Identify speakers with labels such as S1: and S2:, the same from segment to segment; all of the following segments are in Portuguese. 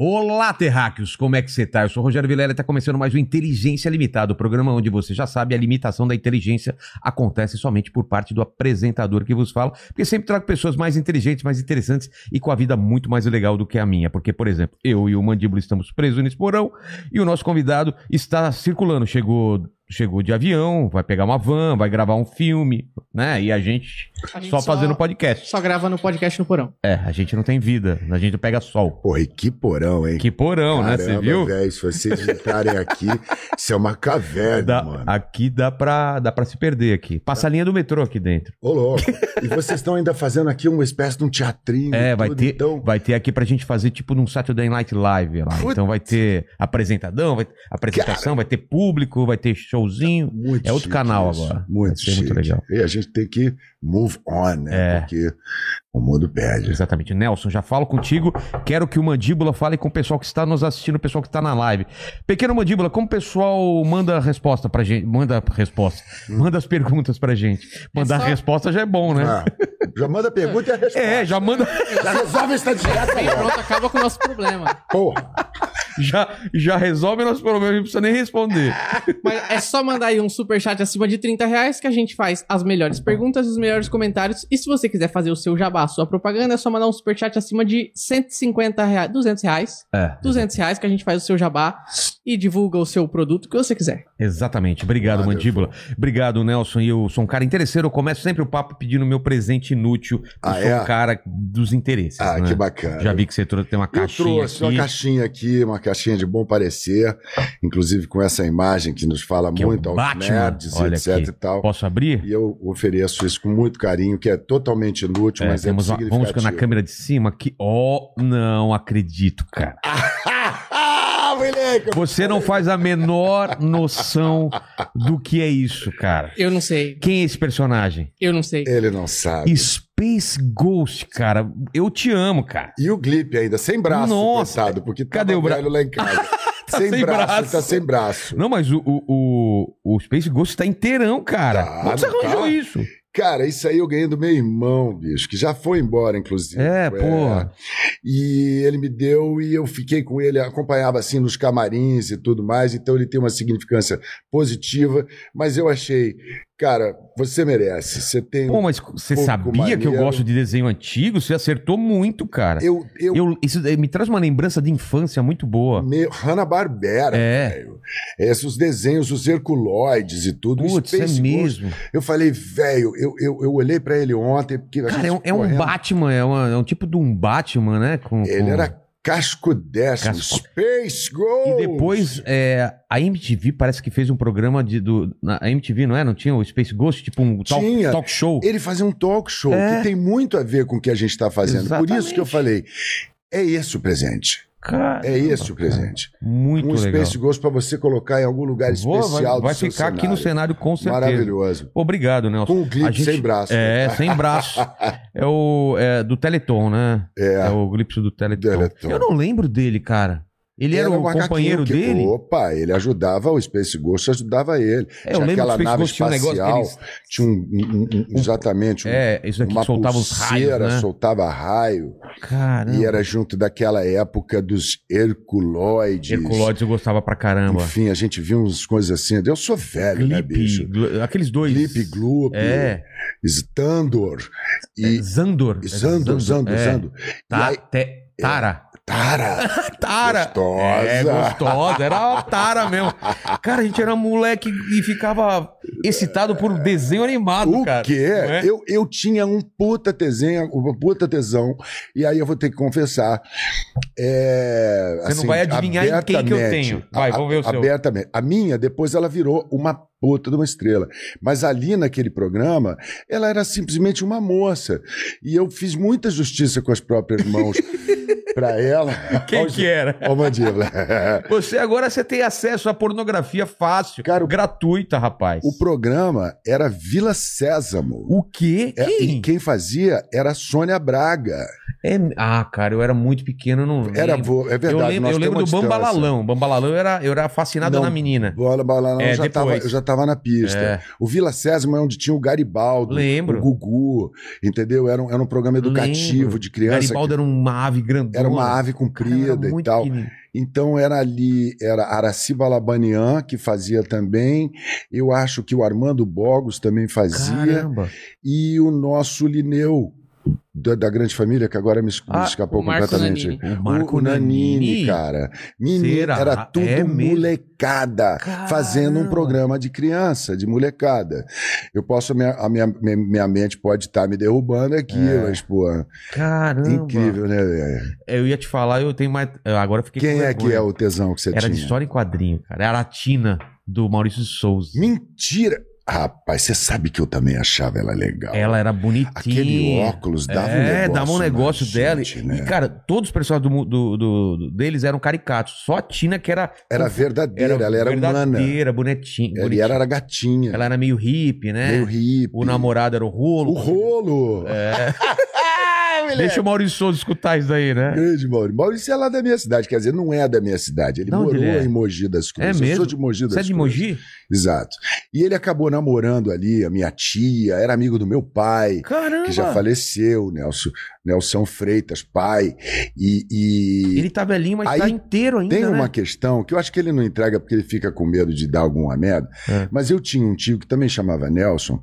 S1: Olá, terráqueos! Como é que você tá? Eu sou o Rogério Vilela e tá começando mais o Inteligência Limitada, o programa onde você já sabe a limitação da inteligência acontece somente por parte do apresentador que vos fala, porque sempre trago pessoas mais inteligentes, mais interessantes e com a vida muito mais legal do que a minha. Porque, por exemplo, eu e o Mandíbula estamos presos nesse porão e o nosso convidado está circulando. Chegou chegou de avião, vai pegar uma van, vai gravar um filme, né? E a gente,
S2: A gente
S1: só, fazendo podcast.
S2: Só grava no podcast no porão.
S1: É, a gente não tem vida, a gente pega sol.
S3: Porra, e que porão, hein?
S1: Que porão, né? Você
S3: Caramba,
S1: viu?
S3: Véio, se vocês entrarem aqui, isso é uma caverna,
S1: Dá-
S3: mano.
S1: aqui dá pra, dá pra se perder aqui. Passa a linha do metrô aqui dentro.
S3: Ô, louco. E vocês estão ainda fazendo aqui uma espécie de um teatrinho.
S1: É,
S3: e
S1: vai
S3: tudo,
S1: ter,
S3: Então,
S1: vai ter aqui pra gente fazer tipo num Saturday Night Live lá.
S3: Putz.
S1: Então vai ter apresentadão, vai, apresentação, vai ter público, vai ter showzinho.
S3: muito
S1: é outro
S3: chique
S1: canal agora. Vai
S3: Muito
S1: ser
S3: chique.
S1: muito legal.
S3: E a gente tem que move on, né?
S1: É.
S3: Porque o mundo pede.
S1: Exatamente. Nelson, já falo contigo. Quero que o Mandíbula fale com o pessoal que está nos assistindo, o pessoal que está na live. Pequeno Mandíbula, como o pessoal manda a resposta pra gente? Manda a resposta. Manda as perguntas pra gente. Mandar
S2: só-
S1: a resposta já é bom, né?
S3: Hum. Ah, já manda a pergunta e a resposta.
S1: É, já manda.
S3: Já resolve essa direta
S2: E
S3: logo.
S2: pronto, acaba com o nosso problema.
S3: Porra.
S1: já, já resolve nosso problema, não precisa nem responder.
S2: Mas é só mandar aí um superchat acima de 30 reais que a gente faz as melhores perguntas, os melhores comentários. E se você quiser fazer o seu jabá, a sua propaganda, é só mandar um superchat acima de 150 reais, 200 reais.
S1: É.
S2: 200 reais que a gente faz o seu jabá e divulga o seu produto que você quiser.
S1: Exatamente. Obrigado,
S3: Obrigado,
S1: Mandíbula. Obrigado, Nelson. E eu sou um cara interesseiro. Eu começo sempre o papo pedindo meu presente inútil. Eu
S3: Ah,
S1: sou
S3: é?
S1: um cara dos interesses.
S3: Ah,
S1: né?
S3: que bacana.
S1: Já vi que você trouxe, tem uma
S3: Eu
S1: caixinha
S3: trouxe uma
S1: aqui,
S3: caixinha aqui, uma caixinha de bom parecer, inclusive com essa imagem que nos fala
S1: que é o
S3: muito aos
S1: Batman.
S3: nerds, e
S1: Olha
S3: etc
S1: aqui.
S3: e tal.
S1: Posso abrir?
S3: E eu ofereço isso com muito carinho, que é totalmente inútil,
S1: É,
S3: mas é
S1: temos uma-
S3: significativo.
S1: vamos na câmera de cima aqui. Oh, não acredito, cara.
S3: Ah, moleque!
S1: Você não faz a menor noção do que é isso, cara.
S2: Eu não sei,
S1: Quem é esse personagem?
S2: eu não sei.
S3: Ele não sabe.
S1: Space Ghost, cara. Eu te amo, cara.
S3: E o Glip ainda, sem braço,
S1: Nossa.
S3: coitado, porque
S1: Cadê
S3: Cadê
S1: o
S3: o
S1: bra-
S3: velho lá em casa.
S1: Tá
S3: sem,
S1: sem
S3: braço,
S1: braço.
S3: tá sem braço.
S1: Não, mas o, o, o, o Space Ghost tá inteirão, cara.
S3: Tá,
S1: Onde você
S3: não
S1: arranjou
S3: tá?
S1: isso?
S3: Cara, isso aí eu ganhei do meu irmão, bicho, que já foi embora, inclusive.
S1: É, porra.
S3: E ele me deu e eu fiquei com ele, acompanhava assim nos camarins e tudo mais, então ele tem uma significância positiva, mas eu achei, cara, você merece, você tem...
S1: Pô, mas você
S3: Um pouco
S1: sabia que eu
S3: maneiro.
S1: gosto de desenho antigo? Você acertou muito, cara.
S3: Eu, eu,
S1: Eu, isso daí me traz uma lembrança de infância muito boa.
S3: meu, Hanna-Barbera,
S1: É.
S3: velho. Esses desenhos, os herculoides e tudo. o
S1: Putz, é
S3: Space Ghost.
S1: mesmo.
S3: Eu falei, velho, eu, eu, eu olhei pra ele ontem, porque... a
S1: Cara,
S3: gente
S1: é um, é um
S3: correndo.
S1: Batman, é, uma- é um tipo de um Batman, né? Com,
S3: Ele
S1: com-
S3: era casco décimo,
S1: Casco-
S3: Space Ghost!
S1: E depois é, a MTV parece que fez um programa de. Do, na, a MTV, não é? Não tinha o Space Ghost, tipo um talk,
S3: Tinha.
S1: talk show.
S3: ele fazia um talk show,
S1: É.
S3: que tem muito a ver com o que a gente está fazendo. Por isso que eu
S1: Exatamente.
S3: falei, é esse o presente.
S1: Cara,
S3: É esse o presente.
S1: muito
S3: um
S1: legal.
S3: Space Ghost para você colocar em algum lugar
S1: Vou, vai-
S3: especial
S1: vai
S3: do seu
S1: ficar aqui no cenário com certeza.
S3: Maravilhoso.
S1: Obrigado, Nelson.
S3: Com o clipe
S1: A gente-
S3: sem braço. né?
S1: É, sem braço. É o é, do Teleton, né?
S3: É.
S1: É o glipso do Teleton.
S3: Teleton. um
S1: Eu não lembro dele, cara. Ele era, o
S3: macaquinho
S1: companheiro
S3: que-
S1: dele?
S3: Opa, ele ajudava, o Space Ghost ajudava ele.
S1: É, eu
S3: Tinha
S1: lembro
S3: aquela
S1: que o Space Ghost
S3: nave
S1: tinha um negócio que
S3: espacial,
S1: eles-
S3: tinha um, um- um- um- exatamente um,
S1: É, isso daqui
S3: uma
S1: que soltava os raios,
S3: pulseira,
S1: né?
S3: soltava raio.
S1: Caramba.
S3: E era junto daquela época dos Herculoides.
S1: Herculoides eu gostava pra caramba.
S3: Enfim, a gente viu umas coisas assim. Eu sou velho, né,
S1: Glip,
S3: bicho?
S1: gl- aqueles dois.
S3: Clipe, Gloop,
S1: É,
S3: Standor e
S1: é, Zandor.
S3: Zando, Zando,
S1: é.
S3: Zando. E
S1: Ta-
S3: aí,
S1: te- tara.
S3: Tara,
S1: Tara.
S3: Gostosa.
S1: É, gostosa. Era uma tara mesmo. Cara, a gente era moleque e ficava excitado por desenho animado,
S3: o
S1: cara.
S3: quê?
S1: Não é?
S3: Eu, eu tinha um puta tesão, uma puta tesão, e aí eu vou ter que confessar. É,
S1: Você não vai adivinhar em quem que eu
S3: abertamente,
S1: tenho. Vai,
S3: a-
S1: vou ver o seu.
S3: Abertamente. A minha, depois ela virou uma puta de uma estrela. Mas ali naquele programa, ela era simplesmente uma moça. E eu fiz muita justiça com as próprias mãos pra ela.
S1: Quem
S3: Aos-
S1: que é? era?
S3: Ó, mandíbula.
S1: Você agora você tem acesso à pornografia fácil,
S3: Cara, o-
S1: gratuita, rapaz.
S3: o programa era Vila Sésamo.
S1: O quê?
S3: É,
S1: Quem?
S3: e quem fazia era a Sônia Braga.
S1: É- Ah, cara, eu era muito pequeno, eu não lembro.
S3: Era, vo- é verdade.
S1: eu lembro,
S3: nós
S1: eu lembro do
S3: temos uma distância.
S1: Bambalalão. Bambalalão era, eu era fascinado
S3: Não.
S1: na menina.
S3: Bola, bola, não,
S1: É,
S3: eu, já
S1: depois.
S3: tava, eu já tava na pista.
S1: É.
S3: O Vila Sésamo é onde tinha o Garibaldo,
S1: Lembro.
S3: o Gugu, entendeu? Era um, era um programa educativo
S1: Lembro.
S3: de criança.
S1: Garibaldo
S3: que-
S1: era uma ave grandona.
S3: era uma
S1: Cara,
S3: ave
S1: eu era
S3: comprida e
S1: muito
S3: tal.
S1: pequenininho.
S3: Então era ali, era Araci Balabanian que fazia também. Eu acho que o Armando Bogos também fazia.
S1: Caramba.
S3: E o nosso Lineu, da, da grande família, que agora me, es- me
S1: Ah,
S3: escapou
S2: o Marco
S3: completamente.
S2: Nanini.
S1: O
S3: o Nanini, cara. Menino,
S1: Será?
S3: era tudo
S1: É mesmo?
S3: molecada,
S1: Caramba.
S3: fazendo um programa de criança, de molecada. Eu posso, a minha, a minha, minha- minha mente pode estar me derrubando aqui,
S1: É.
S3: mas, pô,
S1: Caramba.
S3: incrível, né? velho?
S1: Eu ia te falar, eu tenho mais. eu Agora fiquei
S3: Quem
S1: com
S3: é
S1: vergonha.
S3: que é o tesão que você
S1: Era
S3: tinha?
S1: de história em quadrinho, cara. Era a Tina, do Maurício de Souza.
S3: Mentira! Rapaz, você sabe que eu também achava ela legal.
S1: Ela era bonitinha.
S3: Aquele óculos dava um
S1: é,
S3: negócio.
S1: dava um
S3: na
S1: negócio dela.
S3: gente, né?
S1: E, cara, todos os personagens do, mu- do- do- do- deles eram caricatos. Só a Tina que era.
S3: Era verdadeira, ela era humana.
S1: verdadeira, bonitinha.
S3: Ela
S1: bonitinha.
S3: era, gatinha,
S1: Ela era meio hippie, né?
S3: meio hippie.
S1: O namorado era o rolo.
S3: O
S1: É.
S3: rolo! é.
S1: Deixa o Maurício Souza escutar isso daí, né?
S3: Grande Maurício. Maurício é lá da minha cidade, quer dizer, não é da minha cidade. Ele
S1: Da onde
S3: morou
S1: ele é?
S3: em Mogi das Cruzes.
S1: É
S3: Eu
S1: mesmo?
S3: sou de Mogi das
S1: Você é de
S3: Cruzes.
S1: Mogi?
S3: Exato. E ele acabou namorando ali a minha tia, era amigo do meu pai.
S1: Caramba!
S3: Que já faleceu, Nelson, Nelson Freitas, pai. E, e
S1: Ele tá velhinho, mas
S3: Aí
S1: tá inteiro ainda,
S3: tem uma
S1: né?
S3: questão que eu acho que ele não entrega porque ele fica com medo de dar alguma merda.
S1: É.
S3: Mas eu tinha um tio que também chamava Nelson,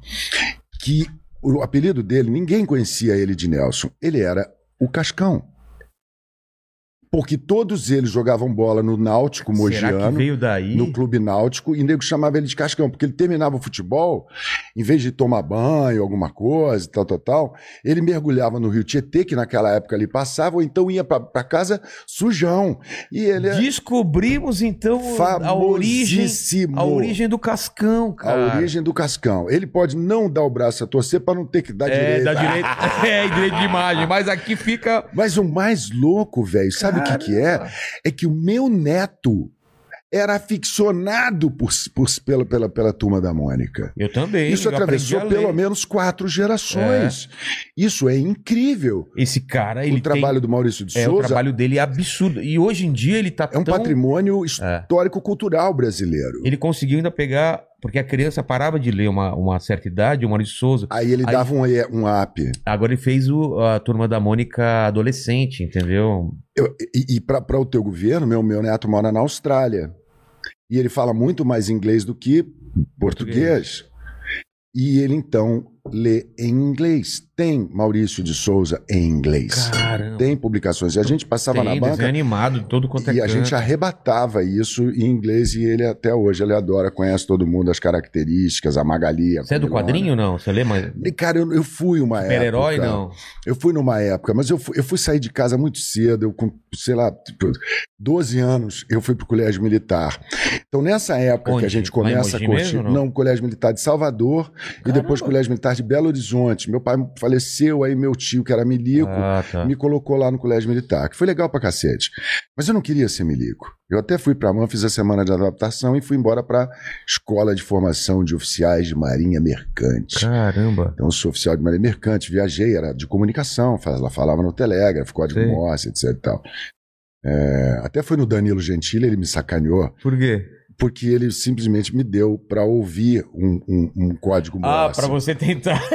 S3: que o apelido dele, ninguém conhecia ele de Nelson. Ele era o Cascão. Porque todos eles jogavam bola no Náutico
S1: Será que
S3: Mogiano,
S1: veio daí?
S3: no Clube Náutico, e nego chamava ele de Cascão, porque ele terminava o futebol, em vez de tomar banho, alguma coisa, tal, tal, tal, ele mergulhava no Rio Tietê, que naquela época ele passava, ou então ia pra- pra casa sujão. E ele é era-
S1: Descobrimos, então, a origem,
S3: Famosíssimo.
S1: a origem do Cascão, cara.
S3: A origem do Cascão. Ele pode não dar o braço a torcer para não ter que dar
S1: É,
S3: direito.
S1: da direita. é, direito de imagem. Mas aqui fica.
S3: Mas o mais louco, velho, sabe o que, que é? É que o meu neto era aficionado por, por- pela, pela, pela turma da Mônica.
S1: Eu também.
S3: Isso
S1: eu aprendi
S3: atravessou
S1: a ler.
S3: pelo menos quatro gerações. Isso é incrível.
S1: Esse cara, ele
S3: o trabalho do Maurício de
S1: tem... É, o
S3: Souza
S1: trabalho dele é absurdo. E hoje em dia ele tá
S3: é um
S1: tão...
S3: patrimônio
S1: É.
S3: histórico-cultural brasileiro.
S1: Ele conseguiu ainda pegar... Porque a criança parava de ler uma, uma certa idade, o Maurício Souza.
S3: Aí ele
S1: Aí-
S3: dava um, e- um app.
S1: Agora ele fez o- a Turma da Mônica adolescente, entendeu?
S3: Eu- e e para o teu governo, meu, meu neto mora na Austrália. E ele fala muito mais inglês do que português. E ele então lê em inglês. Tem Maurício de Souza em inglês.
S1: Caramba.
S3: Tem publicações. E a gente passava
S1: Tem,
S3: na
S1: desenho
S3: banca
S1: animado, todo quanto é
S3: e a
S1: canto.
S3: gente arrebatava isso em inglês. E ele até hoje, ele adora, conhece todo mundo, as características, a Magali. a
S1: Você é do
S3: Comilona.
S1: quadrinho ou não? Você lê mais...
S3: Cara, eu, eu fui uma
S1: Super-herói,
S3: época.
S1: não.
S3: Eu fui numa época, mas eu fui, eu fui sair de casa muito cedo, eu com, sei lá, tipo, 12 anos, eu fui pro colégio militar. Então, nessa época
S1: Onde?
S3: que a gente
S1: Lá em
S3: começa
S1: Mogi
S3: a curtir,
S1: mesmo, não?
S3: não? colégio militar de Salvador e depois
S1: Caramba.
S3: colégio militar de Belo Horizonte. Meu pai faleceu, aí meu tio, que era milico,
S1: Ah, tá.
S3: me colocou lá no colégio militar, que foi legal pra cacete. Mas eu não queria ser milico. Eu até fui pra mão, fiz a semana de adaptação e fui embora pra escola de formação de oficiais de marinha mercante.
S1: Caramba.
S3: Então, eu sou oficial de marinha mercante, viajei, era de comunicação, fa- ela falava no telégrafo, código
S1: Sim.
S3: Morse, etc e tal. É, até foi no Danilo Gentili, ele me sacaneou,
S1: Por quê?
S3: porque ele simplesmente me deu para ouvir um, um- um código
S1: Ah,
S3: Morse.
S1: pra você tentar.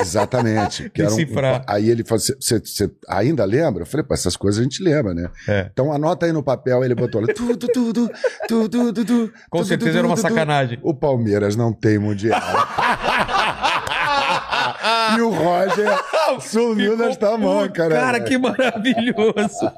S3: Exatamente. que era um-
S1: Decifrar.
S3: aí ele falou, você ainda lembra? Eu falei, pô, essas coisas a gente lembra, né?
S1: É.
S3: Então anota aí no papel, ele botou lá, tudo, tudo, tudo, tudo, tudo.
S1: Com certeza era uma sacanagem.
S3: O Palmeiras não tem mundial. e o Roger sumiu né, das
S1: Ficou
S3: tamanho,
S1: puto.
S3: tá cara.
S1: Cara, que maravilhoso.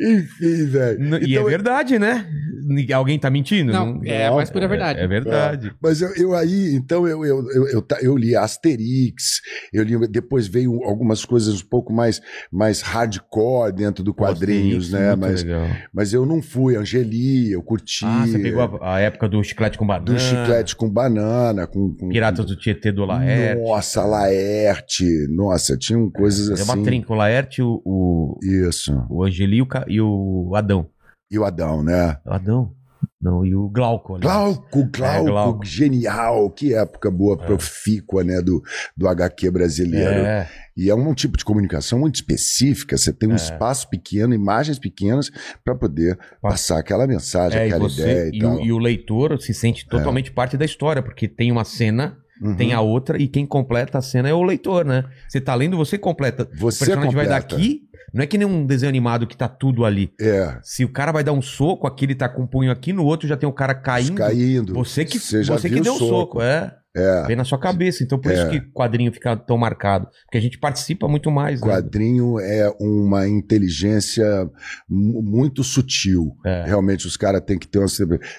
S3: Enfim, velho.
S1: N- e é
S3: Então,
S1: verdade, né? ninguém- alguém tá mentindo?
S2: Não, é
S3: não,
S2: mais pura verdade.
S1: É, verdade.
S3: Mas eu, eu aí, então, eu, eu, eu, eu, ta- eu li Asterix, eu li, depois veio algumas coisas um pouco mais, mais hardcore dentro do quadrinhos,
S1: Nossa,
S3: né?
S1: muito
S3: Mas,
S1: legal.
S3: mas eu não fui, Angeli, eu curti.
S1: Ah, você pegou a, a época do chiclete com banana.
S3: do chiclete com banana, com. com
S1: Piratas do Tietê do Laerte.
S3: Nossa, Laerte. Nossa, tinham coisas
S1: É
S3: assim.
S1: uma trinca, o Laerte, o, o,
S3: Isso.
S1: o Angeli e o Ca- e o Adão. É
S3: E o Adão, né?
S1: O Adão? Não, e o Glauco. aliás.
S3: Glauco, Glauco,
S1: É, Glauco.
S3: genial. Que época boa, profícua, né? Do, do HQ brasileiro.
S1: É.
S3: E é um tipo de comunicação muito específica. Você tem um
S1: É.
S3: espaço pequeno, imagens pequenas, para poder passar aquela mensagem,
S1: É, e,
S3: aquela
S1: você-
S3: ideia e,
S1: e
S3: tal. É.
S1: o, e o leitor se sente totalmente parte da história, porque tem uma cena,
S3: Uhum.
S1: tem a outra, e quem completa a cena é o leitor, né? Você tá lendo, você completa. O
S3: Você
S1: personagem vai
S3: completa.
S1: daqui, não é que nem um desenho animado que tá tudo ali.
S3: É.
S1: Se o cara vai dar um soco, aqui ele tá com um punho aqui, no outro já tem o cara caindo.
S3: Caindo.
S1: Você que,
S3: Você já
S1: você que
S3: viu
S1: deu
S3: o
S1: o soco, é.
S3: É.
S1: Vem na sua cabeça. Então por isso que o quadrinho fica tão marcado. Porque a gente participa muito mais, né?
S3: quadrinho é uma inteligência mu- muito sutil.
S1: É.
S3: Realmente os caras têm que ter uma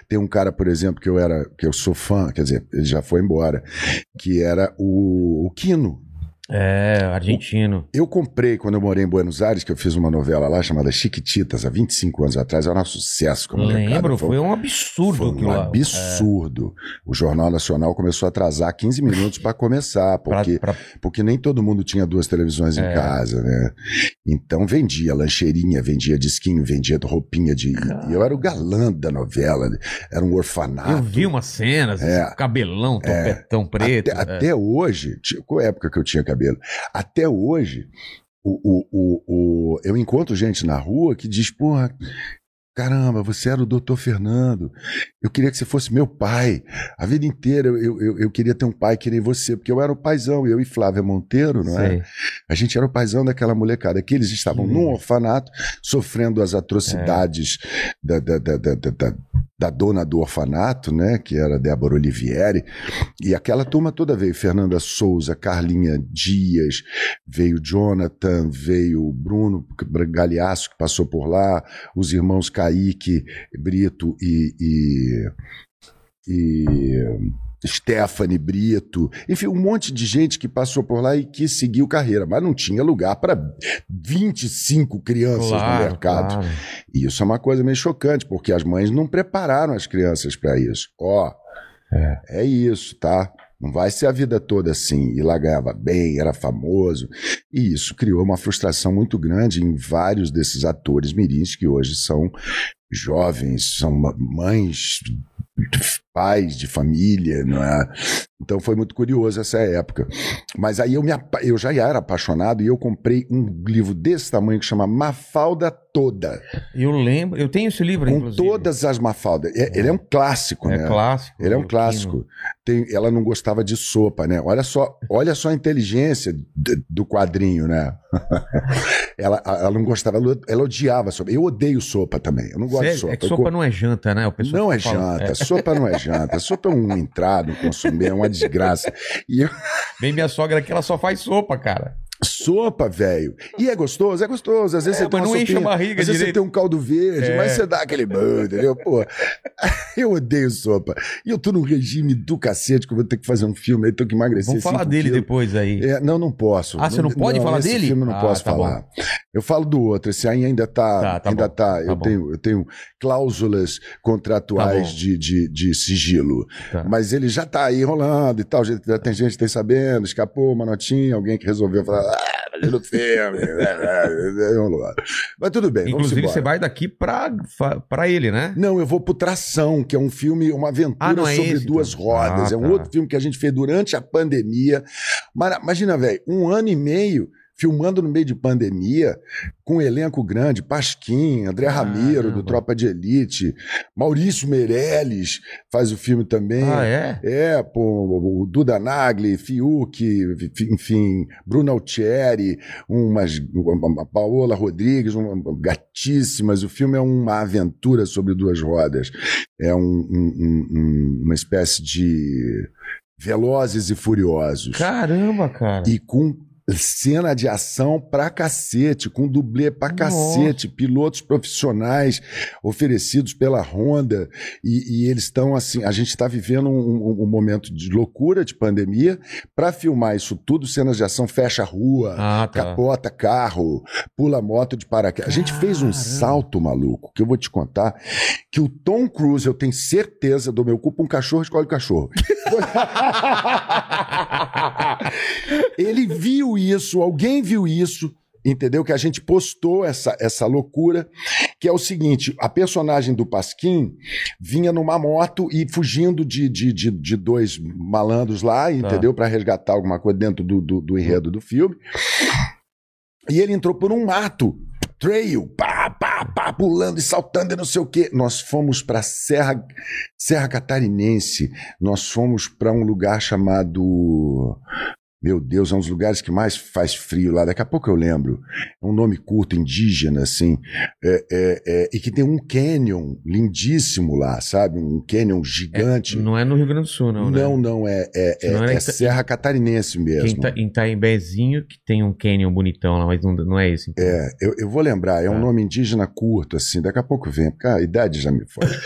S3: tem um cara, por exemplo, que eu era, que eu sou fã, quer dizer, ele já foi embora, que era o, o Quino.
S1: É, argentino.
S3: Eu comprei quando eu morei em Buenos Aires, que eu fiz uma novela lá chamada Chiquititas há 25 anos atrás, era um sucesso como
S1: Lembro, foi um absurdo
S3: Foi
S1: aquilo
S3: um
S1: lá. É.
S3: absurdo. O Jornal Nacional começou a atrasar 15 minutos para começar,
S1: Pra-
S3: porque
S1: pra-
S3: porque nem todo mundo tinha duas televisões
S1: É.
S3: em casa, né? Então vendia lancheirinha, vendia disquinho, vendia roupinha de.
S1: Cara.
S3: E eu era o galã da novela, era um orfanato.
S1: eu vi umas cenas,
S3: É.
S1: esse cabelão, topetão preto. né?
S3: Até, até hoje, ti- qual é a época que eu tinha cabelo? Até hoje, o, o, o, o- eu encontro gente na rua que diz, porra. Caramba, você era o doutor Fernando. Eu queria que você fosse meu pai. A vida inteira eu, eu, eu- eu queria ter um pai que nem você, porque eu era o paizão, eu e Flávia Monteiro, não é?
S1: Sei.
S3: A gente era o paizão daquela molecada, que eles estavam
S1: Que
S3: num
S1: lindo.
S3: orfanato sofrendo as atrocidades da, da, da, da, da- da- da dona do orfanato, né? Que era Débora Olivieri. E aquela turma toda veio: Fernanda Souza, Carlinha Dias, veio Jonathan, veio Bruno Galeasso, que passou por lá, os irmãos Kaique, Brito e- e e Stephanie Brito, enfim, um monte de gente que passou por lá e que seguiu carreira, mas não tinha lugar para 25 crianças
S1: Claro,
S3: no mercado.
S1: claro.
S3: E isso é uma coisa meio chocante, porque as mães não prepararam as crianças para isso. Ó,
S1: É.
S3: é isso, tá? Não vai ser a vida toda assim. E lá ganhava bem, era famoso. E isso criou uma frustração muito grande em vários desses atores mirins que hoje são jovens, são ma- mães, pais de família, não é? Então foi muito curioso essa época. Mas aí eu, me, apa- eu já era apaixonado e eu comprei um livro desse tamanho que chama Mafalda Toda.
S1: Eu lembro, eu tenho esse livro,
S3: Com
S1: inclusive.
S3: todas as Mafaldas. É- Ele é um clássico,
S1: É
S3: né?
S1: clássico.
S3: Ele é um
S1: do
S3: clássico. Tem- ela não gostava de sopa, né? Olha só, olha só a inteligência d- do quadrinho, né? ela, a- ela não gostava, ela, ela odiava sopa. Eu odeio sopa também. Eu não gosto
S1: Sério?
S3: de sopa.
S1: É que
S3: Eu
S1: sopa
S3: co-
S1: não é janta, né? O pessoal
S3: não é
S1: fala-
S3: janta, sopa não é janta, sopa é um entrado, um consumir, é uma desgraça. E eu-
S1: Vem minha sogra aqui, ela só faz sopa, cara.
S3: sopa, velho. E é gostoso, é gostoso. Às vezes você
S1: mas
S3: tem uma
S1: não enche a
S3: sopinha,
S1: barriga
S3: Às vezes você
S1: direito.
S3: tem um caldo verde,
S1: É.
S3: mas você dá aquele banho, entendeu? Pô, eu odeio sopa. E eu tô num regime do cacete que eu vou ter que fazer um filme, aí tenho que emagrecer.
S1: Vamos falar
S3: cinco
S1: dele
S3: quilos.
S1: depois aí.
S3: É, não, não posso.
S1: Ah, você não pode falar
S3: esse
S1: dele?
S3: filme eu não
S1: Ah,
S3: posso
S1: tá
S3: falar. Eu falo do outro, esse aí ainda tá.
S1: Tá, tá
S3: ainda
S1: bom.
S3: tá. Eu,
S1: bom.
S3: tenho, eu tenho cláusulas contratuais
S1: Tá bom.
S3: de, de, de sigilo.
S1: Tá.
S3: Mas ele já tá aí rolando e tal. Já, já tem gente que tem sabendo, escapou uma notinha, alguém que resolveu falar. Ah, mas no filme. É um lugar. Mas tudo bem. vamos
S1: Inclusive,
S3: embora.
S1: você vai daqui pra, fa- pra ele, né?
S3: Não, eu vou pro Tração, que é um filme, uma aventura
S1: Ah, não é
S3: sobre
S1: esse,
S3: duas
S1: então?
S3: rodas.
S1: Ah,
S3: é um
S1: tá.
S3: outro filme que a gente fez durante a pandemia. Mara- Imagina, velho, um ano e meio filmando no meio de pandemia, com um elenco grande, Pasquim, André Ramiro, do
S1: Caramba.
S3: Tropa de Elite, Maurício Meirelles faz o filme também.
S1: Ah, é?
S3: É, pô, o Duda Nagli, Fiuk, fi- enfim, Bruno Altieri, umas, uma uma Paola Rodrigues, uma, gatíssimas. O filme é uma aventura sobre duas rodas. É um- um- um- um- uma espécie de velozes e furiosos.
S1: Caramba, cara.
S3: E com cena de ação pra cacete, com dublê pra cacete, pilotos profissionais oferecidos pela Honda, e, e eles estão assim, a gente está vivendo um, um- um momento de loucura, de pandemia, pra filmar isso tudo, cenas de ação, fecha a rua,
S1: Ah, tá.
S3: capota carro, pula moto de paraquedas. A gente fez um
S1: Caramba.
S3: salto maluco, que eu vou te contar, que o Tom Cruise, eu tenho certeza do meu culpa, um cachorro escolhe o cachorro. Ele viu isso, alguém viu isso, entendeu? Que a gente postou essa, essa loucura, que é o seguinte: a personagem do Pasquim vinha numa moto e fugindo de, de, de, de dois malandros lá, entendeu? Pra resgatar alguma coisa dentro do, do, do enredo do filme. E ele entrou por um mato. Trail, pá, pá, pá, pulando e saltando e não sei o quê. Nós fomos pra Serra, Serra Catarinense. Nós fomos pra um lugar chamado. Meu Deus, é um dos lugares que mais faz frio lá. Daqui a pouco eu lembro. É um nome curto, indígena, assim. É, é, é, e que tem um canyon lindíssimo lá, sabe? Um canyon gigante.
S1: Não é no Rio Grande do Sul, não,
S3: não,
S1: né?
S3: não, é, é, é,
S1: Não era
S3: é
S1: Ita-
S3: Serra Catarinense
S1: Quem
S3: mesmo.
S1: tá, em Taimbezinho, que tem um canyon bonitão lá, mas não, não é esse. então.
S3: É, eu, eu vou lembrar, é um
S1: Tá.
S3: nome indígena curto, assim, daqui a pouco vem, porque a idade já me foge.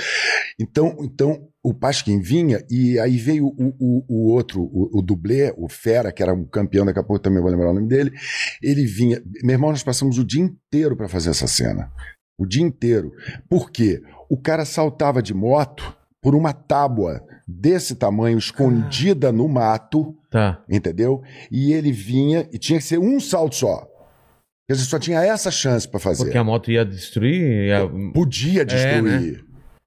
S3: então, então, o Pasquim vinha e aí veio o, o, o outro, o, o dublê, o Fera, que era um campeão, daqui a pouco também vou lembrar o nome dele. Ele vinha. Meu irmão, nós passamos o dia inteiro para fazer essa cena. O dia inteiro. Por quê? O cara saltava de moto por uma tábua desse tamanho, escondida no mato
S1: Tá.
S3: entendeu? E ele vinha e tinha que ser um salto só. Quer dizer, só tinha essa chance para fazer.
S1: Porque a É, né? moto ia destruir, ia,
S3: Podia destruir.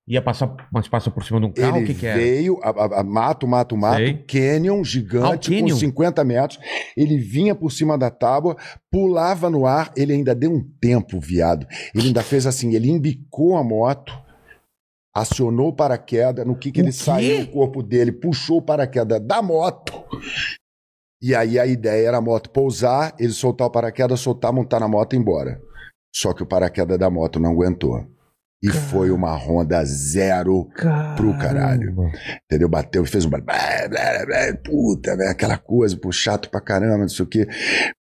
S1: ia passar, mas passa por cima de um carro,
S3: ele
S1: o que que era?
S3: veio, a, a, a mato, mato, mato,
S1: Sei.
S3: canyon
S1: Ah, o
S3: gigante
S1: canyon.
S3: com 50 metros. Ele vinha por cima da tábua, pulava no ar, ele ainda deu um tempo, viado. Ele ainda fez assim, ele embicou a moto, acionou o paraquedas, no que, que
S1: O
S3: ele
S1: quê?
S3: saiu o corpo dele, puxou o paraquedas da moto. E aí a ideia era a moto pousar, ele soltar o paraquedas, soltar, montar na moto e ir embora. Só que o paraquedas da moto não aguentou. E foi uma Honda zero
S1: Ah.
S3: pro caralho.
S1: Caramba.
S3: Entendeu? Bateu e fez um. barulho, blá, blá, blá, Puta, né? Aquela coisa, pô, chato pra caramba, não sei o quê.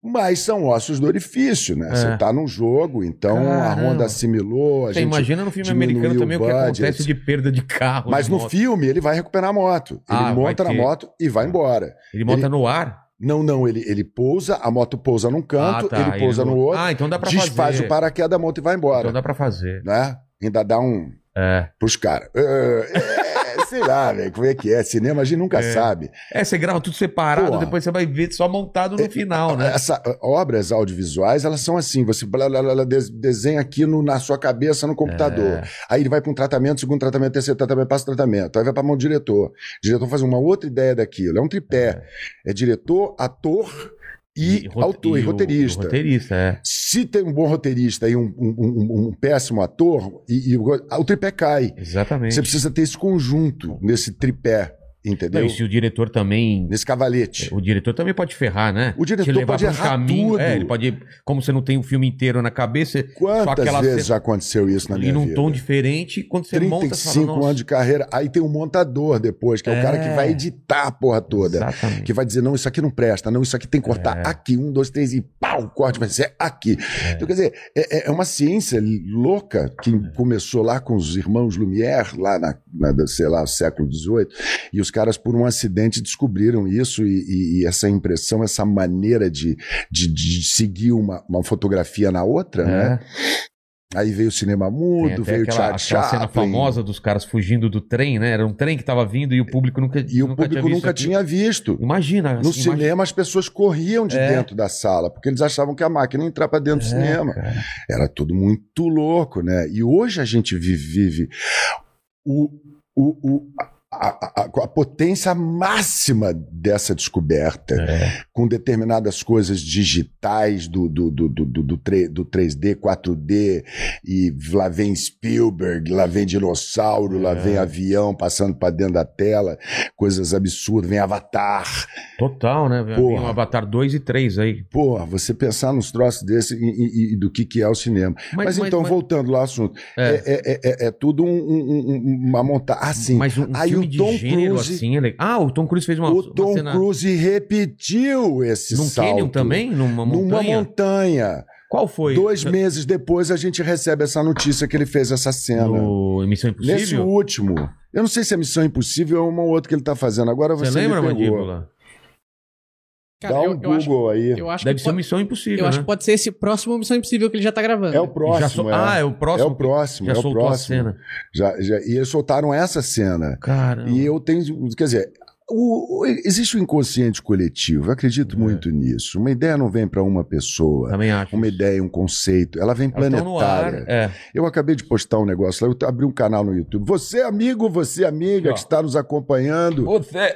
S3: Mas são ossos do orifício, né?
S1: É.
S3: Você tá num jogo, então a
S1: Caramba.
S3: Honda assimilou, a
S1: Você
S3: gente.
S1: Tá, imagina no filme
S3: diminuiu
S1: americano também o,
S3: o
S1: que
S3: budget.
S1: acontece de perda de carro.
S3: Mas
S1: de
S3: no
S1: moto.
S3: filme ele vai recuperar a moto. Ele
S1: Ah, vai Ah.
S3: monta na
S1: ter.
S3: moto e vai embora.
S1: Ele monta
S3: ele-
S1: no ar.
S3: Não, não, ele, ele pousa, a moto pousa num canto,
S1: Ah, tá,
S3: ele pousa
S1: não-
S3: no outro,
S1: Ah, então dá pra
S3: desfaz
S1: fazer.
S3: o paraquedas da moto e vai embora.
S1: Então dá pra fazer.
S3: Né? Ainda dá um.
S1: É.
S3: pros caras. É, sei lá, velho, como é que é? Cinema a gente nunca
S1: É.
S3: sabe.
S1: É, você grava tudo separado,
S3: Porra. É,
S1: depois você vai ver só montado no final, né?
S3: Essa, eh, obras audiovisuais, elas são assim, você blá, blá, blá, blá, des- desenha aqui no- na sua cabeça, no computador.
S1: É.
S3: Aí ele vai para um tratamento, segundo tratamento, terceiro tratamento, passa tratamento. Aí vai para mão do diretor. O diretor faz uma outra ideia daquilo. É um tripé. É, diretor, ator e,
S1: rote-
S3: autor, e,
S1: o-
S3: roteirista.
S1: o roteirista, é.
S3: Se tem um bom roteirista e um, um- um- um péssimo ator, e, e o o tripé cai.
S1: Exatamente.
S3: Você precisa ter esse conjunto nesse tripé,
S1: Não,
S3: entendeu?
S1: e se o diretor também.
S3: Nesse cavalete.
S1: É, O diretor também pode ferrar, né?
S3: O diretor
S1: Te levar
S3: pode
S1: pra um
S3: errar tudo.
S1: É, ele pode. Como você não tem o filme inteiro na cabeça,
S3: Quantas
S1: aquela
S3: vezes
S1: cena-
S3: já aconteceu isso na
S1: e
S3: minha
S1: num
S3: vida?
S1: tom diferente, quando você monta, você
S3: 35
S1: fala, "Nossa,
S3: anos de carreira. Aí tem um montador depois, que é,
S1: É.
S3: o cara que vai editar a porra toda.
S1: Exatamente. É.
S3: Que vai dizer, não, isso aqui não presta, não, isso aqui tem que cortar aqui, um, dois, três, e pau, o corte vai ser aqui. Então, quer dizer, é, é- é uma ciência louca que
S1: É.
S3: começou lá com os irmãos Lumière, lá na, na- sei lá, século XVIII, e os caras, por um acidente, descobriram isso e, e- e essa impressão, essa maneira de, de, de seguir uma, uma fotografia na outra, né?
S1: É.
S3: Aí veio o cinema
S1: Tem até
S3: mudo, veio o
S1: aquela,
S3: Charles
S1: aquela
S3: Chaplin.
S1: cena famosa dos caras fugindo do trem, né? Era um trem que tava vindo e o público nunca
S3: E o
S1: nunca
S3: público nunca
S1: aquilo.
S3: tinha visto.
S1: Imagina.
S3: No
S1: assim,
S3: cinema, as pessoas corriam de
S1: É.
S3: dentro da sala, porque eles achavam que a máquina ia entrar pra dentro do
S1: imagina- É,
S3: cinema.
S1: cara.
S3: Era tudo muito louco, né? E hoje a gente vive, vive o, o, o- a, a- a- a potência máxima dessa descoberta,
S1: É.
S3: com determinadas coisas digitais do, do, do, do, do, do tre- do 3D, 4D, e lá vem Spielberg, lá vem dinossauro, lá
S1: É.
S3: vem avião passando pra dentro da tela, coisas absurdas, vem Avatar.
S1: Total, né? Vem
S3: Porra.
S1: um Avatar 2 e 3 aí.
S3: Porra, você pensar nos troços desse e, e- e do que, que é o cinema. Mas, então, voltando lá ao assunto,
S1: É.
S3: é, é- é- é- é tudo um- um- um- uma montada. Ah, sim.
S1: Mas um
S3: Aí
S1: filme filme de
S3: Tom
S1: gênero
S3: Cruise-
S1: assim. é legal. Ah, o Tom Cruise fez uma,
S3: O
S1: uma
S3: Tom
S1: cena
S3: Cruise repetiu esse
S1: num
S3: salto.
S1: canyon também? Numa
S3: Numa
S1: montanha?
S3: montanha.
S1: Qual foi?
S3: Dois meses depois a gente recebe essa notícia que ele fez essa cena.
S1: No Missão
S3: Nesse
S1: Impossível?
S3: último. Eu não sei se é Missão Impossível ou uma ou outra que ele tá fazendo. Agora você,
S1: Você lembra,
S3: me pegou.
S1: Mandíbula?
S2: Cara,
S3: Dá um
S2: eu, eu acho,
S3: Google aí.
S2: eu acho
S1: Deve
S2: que
S1: ser
S2: pode,
S1: Missão Impossível,
S2: eu acho
S1: né?
S2: que pode ser esse próximo Missão Impossível que ele já tá gravando.
S3: É o
S1: Já
S3: próximo.
S1: sol-
S3: é.
S1: Ah, é o
S3: é
S1: próximo?
S3: o próximo.
S1: Já
S3: é o
S1: soltou
S3: próximo.
S1: a cena.
S3: Já, já- e eles soltaram essa cena.
S1: Caramba.
S3: E eu tenho. Quer dizer, o- o- existe o inconsciente coletivo. Eu acredito
S1: É.
S3: muito nisso. Uma ideia não vem para uma pessoa.
S1: Também acho.
S3: Uma ideia, um conceito. Ela vem
S1: Elas tão no ar,
S3: planetária.
S1: É.
S3: Eu acabei de postar um negócio lá, eu abri um canal no YouTube. Você, amigo, você,
S1: Aqui,
S3: amiga,
S1: ó.
S3: que está nos acompanhando,
S1: Você...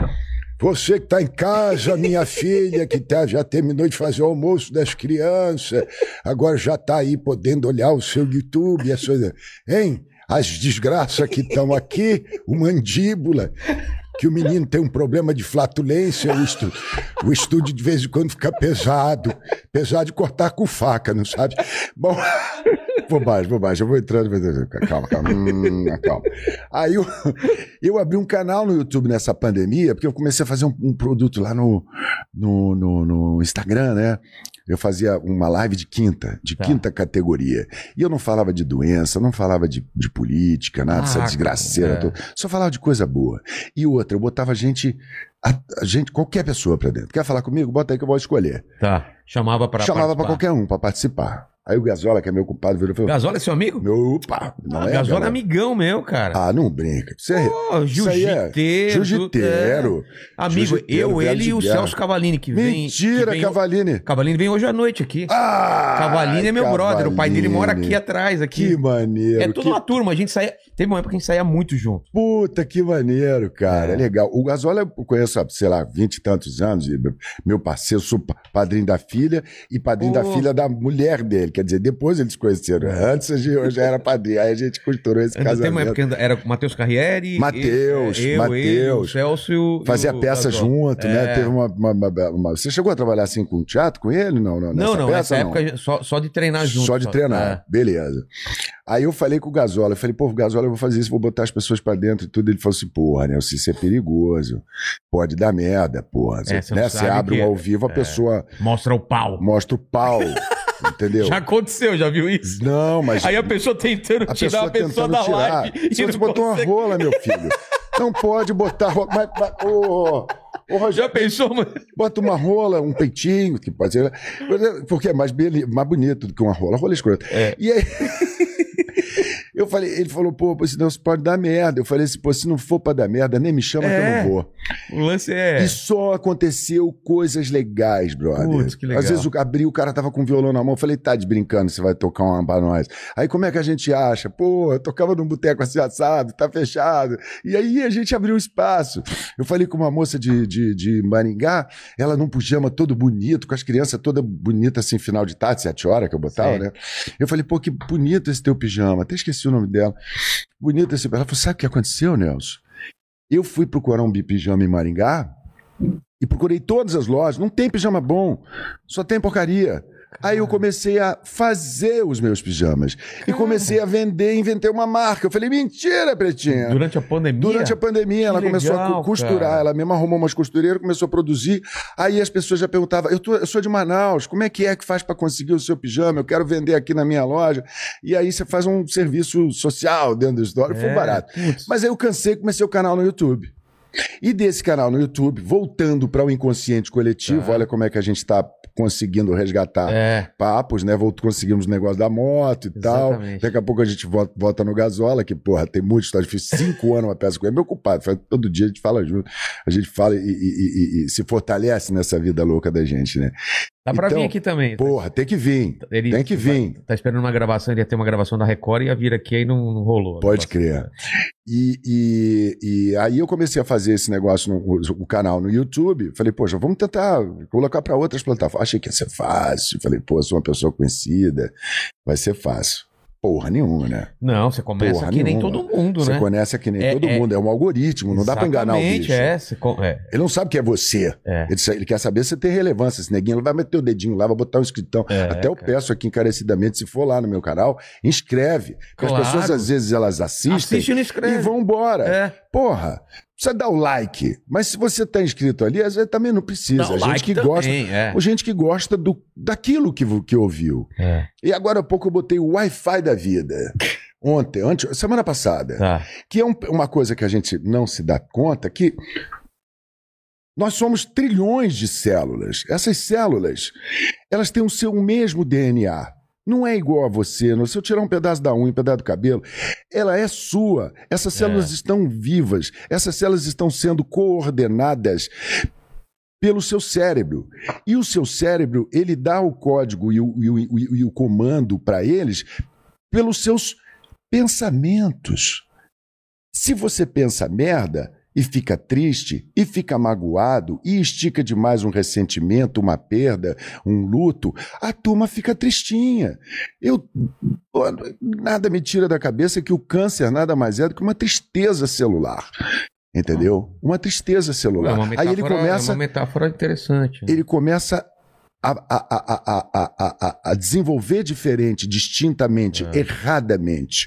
S3: você que está em casa, minha filha, que tá- já terminou de fazer o almoço das crianças, agora já está aí podendo olhar o seu YouTube, as suas... hein? As desgraças que estão aqui, o mandíbula, que o menino tem um problema de flatulência, o, estu- o estúdio de vez em quando fica pesado, pesado de cortar com faca, não sabe? Bom, bobagem, bobagem, eu vou entrando, vou entrando. calma, calma, hum, calma. Aí eu, eu abri um canal no YouTube nessa pandemia, porque eu comecei a fazer um, um produto lá no, no, no- no Instagram, né? Eu fazia uma live de quinta, de
S1: Tá.
S3: quinta categoria. E eu não falava de doença, não falava de, de política, nada, dessa
S1: Ah,
S3: desgraceira.
S1: é.
S3: toda. Só falava de coisa boa. E outra, eu botava gente, a, a gente qualquer pessoa pra dentro. Quer falar comigo? Bota aí que eu vou escolher.
S1: Tá. Chamava pra
S3: Chamava pra
S1: participar.
S3: qualquer um pra participar. Aí o Gazola, que é meu compadre, virou e falou:
S1: Gasola é seu amigo?
S3: meu, Opa, não
S1: Gasola é
S3: é? galera?
S1: amigão meu, cara.
S3: Ah, não brinca. Você é
S1: Pô,
S3: isso aí é
S1: jiu-jiteiro. é.
S3: jiu-jiteiro.
S1: Amigo,
S3: Jiu-jiteiro,
S1: eu,
S3: velho
S1: ele
S3: de
S1: e o
S3: guerra.
S1: Celso Cavalini, que vem.
S3: Mentira,
S1: que vem,
S3: Cavalini.
S1: Cavalini vem hoje à noite aqui.
S3: Ah,
S1: Cavalini é meu brother, o pai dele mora aqui
S3: Cavalini.
S1: atrás.
S3: Que
S1: aqui.
S3: maneiro.
S1: É toda
S3: que-
S1: uma turma, a gente saía. Teve uma época que a gente saía muito junto.
S3: Puta, que maneiro, cara.
S1: É.
S3: É. Legal. O Gasola eu conheço há, sei lá, vinte e tantos anos. e Meu parceiro, sou pa- padrinho da filha e padrinho da
S1: Pô.
S3: filha da mulher dele. Quer dizer, depois eles se conheceram. Antes eu já era padrinho. Aí a gente costurou esse
S1: É. Ainda Teve uma
S3: casamento.
S1: época que era o Matheus Carriere. é,
S3: Mateus,
S1: eu, ele, o
S3: Mateus.
S1: Celso e o.
S3: Fazia
S1: e o
S3: peça
S1: Gasola.
S3: junto,
S1: É.
S3: né? Teve uma, uma- uma- uma- Você chegou a trabalhar assim com teatro com ele? Não, não.
S1: Não,
S3: nessa
S1: não,
S3: né? peça,
S1: nessa
S3: não.
S1: época só, só É. de treinar junto.
S3: Só de treinar. Beleza. Aí eu falei com o Gasola, eu falei, pô, Gasola, eu vou fazer isso, vou botar as pessoas pra dentro e tudo. Ele falou assim, porra, né? Isso é perigoso. Pode dar merda, porra.
S1: É,
S3: você
S1: você não
S3: né,
S1: sabe
S3: você abre
S1: que-
S3: um ao vivo, a pessoa
S1: É. Mostra o pau.
S3: mostra o pau. entendeu?
S1: Já aconteceu, já viu isso?
S3: Não, mas.
S1: Aí a pessoa tentando
S3: A
S1: tirar a pessoa
S3: tentando
S1: da
S3: tirar.
S1: live. e
S3: Você
S1: não
S3: botou uma
S1: consegue.
S3: rola, meu filho. Não pode botar rola. Mas, mas, ô, ô, ô, Rogério,
S1: Já pensou, mano?
S3: Bota uma rola, um peitinho, que pode ser. Porque é mais, beli- mais bonito do que uma rola. A rola é escrota.
S1: É.
S3: E aí. Eu falei, ele falou, pô, pô, senão isso pode dar merda. Eu falei assim, pô, se não for pra dar merda, nem me chama
S1: É.
S3: que eu não vou.
S1: O lance é.
S3: E só aconteceu coisas legais, brother.
S1: Putz, que legal.
S3: Às vezes eu abri, o cara tava com um violão na mão. Eu falei, tá de brincando, você vai tocar uma pra nós. Aí como é que a gente acha? Pô, eu tocava num boteco assim assado, tá fechado. E aí a gente abriu um espaço. Eu falei com uma moça de, de, de Maringá, ela num pijama todo bonito, com as crianças toda bonita assim, final de tarde, sete horas que eu botava,
S1: Sim.
S3: né? Eu falei, pô, que bonito esse teu pijama. Até esqueci o nome dela. Bonito esse pijama. Ela falou, sabe o que aconteceu, Nelson? Eu fui procurar um bipijama em Maringá e procurei todas as lojas. Não tem pijama bom, só tem porcaria. Aí eu comecei a fazer os meus pijamas. E comecei a vender, inventei uma marca. Eu falei, mentira, Pretinha.
S1: Durante a pandemia.
S3: né? Durante a pandemia, ela
S1: Que
S3: começou a
S1: legal,
S3: cu- costurar.
S1: cara.
S3: Ela mesma arrumou umas costureiras, começou a produzir. Aí as pessoas já perguntavam: eu, tô- eu sou de Manaus, como é que é que faz para conseguir o seu pijama? Eu quero vender aqui na minha loja. E aí você faz um serviço social dentro do história. Foi
S1: É,
S3: barato.
S1: putz.
S3: Mas aí eu cansei e comecei o canal no YouTube. E desse canal no YouTube, voltando para o inconsciente coletivo,
S1: Tá.
S3: olha como é que a gente está conseguindo resgatar
S1: É.
S3: papos, né? Volt- Conseguimos o negócio da moto e
S1: Exatamente.
S3: tal. Daqui a pouco a gente volta, volta no Gasola, que, porra, tem muita história. Fiz cinco anos uma peça com ele. Meu culpado, faz- todo dia a gente fala junto. A gente fala e, e- e- e- e se fortalece nessa vida louca da gente, né?
S1: Dá pra
S3: Então,
S1: vir aqui também. tá?
S3: Porra, tem que vir.
S1: Ele
S3: Tem que vir.
S1: Tá esperando uma gravação, ele ia ter uma gravação da Record e ia vir aqui aí não, não rolou.
S3: Pode crer. E, e- e aí eu comecei a fazer esse negócio, no, o, o canal no YouTube. Falei, poxa, vamos tentar colocar para outras plataformas. Achei que ia ser fácil. Falei, pô, sou uma pessoa conhecida, vai ser fácil. Porra nenhuma, né?
S1: Não, você começa
S3: Porra
S1: que nem
S3: nenhuma.
S1: todo mundo,
S3: Você
S1: né?
S3: conhece que nem
S1: É,
S3: todo
S1: é.
S3: mundo, é um algoritmo, não dá pra enganar o
S1: Exatamente,
S3: bicho.
S1: É, você co- é.
S3: Ele não sabe que é você.
S1: É.
S3: Ele, sa- ele quer saber se tem relevância. Esse neguinho ele vai meter o dedinho lá, vai botar um escritão.
S1: É,
S3: Até eu
S1: cara.
S3: peço aqui encarecidamente, se for lá no meu canal, inscreve. Porque
S1: Claro.
S3: as pessoas às vezes elas assistem
S1: Assiste e não
S3: e
S1: escreve.
S3: vão embora.
S1: É.
S3: Porra, precisa dar o like. Mas se você está inscrito ali, às vezes também não precisa.
S1: Dá o
S3: gente
S1: like
S3: que
S1: também,
S3: gosta.
S1: é.
S3: Ou gente que gosta do, daquilo que, vo- que ouviu.
S1: É.
S3: E agora há pouco eu botei o Wi-Fi da vida. Ontem, antes, semana passada.
S1: Tá.
S3: Que é um- uma coisa que a gente não se dá conta que nós somos trilhões de células. Essas células, elas têm o seu mesmo DNA. Não é igual a você. não- Se eu tirar um pedaço da unha, um pedaço do cabelo, ela é sua. Essas células estão vivas. Essas células estão sendo coordenadas pelo seu cérebro. E o seu cérebro, ele dá o código e o, e o- e o- e o comando para eles pelos seus pensamentos. Se você pensa merda e fica triste e fica magoado e estica demais um ressentimento, uma perda, um luto, a turma fica tristinha. Eu pô, nada me tira da cabeça que o câncer nada mais é do que uma tristeza celular. Entendeu? Uma tristeza celular. Aí ele começa
S1: é uma metáfora interessante. né?
S3: ele começa a, a- a- a- a- a- a- a desenvolver diferente, distintamente,
S1: É.
S3: erradamente.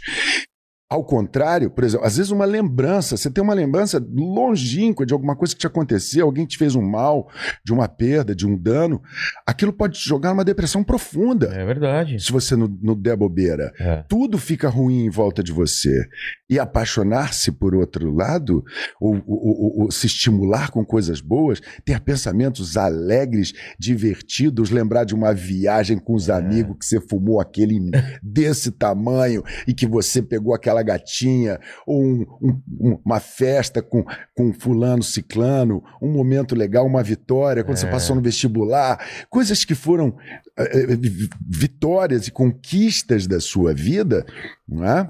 S3: Ao contrário, por exemplo, às vezes uma lembrança, você tem uma lembrança longínqua de alguma coisa que te aconteceu, alguém te fez um mal, de uma perda, de um dano, aquilo pode te jogar numa depressão profunda,
S1: É verdade.
S3: se você não, não der bobeira
S1: É.
S3: tudo fica ruim em volta de você. E apaixonar-se por outro lado, ou, ou- ou- ou se estimular com coisas boas, ter pensamentos alegres, divertidos, lembrar de uma viagem com
S1: É.
S3: os amigos que você fumou aquele desse tamanho e que você pegou aquela gatinha, ou um- um- um- uma festa com, com fulano, ciclano, um momento legal, uma vitória, quando você
S1: É.
S3: passou no vestibular, coisas que foram eh, eh, vi- vitórias e conquistas da sua vida, não é?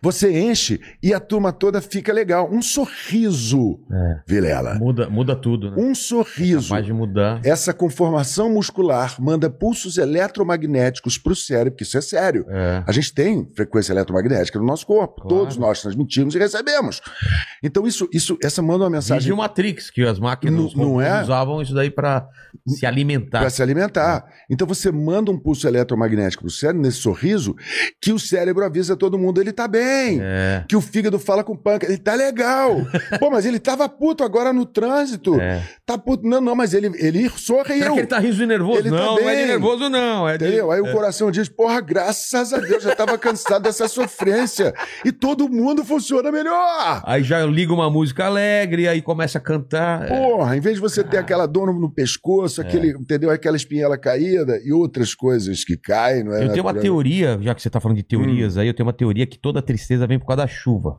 S3: Você enche e a turma toda fica legal. Um sorriso,
S1: É.
S3: Vilela.
S1: Muda, muda tudo, né?
S3: Um sorriso.
S1: Capaz de mudar.
S3: Essa conformação muscular manda pulsos eletromagnéticos para o cérebro, porque isso é sério.
S1: É.
S3: A gente tem frequência eletromagnética no nosso corpo.
S1: Claro.
S3: Todos nós transmitimos e recebemos. Então, isso, isso essa manda uma mensagem
S1: Exige o Matrix, que as máquinas
S3: Não-
S1: os robôs
S3: não é?
S1: usavam isso daí pra se alimentar.
S3: para se alimentar. Então você manda um pulso eletromagnético pro cérebro, nesse sorriso, que o cérebro avisa todo mundo, ele tá bem.
S1: É,
S3: Que o fígado fala com o pâncreas, ele tá legal. Pô, mas ele tava puto agora no trânsito.
S1: é.
S3: Tá puto. Não, não, mas ele, ele
S1: Será
S3: sorriu.
S1: que ele tá riso e nervoso?
S3: Ele tá
S1: não, não é de
S3: bem.
S1: nervoso, não. É de...
S3: Entendeu? Aí o coração diz: porra, graças a Deus, já tava cansado dessa sofrência. E todo mundo funciona melhor.
S1: Aí já liga uma música alegre, aí começa a cantar. É.
S3: Porra, em vez de você ter aquela dor no, no pescoço, aquele, entendeu? Aquela espinhela caída e outras coisas que caem, não é? Hum.
S1: Eu tenho uma
S3: Natural.
S1: teoria, já que você tá falando de teorias aí, eu tenho uma teoria que toda tristeza vem por causa da chuva.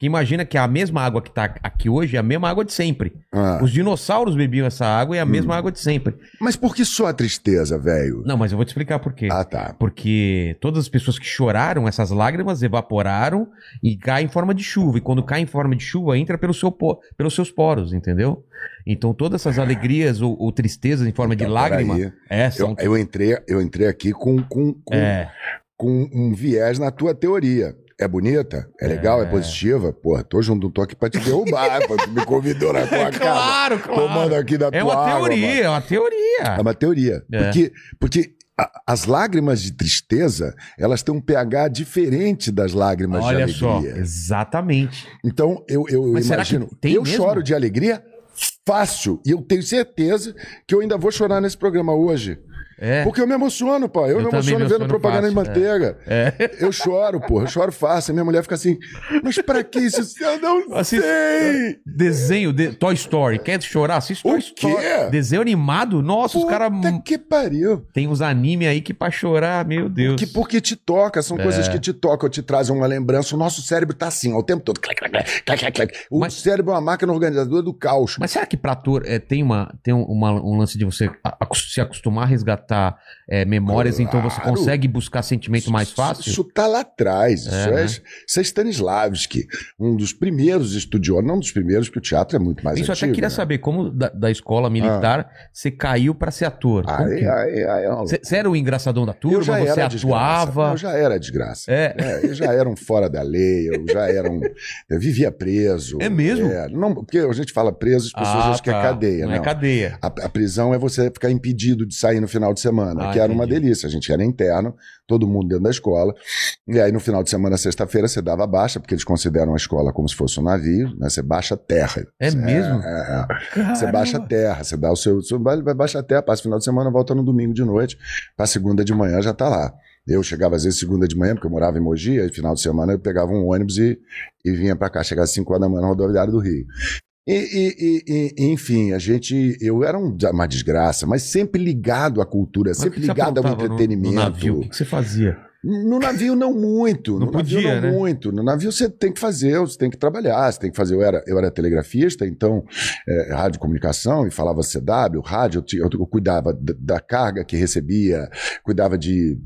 S1: Que imagina que a mesma água que tá aqui hoje é a mesma água de sempre.
S3: Ah. Hum.
S1: Os dinossauros bebiam essa água e é a mesma água de sempre.
S3: Mas por que só a tristeza, velho?
S1: Não, mas eu vou te explicar por quê.
S3: Ah, tá.
S1: Porque todas as pessoas que choraram, essas lágrimas evaporaram e caem em forma de chuva. E quando cai em forma de chuva, entra pelo seu po- pelos seus poros, entendeu? Então todas essas alegrias ou, ou tristezas em forma de
S3: Então,
S1: lágrima,
S3: peraí.
S1: é,
S3: Eu,
S1: são...
S3: eu entrei, eu entrei aqui com, com, com,
S1: É,
S3: com um viés na tua teoria. É bonita? É legal? É, positiva? Porra, tô junto, não tô aqui pra te derrubar. pô, tu me convidou na tua casa. Tomando aqui da
S1: É
S3: tua
S1: uma
S3: água,
S1: teoria, é uma
S3: mano. É
S1: teoria.
S3: uma teoria.
S1: É.
S3: Porque, porque a- as lágrimas de tristeza, elas têm um pH diferente das lágrimas
S1: Olha
S3: de
S1: só,
S3: alegria.
S1: exatamente.
S3: Então, eu, eu, eu
S1: Mas será que
S3: imagino.
S1: tem
S3: eu
S1: mesmo?
S3: choro de alegria fácil. E eu tenho certeza que eu ainda vou chorar nesse programa hoje.
S1: É.
S3: Porque eu me emociono, pô.
S1: Eu
S3: Eu, me
S1: também
S3: emociono
S1: me
S3: vendo
S1: emociono
S3: propaganda
S1: fácil,
S3: de manteiga.
S1: É.
S3: Eu choro, porra. Eu choro fácil. A minha mulher fica assim, mas pra que isso? Eu não
S1: Assista-
S3: sei.
S1: Desenho, de- Toy Story. Quer chorar? Assiste Toy
S3: O
S1: Story.
S3: quê?
S1: Desenho animado? Nossa, os
S3: Puta
S1: caras.
S3: que pariu.
S1: Tem uns anime aí que pra chorar, meu Deus.
S3: Que porque te toca,
S1: É.
S3: são coisas que te tocam, te trazem uma lembrança. O nosso cérebro tá assim, ó, o tempo todo. Clac, clac, clac, clac, clac, clac. O
S1: Mas-
S3: cérebro é uma máquina organizadora do caos.
S1: Mas será que pra ator é, tem, uma, tem um, uma- um lance de você a- a- se acostumar a resgatar é, memórias, então você
S3: Claro.
S1: consegue buscar sentimento é mais fácil?
S3: Isso tá lá atrás. Isso
S1: É,
S3: é,
S1: né?
S3: isso é Stanislavski, um dos primeiros estudiosos, não um dos primeiros, porque o teatro é muito mais
S1: Isso eu até
S3: antigo,
S1: queria
S3: né? Ah.
S1: saber, como da, da escola militar você caiu pra ser ator? Como
S3: Ai,
S1: que-
S3: ai, ai, ai,
S1: Você você era o engraçadão da turma?
S3: eu já
S1: Você
S3: era desgraça.
S1: atuava?
S3: Eu já era desgraça.
S1: É.
S3: É, eu já era um fora da lei, eu já era um. Eu vivia preso.
S1: É mesmo?
S3: não, porque a gente fala preso, as pessoas
S1: Ah,
S3: acham que é
S1: tá.
S3: cadeia,
S1: Não
S3: não.
S1: é cadeia.
S3: A, a prisão é você ficar impedido de sair no final de de semana,
S1: Ah,
S3: que era uma
S1: entendi.
S3: delícia. A gente era interno, todo mundo dentro da escola. E aí no final de semana, sexta-feira, você dava baixa, porque eles consideram a escola como se fosse um navio, né? Você baixa terra.
S1: É mesmo?
S3: É, é. Você baixa a terra, você dá o seu. Você vai, vai baixar a terra, passa o final de semana, volta no domingo de noite, pra segunda de manhã já tá lá. Eu chegava às vezes segunda de manhã, porque eu morava em Mogi, aí final de semana eu pegava um ônibus e, e vinha pra cá, chegava às 5 horas da manhã na rodoviária do Rio. E, e- e- e- enfim, a gente. Eu era um- uma desgraça, mas sempre ligado à cultura,
S1: Mas o
S3: sempre
S1: que você
S3: ligado ao
S1: aprontava no-
S3: entretenimento.
S1: No, navio, o que que você fazia?
S3: No navio, não muito.
S1: Não
S3: no
S1: podia,
S3: navio, não
S1: né?
S3: muito. No navio, você tem que fazer, você tem que trabalhar, você tem que fazer. Eu era, eu era telegrafista, então, é, rádio comunicação, e falava CW, rádio, eu, ti- eu cuidava da, da carga que recebia, cuidava de.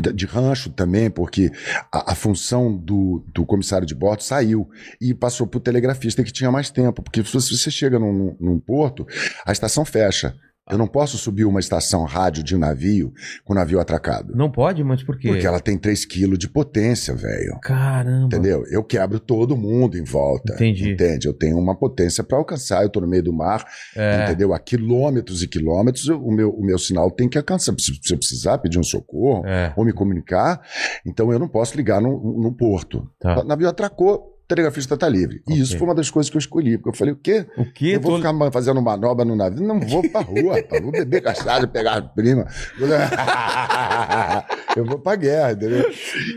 S3: da- De rancho também, porque a, a função do, do comissário de bordo saiu e passou para o telegrafista que tinha mais tempo. Porque se você chega num- num- num porto, a estação fecha. Eu não posso subir uma estação rádio de navio com o navio atracado.
S1: Não pode, mas por quê?
S3: Porque ela tem 3 quilos de potência, velho.
S1: Caramba.
S3: Entendeu? Eu quebro todo mundo em volta.
S1: Entendi.
S3: Entende? Eu tenho uma potência para alcançar, eu tô no meio do mar,
S1: É.
S3: entendeu? A quilômetros e quilômetros, eu- o, meu, o meu sinal tem que alcançar. Se, se eu precisar pedir um socorro
S1: É,
S3: ou me comunicar, então eu não posso ligar no, no porto.
S1: tá.
S3: O navio atracou, o telegrafista tá livre. E
S1: Ok.
S3: isso foi uma das coisas que eu escolhi, porque eu falei, o quê?
S1: O quê?
S3: eu vou
S1: Tô-
S3: ficar ma- fazendo manobra no navio? Não vou pra rua, rapaz. Vou beber cachaça, pegar as primas. Eu vou pra guerra, entendeu?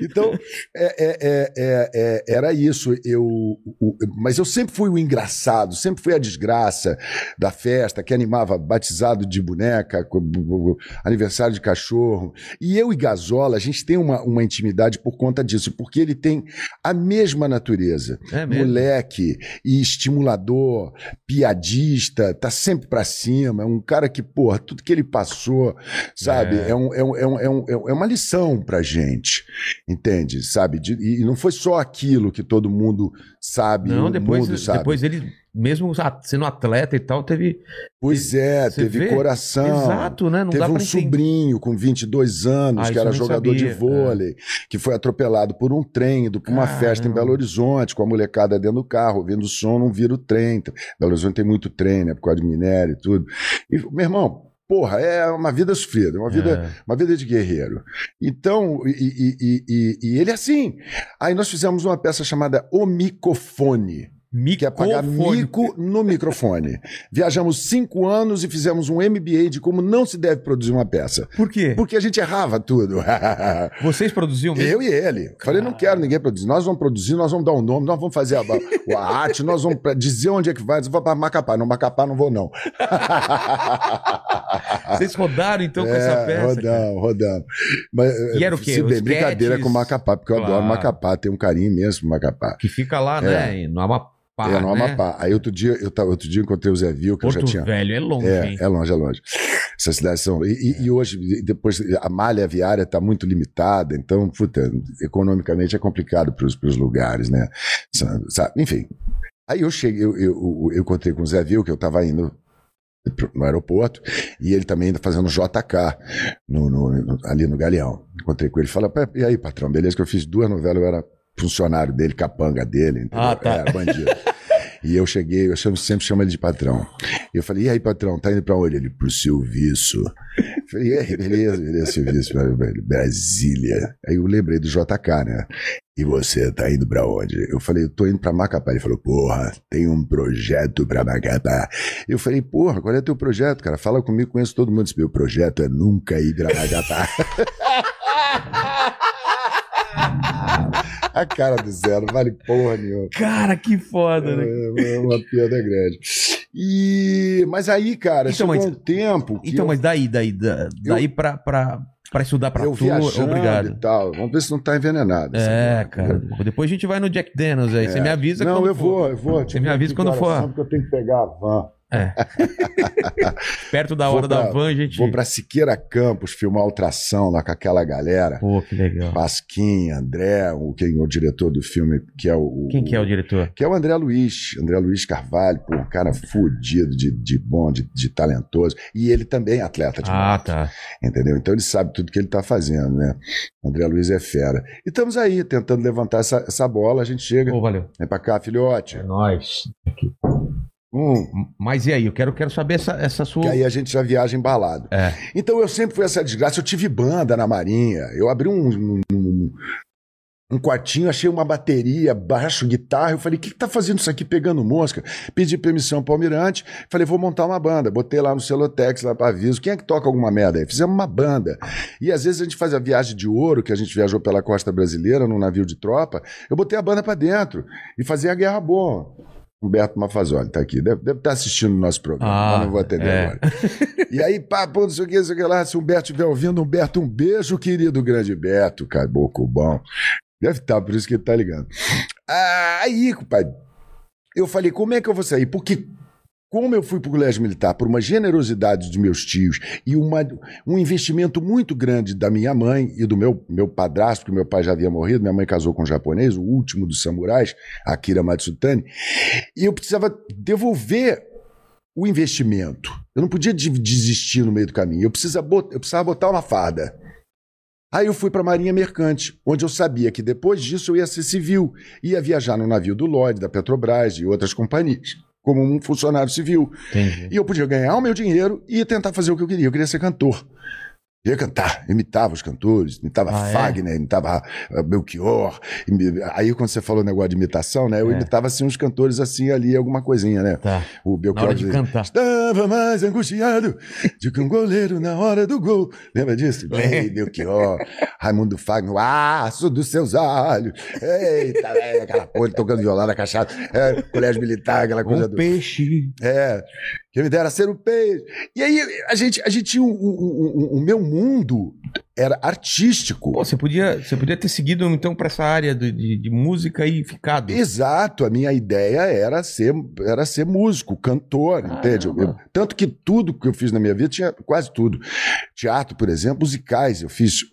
S3: Então, é- é- é- é- é- era isso. Eu, o- mas eu sempre fui o engraçado, sempre fui a desgraça da festa, que animava batizado de boneca, co- bu- bu- bu- aniversário de cachorro. E eu e Gazola, a gente tem uma, uma intimidade por conta disso, porque ele tem a mesma natureza
S1: É mesmo?
S3: moleque e estimulador, piadista, tá sempre pra cima, é um cara que, porra, tudo que ele passou, sabe,
S1: É.
S3: é, um- é um- é um- é um- é um- é uma lição pra gente, entende, sabe, De- e não foi só aquilo que todo mundo sabe,
S1: Não,
S3: o
S1: depois,
S3: mundo sabe,
S1: depois ele, mesmo a- sendo atleta e tal, teve.
S3: pois é,
S1: Você
S3: teve
S1: vê?
S3: coração,
S1: Exato, né? Não
S3: Teve
S1: dá
S3: um
S1: pra entender.
S3: sobrinho com 22 anos,
S1: Ah,
S3: que
S1: isso eu
S3: era
S1: nem
S3: jogador de
S1: sabia,
S3: vôlei, que foi atropelado por um trem, indo pra uma
S1: Caramba.
S3: festa em Belo Horizonte, com a molecada dentro do carro, ouvindo o som, não vira o trem. Belo Horizonte tem muito trem, né, por causa de minério e tudo. E, meu irmão, porra, é uma vida sofrida, uma vida,
S1: É.
S3: uma vida de guerreiro. Então, e, e- e- e- e ele é assim. Aí nós fizemos uma peça chamada O Micofone
S1: Micofone.
S3: que é pagar mico no microfone. Viajamos cinco anos e fizemos um MBA de como não se deve produzir uma peça.
S1: Por quê?
S3: Porque a gente errava tudo.
S1: Vocês produziam mesmo?
S3: Eu e ele. Falei, não quero ninguém produzir. Nós vamos produzir, nós vamos dar o nome, nós vamos fazer a, a- a arte, nós vamos pra- dizer onde é que vai. Eu vou para Macapá. Não, Macapá não vou, não.
S1: Vocês rodaram então com essa peça? cara?
S3: Rodão, rodão. É, Mas, eh,
S1: E era o quê?
S3: Se
S1: Os
S3: bem, brincadeira
S1: sketches?
S3: com Macapá, porque eu adoro
S1: Claro.
S3: Macapá, tenho um carinho imenso por Macapá.
S1: Que fica lá, né? No Amapá.
S3: é, no
S1: né?
S3: Amapá. Aí outro dia, eu, tava- outro dia encontrei o Zé Vil, que eu
S1: Porto
S3: já tinha.
S1: Velho é longe, hein?
S3: É, é longe, é longe. Essas cidades são. E, e- e hoje, e depois, a malha viária está muito limitada, então, puta, economicamente é complicado para os lugares, né? Sa- sabe? Enfim. Aí eu cheguei, eu, eu, eu encontrei com o Zé Vil, que eu estava indo pro- no aeroporto, e ele também ainda fazendo JK no- no- no- ali no Galeão. Encontrei com ele e falei, "Pé, e aí, patrão, beleza? Que eu fiz duas novelas, eu era funcionário dele, capanga dele, entendeu? É,
S1: Ah, tá.
S3: Era bandido. E eu cheguei, eu chamo- sempre chamo ele de patrão. E eu falei, e aí, patrão, tá indo pra onde? Ele, pro serviço. Eu falei, e aí, beleza, beleza, serviço, velho, velho, Brasília. Aí eu lembrei do JK, né? E você tá indo pra onde? Eu falei, eu tô indo pra Macapá. Ele falou, porra, tem um projeto pra Macapá. Eu falei, porra, qual é teu projeto, cara? Fala comigo, conheço todo mundo. Esse meu projeto é nunca ir pra Macapá. A cara do Zé, não vale porra nenhuma.
S1: Cara, que foda, né?
S3: É, é uma perda grande. E, mas aí, cara,
S1: Então,
S3: chegou
S1: mas-
S3: um tempo que
S1: Então,
S3: eu,
S1: mas daí, daí, da- daí pra, pra, pra estudar pra
S3: eu
S1: tu,
S3: viajando e
S1: obrigado.
S3: tal. Vamos ver se não tá envenenado. essa
S1: É,
S3: merda,
S1: cara.
S3: entendeu?
S1: Depois a gente vai no Jack Daniels aí. Você me avisa
S3: É. Não,
S1: quando
S3: eu
S1: for.
S3: vou, eu vou.
S1: Você me avisa quando
S3: Que
S1: for.
S3: horas são, Porque eu tenho que pegar a van.
S1: É. Perto da
S3: Vou
S1: hora da
S3: pra-
S1: van, a gente.
S3: Vou pra Siqueira Campos filmar ultrassom lá com aquela galera.
S1: Pô, que legal.
S3: Pasquim, André, o, quem, é o diretor do filme, que é o.
S1: Quem que é o diretor?
S3: que é o André Luiz, André Luiz Carvalho, pô, um cara fudido de, de bom, de, de talentoso. E ele também é atleta de
S1: Ah,
S3: moto.
S1: tá.
S3: Entendeu? Então ele sabe tudo que ele está fazendo, né? André Luiz é fera. E estamos aí, tentando levantar essa, essa bola. A gente chega. É
S1: Pô, valeu.
S3: Vem pra cá, filhote.
S1: nóis.
S3: Hum.
S1: Mas e aí? Eu quero, quero saber essa, essa sua.
S3: Que aí a gente já viaja embalado.
S1: É.
S3: Então eu sempre fui essa desgraça. Eu tive banda na Marinha. Eu abri um, um, um- um quartinho, achei uma bateria, baixo, guitarra. Eu falei, o que, que tá fazendo isso aqui pegando mosca? Pedi permissão pro almirante. Falei, vou montar uma banda. Botei lá no Celotex, lá pra aviso. Quem é que toca alguma merda aí? Fizemos uma banda. E às vezes a gente faz a viagem de ouro, que a gente viajou pela costa brasileira num navio de tropa. Eu botei a banda pra dentro e fazia a guerra boa. Humberto Mafazoli tá aqui, deve estar assistindo o nosso programa,
S1: Ah,
S3: mas não vou atender
S1: é.
S3: agora. E aí, pá, pô, não sei o que, não sei o que lá. Se o Humberto estiver ouvindo, Humberto, um beijo, querido grande Beto, caboclo bom. Deve estar, por isso que ele tá ligando. Aí, compadre, eu falei, como é que eu vou sair? Porque como eu fui pro colégio militar por uma generosidade dos meus tios e uma, um investimento muito grande da minha mãe e do meu, meu padrasto, porque meu pai já havia morrido, minha mãe casou com um japonês, o último dos samurais, Akira Matsutani, e eu precisava devolver o investimento. Eu não podia de- desistir no meio do caminho. Eu, precisa bot- eu precisava botar uma farda. Aí eu fui para a Marinha Mercante, onde eu sabia que depois disso eu ia ser civil. Ia viajar no navio do Lloyd, da Petrobras e outras companhias, como um funcionário civil.
S1: Entendi.
S3: E eu podia ganhar o meu dinheiro e tentar fazer o que eu queria. Eu queria ser cantor. Eu ia cantar, imitava os cantores, imitava
S1: Ah, é?
S3: Fagner, imitava ah, Belchior. imi- Aí quando você falou o negócio de imitação, né? Eu
S1: É.
S3: imitava assim uns cantores assim ali, alguma coisinha, né?
S1: Tá.
S3: O
S1: Na
S3: Belchior
S1: hora de
S3: dizia,
S1: cantar.
S3: Estava mais angustiado de que um goleiro na hora do gol. Lembra disso? Lei, Belchior, Raimundo Fagner, o aço dos seus olhos. Eita, é, aquela porra, tocando violão na cachaça, é, colégio militar, aquela coisa
S1: Um
S3: do.
S1: peixe.
S3: É, que me dera ser o peixe. E aí a gente, a gente tinha um- um- um- um- o meu mundo era artístico.
S1: Pô, você podia, você podia ter seguido então pra essa área de, de- de música e ficado.
S3: Exato, a minha ideia era ser, era ser músico, cantor,
S1: Caramba.
S3: entende? Eu- tanto que tudo que eu fiz na minha vida tinha quase tudo. Teatro, por exemplo, musicais. Eu fiz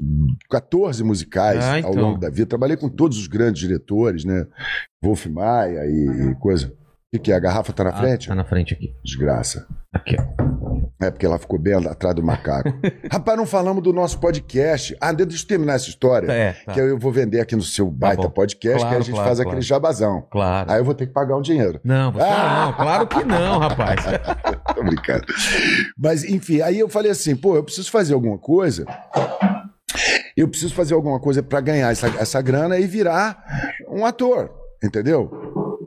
S3: 14 musicais
S1: Ah, então.
S3: ao longo da vida. Trabalhei com todos os grandes diretores, né? Wolf Maia e, e coisa. O que, que é? A garrafa tá na
S1: Ah,
S3: frente?
S1: Tá na frente aqui.
S3: Desgraça.
S1: Aqui, ó.
S3: É porque ela ficou bem atrás do macaco. Rapaz, não falamos do nosso podcast. Ah, deixa eu terminar essa história.
S1: É, tá.
S3: Que eu vou vender aqui no seu baita
S1: bom.
S3: podcast, que
S1: Claro,
S3: aí a gente
S1: claro,
S3: faz
S1: claro.
S3: aquele jabazão.
S1: Claro.
S3: Aí eu vou ter que pagar um dinheiro.
S1: Não, você
S3: Ah!
S1: não, claro que não, rapaz.
S3: Tô brincando. Mas, enfim, aí eu falei assim, pô, eu preciso fazer alguma coisa. Eu preciso fazer alguma coisa pra ganhar essa, essa grana e virar um ator, entendeu?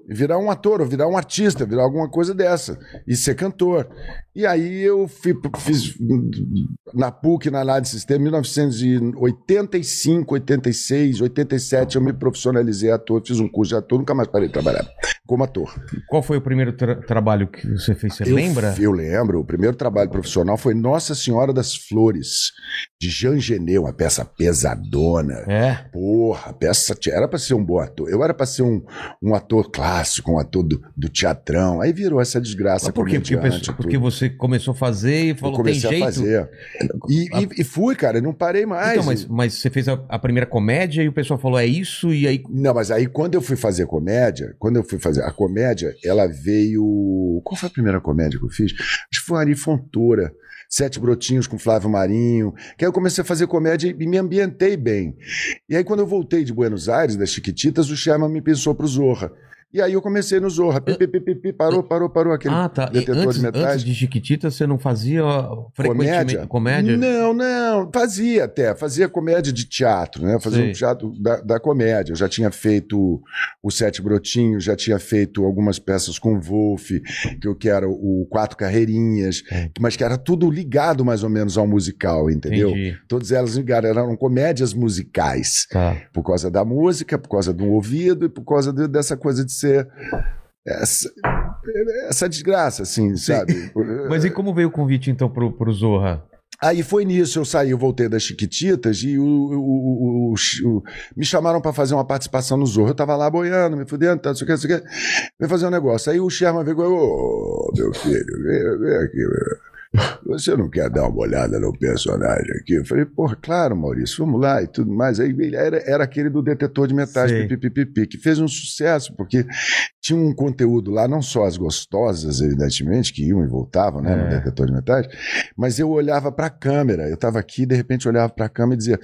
S3: Virar um ator, ou virar um artista, virar alguma coisa dessa. E ser cantor. E aí eu fui, fiz na PUC, na Lá de Sistema, em 1985, 86, 87, eu me profissionalizei ator, fiz um curso de ator, nunca mais parei de trabalhar como ator.
S1: Qual foi o primeiro tra- trabalho que você fez? Você
S3: Eu-
S1: lembra?
S3: Eu lembro. O primeiro trabalho profissional foi Nossa Senhora das Flores, de Jean Genet, uma peça pesadona.
S1: É.
S3: Porra, a peça t- era pra ser um bom ator. Eu era pra ser um, um ator clássico, um ator do, do teatrão. Aí virou essa desgraça
S1: Mas por quê? Porque,
S3: comediante,
S1: pessoa-
S3: tudo.
S1: porque você começou a fazer e
S3: eu
S1: falou, tem
S3: comecei
S1: jeito?
S3: a fazer. E, e- e fui, cara, não parei mais.
S1: Então, mas, mas você fez a, a primeira comédia e o pessoal falou, é isso? E aí,
S3: Não, mas aí quando eu fui fazer comédia, quando eu fui fazer a comédia, ela veio. Qual foi a primeira comédia que eu fiz? Acho que foi Ari Fontoura, Sete Brotinhos com Flávio Marinho. Que aí eu comecei a fazer comédia e me ambientei bem. E aí, quando eu voltei de Buenos Aires, das Chiquititas, o Sherman me pensou pro Zorra. E aí eu comecei no Zorra. Pi, pi, pi, pi, pi, parou, parou, parou aquele.
S1: ah, tá. E
S3: detetor de
S1: antes,
S3: metais.
S1: antes de Chiquitita, você não fazia frequentemente comédia?
S3: Não, não. Fazia até. Fazia comédia de teatro, né? Fazia
S1: Sei.
S3: um teatro da, da comédia. Eu já tinha feito o Sete Brotinhos, já tinha feito algumas peças com o Wolf, que eu que era o Quatro Carreirinhas,
S1: É.
S3: mas que era tudo ligado mais ou menos ao musical, entendeu?
S1: Entendi.
S3: Todas elas ligadas, eram comédias musicais,
S1: Tá.
S3: por causa da música, por causa do ouvido e por causa de- dessa coisa de ser. Essa, essa desgraça, assim, sabe?
S1: Mas e como veio o convite, então, pro, pro Zorra?
S3: Aí foi nisso, eu saí, eu voltei das Chiquititas e o, o- o- o- o- me chamaram pra fazer uma participação no Zorro. Eu tava lá boiando, me fudendo, tá, não sei o que, não sei o que. Vem fazer um negócio. Aí o Sherman veio e falou, ô, meu filho, vem, vem aqui, meu. Você não quer dar uma olhada no personagem aqui? Eu falei, porra, claro, Maurício, vamos lá e tudo mais. Aí ele era, era aquele do detetor de metais,
S1: Sei.
S3: pipipipi, que fez um sucesso, porque tinha um conteúdo lá, não só as gostosas, evidentemente, que iam e voltavam, né, no
S1: É.
S3: detetor de metais, mas eu olhava para a câmera, eu estava aqui, de repente eu olhava para a câmera e dizia: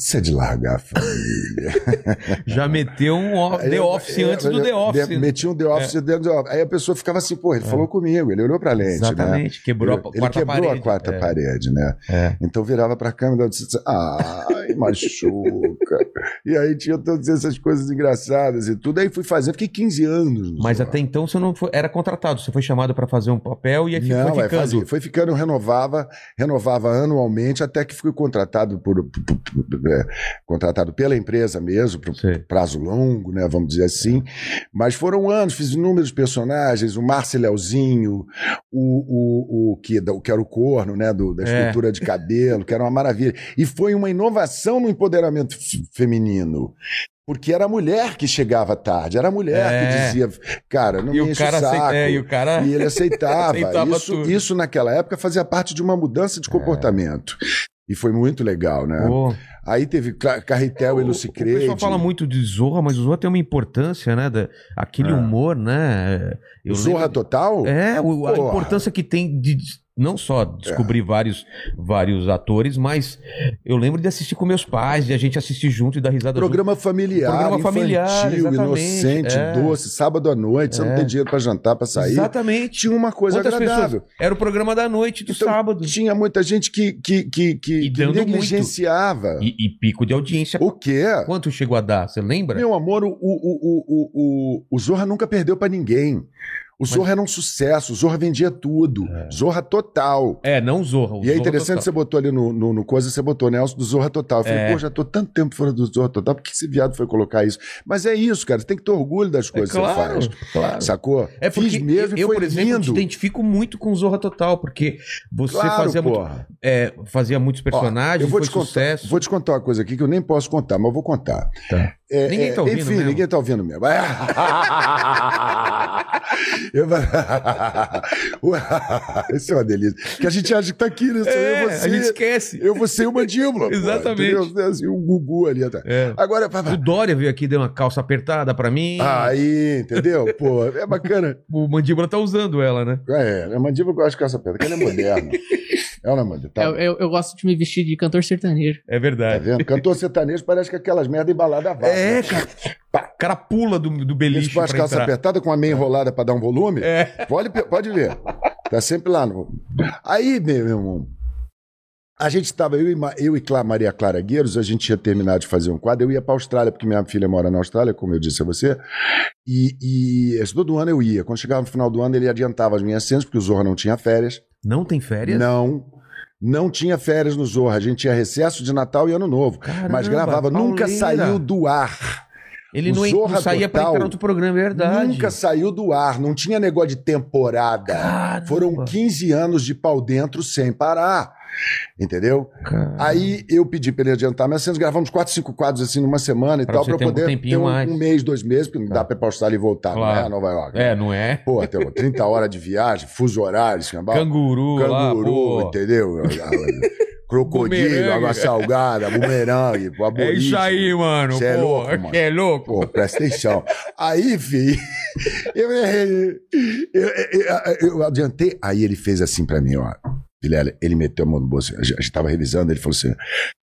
S3: Isso é de largar a família.
S1: Já meteu um o- The
S3: Eu-
S1: Office
S3: eu-
S1: antes do
S3: eu-
S1: The Office. né? É.
S3: de- Meti um The Office dentro do The Office. Aí a pessoa ficava assim, pô, ele falou comigo, ele olhou pra lente, né?
S1: Exatamente, quebrou a
S3: ele,
S1: p-
S3: ele
S1: quarta
S3: quebrou
S1: parede.
S3: a quarta
S1: É.
S3: parede, né?
S1: É.
S3: Então virava pra câmera e disse, ai, machuca. e aí tinha todas essas coisas engraçadas e tudo. Aí fui fazer, fiquei 15 anos. no
S1: Mas
S3: Zorra.
S1: até então você não foi- era contratado, você foi chamado pra fazer um papel e aí
S3: Não,
S1: foi
S3: é, fazia.
S1: ficando.
S3: foi ficando, eu renovava, renovava anualmente, até que fui contratado por, por- por- por- é, contratado pela empresa mesmo, por um
S1: Sei.
S3: prazo longo, né? Vamos dizer assim. Mas foram anos, fiz inúmeros personagens, o Márcio Leozinho, o, o, o, que, da- o que era o corno, né? do- da
S1: É.
S3: estrutura de cabelo, que era uma maravilha. E foi uma inovação no empoderamento f- feminino. Porque era a mulher que chegava tarde, era a mulher
S1: É.
S3: que dizia, cara, não
S1: E
S3: me
S1: o
S3: enche
S1: cara,
S3: o saco.
S1: acei- é, e o cara
S3: E ele aceitava.
S1: Aceitava
S3: isso,
S1: tudo. É.
S3: isso naquela época fazia parte de uma mudança de comportamento. E foi muito legal, né?
S1: Pô.
S3: Aí teve Cla- Carretel e Lucy
S1: O pessoal
S3: Crede.
S1: fala muito de Zorra, mas o Zorra tem uma importância, né? da- aquele
S3: É.
S1: humor, né? Eu
S3: Zorra
S1: lembro-
S3: Total?
S1: É, o- a
S3: Porra. É.
S1: importância que tem de des- não só descobrir vários, vários atores, mas eu lembro de assistir com meus pais, de a gente assistir junto e dar risada junto.
S3: Programa familiar,
S1: Programa familiar,
S3: infantil,
S1: exatamente,
S3: inocente,
S1: é.
S3: doce, sábado à noite, você
S1: É.
S3: não tem dinheiro pra jantar, pra sair.
S1: Exatamente.
S3: Tinha uma coisa
S1: Quantas
S3: agradável.
S1: Era o programa da noite, do
S3: Então,
S1: sábado.
S3: Tinha muita gente que, que, que,
S1: E
S3: que, que
S1: dando muito.
S3: negligenciava.
S1: E, e pico de audiência.
S3: O quê?
S1: Quanto chegou a dar? Você lembra?
S3: Meu amor, o, o, o, o, o, o Zorra nunca perdeu pra ninguém. O Zorra era um sucesso, o Zorra vendia tudo. Zorra total.
S1: É, não Zorra. É. o
S3: e é
S1: Zorra
S3: interessante, você
S1: total.
S3: botou ali no, no, no coisa, você botou Nelson do Zorra Total. Eu falei,
S1: É.
S3: pô, já tô tanto tempo fora do Zorra Total, por que esse viado foi colocar isso? Mas é isso, cara, você tem que ter orgulho das coisas
S1: é, claro,
S3: que você
S1: Claro.
S3: faz. Sacou?
S1: É porque
S3: Fiz mesmo e
S1: eu,
S3: foi
S1: por exemplo,
S3: lindo.
S1: me identifico muito com Zorra Total, porque você
S3: Claro,
S1: fazia, muito-
S3: porra.
S1: é, fazia muitos personagens,
S3: eu vou
S1: foi
S3: te contar-
S1: sucesso.
S3: Vou te contar uma coisa aqui que eu nem posso contar, mas eu vou contar.
S1: Tá.
S3: É,
S1: Ninguém tá ouvindo
S3: Enfim,
S1: mesmo.
S3: ninguém tá ouvindo mesmo. Ah! Eu- Isso é uma delícia. Que a gente acha que tá aqui, né? Sou
S1: É,
S3: eu, você,
S1: a gente esquece.
S3: eu, você e o mandíbula. pô,
S1: Exatamente.
S3: entendeu? Assim, o Gugu ali atrás.
S1: É.
S3: Agora,
S1: O Dória veio aqui, deu uma calça apertada pra mim.
S3: Ah, é. aí, entendeu? Pô, é bacana.
S1: O Mandíbula tá usando ela, né?
S3: É, a mandíbula gosta de calça pedra, porque ela é moderna. Ela é moderna. Tá,
S2: Eu, eu- eu gosto de me vestir de cantor sertanejo.
S1: É
S3: tá
S1: verdade.
S3: vendo? Cantor sertanejo parece que é aquelas merda embalada vaca.
S1: É, cara. O cara pula do, do
S3: Eles
S1: beliche pra
S3: faz calça
S1: entrar.
S3: apertada com a meia enrolada pra dar um volume.
S1: É.
S3: Pode, pode ver. Tá sempre lá no. Aí, meu irmão. A gente estava, eu e, Ma- eu e Cla- Maria Clara Gueiros, a gente tinha terminado de fazer um quadro. Eu ia pra Austrália, porque minha filha mora na Austrália, como eu disse a você. E, e esse todo ano eu ia. Quando chegava no final do ano, ele adiantava as minhas cenas, porque o Zorra não tinha férias.
S1: Não tem férias?
S3: Não. Não tinha férias no Zorra. A gente tinha recesso de Natal e Ano Novo.
S1: Caramba,
S3: mas gravava, nunca
S1: pauleira.
S3: saiu do ar.
S1: Ele
S3: O
S1: não, en-
S3: Zorra
S1: não saía pra
S3: Total
S1: entrar no outro programa, é verdade.
S3: Nunca saiu do ar, não tinha negócio de temporada.
S1: Caramba.
S3: Foram 15 anos de pau dentro sem parar. Entendeu?
S1: Cara,
S3: Aí eu pedi pra ele adiantar minhas cenas, gravamos 4, 5 quadros assim numa semana e
S1: Pra
S3: tal,
S1: você
S3: pra eu
S1: ter um
S3: poder
S1: tempinho
S3: ter um,
S1: mais.
S3: um mês, dois meses, porque não
S1: Tá.
S3: dá pra ir pra Austrália e voltar,
S1: Claro.
S3: né? A Nova York.
S1: É, não é?
S3: Pô, tem 30 horas de viagem, fuso horário, escambau.
S1: Canguru, lá,
S3: Canguru,
S1: pô.
S3: entendeu? Crocodilo,
S1: Bumerangue.
S3: água salgada, bumerangue, pô,
S1: É isso aí,
S3: aborígene.
S1: mano.
S3: Cê é
S1: pô,
S3: louco, mano.
S1: cê é louco.
S3: Pô, presta atenção. Aí, fi, eu errei. Eu, eu- eu adiantei. Aí ele fez assim pra mim, ó. Vilela, ele meteu a mão no bolso. A gente tava revisando, ele falou assim: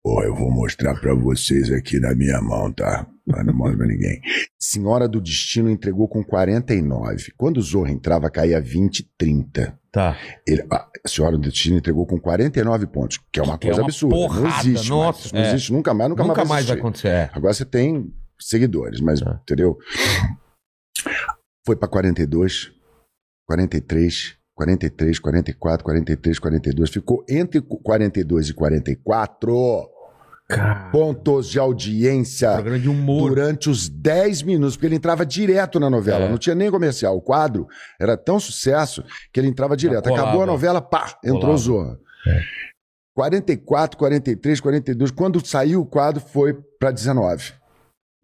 S3: Ó, eu vou mostrar pra vocês aqui na minha mão, tá? Mas não mostra pra ninguém. Senhora do Destino entregou com 49. Quando o Zorro entrava, caía 20, 30.
S1: Tá.
S3: Ele- a Senhora do Destino entregou com 49 pontos, que é uma
S1: Que é
S3: coisa
S1: uma
S3: absurda. não
S1: porrada,
S3: existe.
S1: nossa,
S3: mais. Isso não
S1: é.
S3: existe nunca mais, nunca,
S1: Nunca,
S3: mais. vai
S1: mais vai
S3: existir.
S1: acontecer. É.
S3: Agora você tem seguidores, mas
S1: Tá.
S3: entendeu? Foi pra 42, 43, 43, 44, 43, 42. Ficou entre 42 e 44
S1: Cara,
S3: pontos de audiência
S1: programa de humor.
S3: durante os 10 minutos, porque ele entrava direto na novela,
S1: É.
S3: não tinha nem comercial. O quadro era tão sucesso que ele entrava direto.
S1: colava.
S3: Acabou a novela, pá, entrou
S1: Colava.
S3: o Zorra.
S1: É.
S3: 44, 43, 42. Quando saiu o quadro, foi pra 19.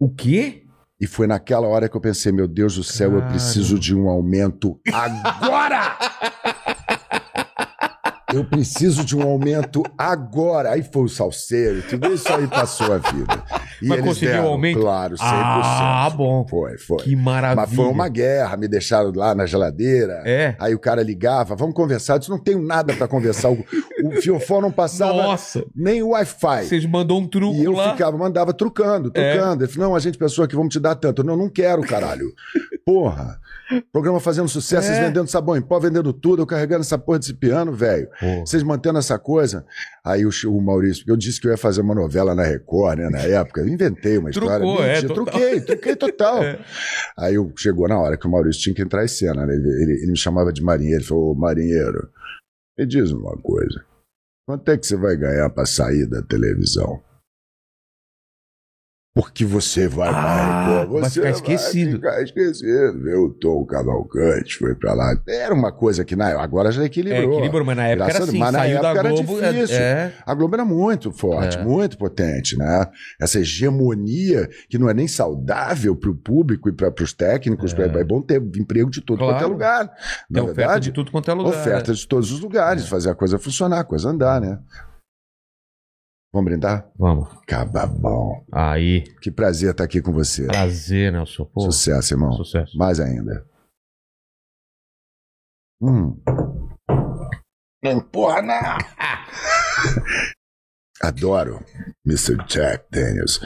S1: O quê?
S3: E foi naquela hora que eu pensei, meu Deus do céu, eu
S1: Claro.
S3: preciso de um aumento agora! eu preciso de um aumento agora. Aí foi o salseiro, tudo isso aí passou a vida. E
S1: Mas
S3: eles
S1: conseguiu o
S3: deram,
S1: aumento?
S3: Claro, 100%.
S1: Ah, bom.
S3: Foi, foi.
S1: Que maravilha.
S3: Mas foi uma guerra, me deixaram lá na geladeira.
S1: É.
S3: Aí o cara ligava, vamos conversar. Eu disse, não tenho nada pra conversar. O, o fiofó não passava
S1: Nossa,
S3: nem o Wi-Fi.
S1: vocês mandou um truco
S3: E eu
S1: lá.
S3: ficava, mandava trucando,
S1: É.
S3: trucando. Ele falou, não, a gente pensou que vamos te dar tanto. Eu, não, não quero, caralho. Porra. Programa fazendo sucesso,
S1: É.
S3: vocês vendendo sabão em pó, vendendo tudo, eu carregando essa porra desse piano, velho.
S1: Pô.
S3: Vocês mantendo essa coisa. Aí o, Ch- o Maurício, porque eu disse que eu ia fazer uma novela na Record, né, na época. Eu inventei uma
S1: Trucou,
S3: história.
S1: é,
S3: Mentira,
S1: total.
S3: Truquei, truquei total.
S1: É.
S3: Aí eu, chegou na hora que o Maurício tinha que entrar em cena, né? Ele, ele- ele me chamava de marinheiro. Ele falou, ô, marinheiro, me diz uma coisa. Quanto é que você vai ganhar pra sair da televisão? Porque você vai
S1: Ah,
S3: pra Record.
S1: vai
S3: Você
S1: ficar esquecido.
S3: ficar esquecido. Viu o Tom Cavalcante, foi pra lá. Era uma coisa que na, agora já
S1: É,
S3: equilibrou.
S1: equilibrou, mas na época
S3: Graças
S1: era
S3: a
S1: assim,
S3: Deus, mas na
S1: saiu da
S3: época era
S1: Globo.
S3: difícil.
S1: é, é.
S3: A Globo era muito forte,
S1: É.
S3: muito potente, né? Essa hegemonia que não é nem saudável para o público e para os técnicos.
S1: É.
S3: pra- É. bom ter emprego de todo
S1: Claro.
S3: quanto é lugar. Na
S1: Tem oferta
S3: verdade,
S1: de tudo quanto é lugar.
S3: oferta de todos os
S1: É.
S3: lugares, fazer a coisa funcionar, a coisa andar, né? Vamos brindar?
S1: Vamos.
S3: Cababão.
S1: Aí.
S3: Que prazer estar aqui com você.
S1: Prazer, Nelson. Ah, Pô,
S3: Sucesso, irmão.
S1: sucesso.
S3: Mais ainda. Hum. Não empurra, não! Adoro Mr. Jack Daniels.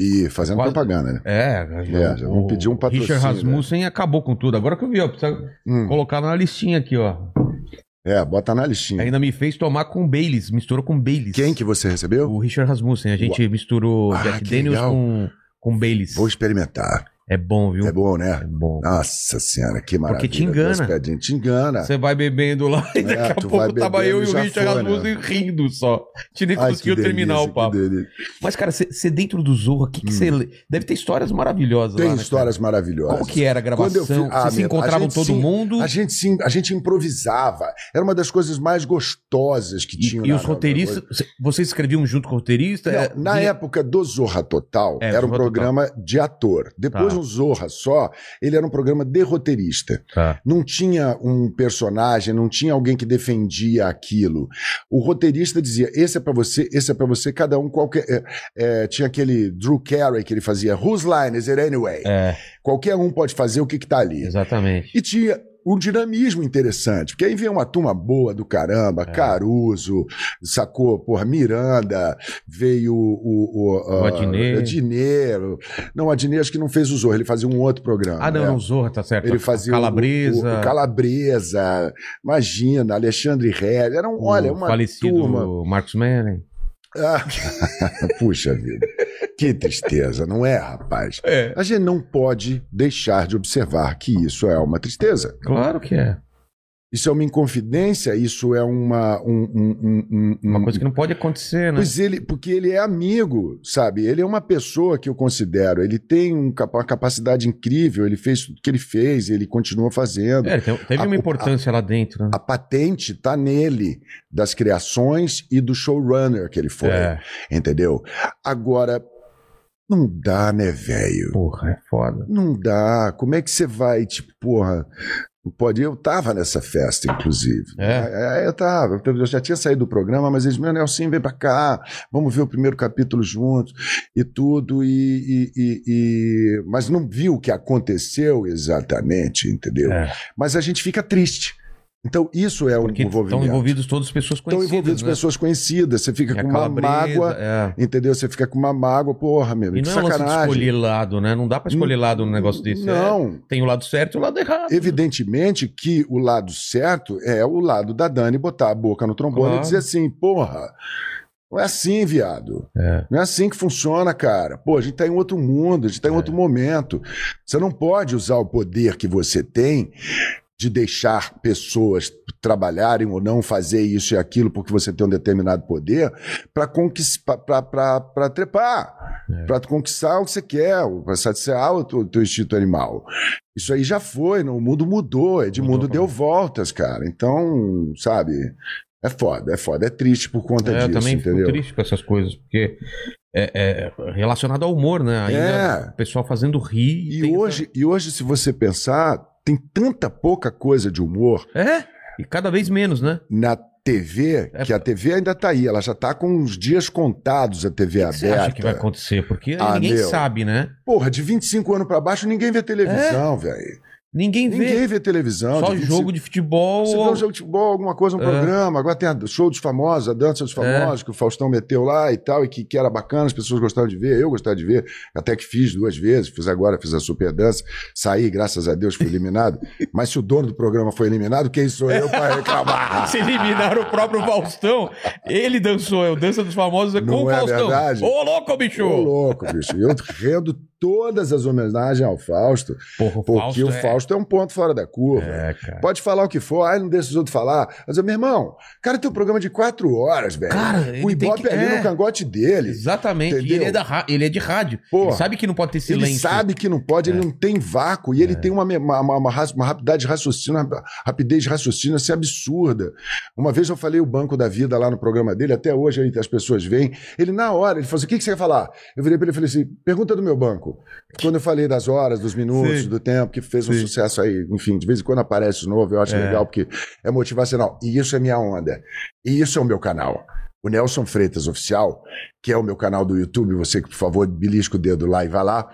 S3: E fazendo
S1: Quase-
S3: propaganda, né?
S1: É,
S3: já vamos pedir um patrocínio,
S1: Richard Rasmussen acabou com tudo. Agora que eu vi, ó, precisa
S3: Hum.
S1: colocar na listinha aqui, ó.
S3: É, bota na listinha.
S1: Ainda me fez tomar com Baileys, misturou com Baileys.
S3: Quem que você recebeu?
S1: O Richard Rasmussen. A gente misturou
S3: Ah,
S1: Jack
S3: que
S1: Daniels
S3: legal.
S1: com, com Baileys.
S3: Vou experimentar.
S1: É bom, viu?
S3: É
S1: É bom.
S3: bom, né? Nossa senhora, que maravilha.
S1: te engana.
S3: Dois pedinhos. Te engana.
S1: Você vai bebendo lá e daqui a
S3: É, tu
S1: pouco
S3: vai
S1: tava
S3: bebendo
S1: eu e
S3: e
S1: o
S3: já
S1: Richard
S3: foi, né?
S1: Rasmussen rindo só. A gente nem
S3: Ai,
S1: conseguiu
S3: que
S1: terminar
S3: delícia,
S1: o papo.
S3: que delícia.
S1: Mas, cara, você dentro do Zorro, o que que você. le- Deve ter histórias maravilhosas lá.
S3: Tem
S1: né, cara?
S3: histórias maravilhosas.
S1: Como que era a
S3: Quando
S1: gravação?
S3: eu fui- Ah,
S1: Vocês se
S3: meu, a
S1: encontravam
S3: gente
S1: todo
S3: se-
S1: mundo?
S3: A gente, sim, a gente improvisava. Era uma das coisas mais gostosas que
S1: E,
S3: tinha.
S1: e os roteiristas. cê- Vocês escreviam junto com o roteirista? É,
S3: na
S1: vinha-
S3: época do Zorra Total,
S1: É,
S3: era um
S1: Zorra
S3: programa de ator. Depois
S1: Tá.
S3: um Zorra só, ele era um programa de roteirista.
S1: Tá.
S3: Não tinha um personagem, não tinha alguém que defendia aquilo. O roteirista dizia: esse é pra você, esse é pra você, cada um qualquer. é, é, tinha aquele Drew Carey que ele fazia: Whose line is it anyway?
S1: É,
S3: Qualquer um pode fazer o que, que tá ali.
S1: exatamente.
S3: E tinha um dinamismo interessante, porque aí vinha uma turma boa do caramba,
S1: É.
S3: Caruso, sacou, porra, Miranda, veio o... O,
S1: O Adnet.
S3: Dinheiro. Não, o Adnet acho que não fez o Zorro, ele fazia um outro programa.
S1: Ah, não,
S3: né?
S1: não, Zorra, tá certo.
S3: Ele fazia o-
S1: Calabresa.
S3: O, o Calabreza, imagina, Alexandre Regis, era um,
S1: o
S3: olha, uma
S1: falecido
S3: turma...
S1: Marcos Meren.
S3: Ah, puxa vida, que tristeza, não é, rapaz?
S1: É.
S3: A gente não pode deixar de observar que isso é uma tristeza.
S1: Claro que é.
S3: Isso é uma inconfidência, isso é uma. Um, um- um- um-
S1: Uma
S3: um-
S1: coisa que não pode acontecer, né?
S3: Pois ele, porque ele é amigo, sabe? Ele é uma pessoa que eu considero. Ele tem um capa- uma capacidade incrível, ele fez tudo que ele fez, ele continua fazendo.
S1: É, te- teve
S3: A-
S1: uma
S3: o-
S1: importância lá dentro, né?
S3: A patente tá nele, das criações e do showrunner que ele foi.
S1: É,
S3: Entendeu? Agora, não dá, né, velho?
S1: porra, é foda.
S3: Não dá. Como é que você vai, tipo, porra. não Pode, eu tava nessa festa, inclusive.
S1: É.
S3: É, eu tava, eu já tinha saído do programa, mas eles, meu Nelson, vem pra cá, vamos ver o primeiro capítulo juntos e tudo, e, e- e- e- mas não viu o que aconteceu exatamente, entendeu?
S1: É.
S3: Mas a gente fica triste. Então isso é
S1: Porque
S3: o
S1: estão
S3: envolvimento.
S1: envolvidos todas as pessoas
S3: Estão
S1: conhecidas.
S3: envolvidas
S1: né?
S3: pessoas conhecidas, você fica
S1: É
S3: com uma mágoa,
S1: é.
S3: entendeu? Você fica com uma mágoa, porra, meu,
S1: E
S3: que
S1: não é um lance de escolher
S3: sacanagem. Hum.
S1: lado, né? Não dá pra escolher lado num negócio desse. É,
S3: Não,
S1: tem o lado certo e o lado errado.
S3: Evidentemente que o lado certo é o lado da Dani botar a boca no trombone
S1: Claro.
S3: e dizer assim, porra, não é assim, viado.
S1: É.
S3: Não é assim que funciona, cara. Pô, a gente tá em outro mundo, a gente tá em
S1: É.
S3: outro momento. Você não pode usar o poder que você tem de deixar pessoas trabalharem ou não fazer isso e aquilo porque você tem um determinado poder para conquistar, para trepar,
S1: É.
S3: pra para conquistar o que você quer, para satisfazer o teu, teu instinto animal. Isso aí já foi, não, o mundo mudou, Edmundo
S1: Mudou
S3: deu voltas, cara. Então, sabe, é foda, é foda, é triste por conta
S1: É,
S3: disso,
S1: eu também
S3: entendeu?
S1: fico triste com essas coisas, porque é, é relacionado ao humor, né? Ainda
S3: É.
S1: O pessoal fazendo rir.
S3: E
S1: tem
S3: hoje, e hoje, se você pensar, tem tanta pouca coisa de humor
S1: essa- É? E cada vez menos, né?
S3: na TV,
S1: É.
S3: que a TV ainda tá aí, ela já tá com uns dias contados a TV
S1: que você
S3: aberta.
S1: acha que vai acontecer? Porque
S3: Tá Ah,
S1: ninguém
S3: meu.
S1: sabe, né?
S3: Porra, de 25 anos pra baixo ninguém vê televisão, velho.
S1: É? Ninguém, vê.
S3: Ninguém vê televisão.
S1: Só
S3: de 25
S1: jogo de futebol.
S3: Você vê
S1: ou-
S3: um jogo de futebol, alguma coisa, um
S1: É.
S3: programa. Agora tem a show dos famosos, a dança dos famosos, que o Faustão meteu lá e tal, e que, que era bacana, as pessoas gostaram de ver, eu gostava de ver. Até que fiz duas vezes, fiz agora, fiz a super dança. Saí, graças a Deus, fui eliminado. Mas se o dono do programa foi eliminado, quem sou eu para reclamar?
S1: Se Ah. eliminaram o próprio Faustão, ele dançou, é o Dança dos Famosos é com
S3: Não
S1: o
S3: é
S1: Faustão.
S3: verdade?
S1: Ô, louco, bicho!
S3: Ô, louco, bicho. Eu rendo todas as homenagens ao Fausto,
S1: Porra, o
S3: porque o Fausto é, um ponto fora da curva.
S1: É, cara.
S3: Pode falar o que for, ai, não deixa os outros falar. Mas, meu irmão, cara tem um programa de quatro horas, velho.
S1: Cara, ele
S3: o
S1: tem
S3: Ibope
S1: que-
S3: ali
S1: é.
S3: no cangote dele.
S1: Exatamente. E
S3: Entendeu?
S1: ele é, da ra- ele é de rádio.
S3: Porra.
S1: Ele sabe que não pode ter silêncio. É.
S3: Ele sabe que não pode, ele não tem vácuo. E ele tem uma, me- uma, uma- uma ra- uma rapidez de raciocínio, uma rapidez de raciocínio assim, absurda. Uma vez eu falei o Banco da Vida lá no programa dele, até hoje aí as pessoas veem. Ele, na hora, ele falou assim: o que, que você quer falar? Eu virei pra ele e falei assim: pergunta do meu banco. Quando eu falei das horas, dos minutos,
S1: Sim.
S3: do tempo, que fez um
S1: Sim.
S3: sucesso aí, enfim, de vez em quando aparece de novo, eu acho
S1: É.
S3: legal, porque é motivacional. E isso é minha onda. E isso é o meu canal. O Nelson Freitas Oficial, que é o meu canal do YouTube, você que, por favor, belisca o dedo lá e vai lá.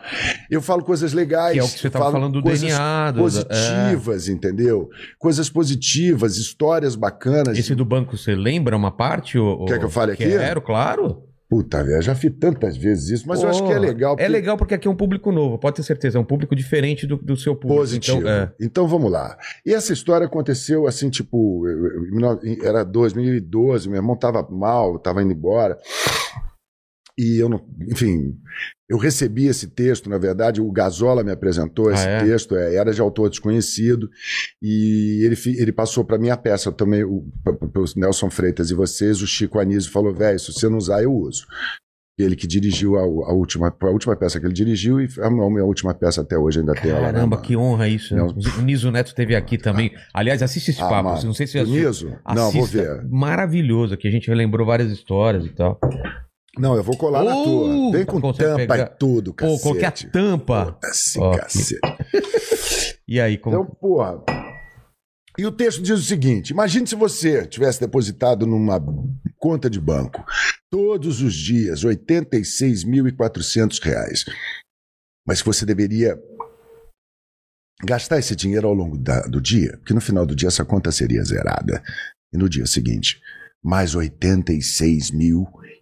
S3: Eu falo coisas legais.
S1: Que é o que você estava
S3: falo
S1: falando do
S3: coisas
S1: DNA. do- é.
S3: Positivas, entendeu? Coisas positivas, histórias bacanas.
S1: É. Esse do banco, você lembra uma parte? ô- ô-
S3: Quer que eu fale aqui?
S1: Quero, claro.
S3: Puta, velho, já fiz tantas vezes isso, mas eu acho
S1: Pô,
S3: que é legal.
S1: É
S3: porque-
S1: legal porque aqui é um público novo, pode ter certeza. É um público diferente do, do seu público.
S3: Positivo.
S1: Então, é.
S3: Então, vamos lá. E essa história aconteceu assim, tipo, eu- eu- em 19 era 2012, meu irmão tava mal, tava indo embora. E eu não, enfim, eu recebi esse texto, na verdade, o Gazola me apresentou
S1: Ah,
S3: esse
S1: é?
S3: texto, é, era de autor desconhecido, e ele, fi- ele passou para minha peça também, o pra- pra- pros Nelson Freitas e vocês, o Chico Anísio falou, velho, se você não usar, eu uso. Ele que dirigiu a, a última, a última peça que ele dirigiu e é a minha última peça até hoje ainda tem ela lá.
S1: Caramba,
S3: na-
S1: que honra isso. né?
S3: Não.
S1: O Niso Neto esteve aqui também. Aliás, assiste esse
S3: Ah,
S1: papo.
S3: mano.
S1: Não sei se você
S3: Do
S1: assistiu.
S3: Niso? Não, vou
S1: Assista.
S3: ver.
S1: Maravilhoso, aqui a gente relembrou várias histórias e tal.
S3: Não, eu vou colar na
S1: Uh,
S3: tua. Vem com
S1: consegue
S3: tampa
S1: pegar.
S3: e
S1: Pô,
S3: tudo, cacete.
S1: coloquei a tampa.
S3: Cacete,
S1: Ó,
S3: cacete.
S1: E aí, como.
S3: Então, porra. E o texto diz o seguinte: imagine se você tivesse depositado numa conta de banco todos os dias R$ 86.400, reais, mas que você deveria gastar esse dinheiro ao longo da- do dia, porque no final do dia essa conta seria zerada. E no dia seguinte, mais R$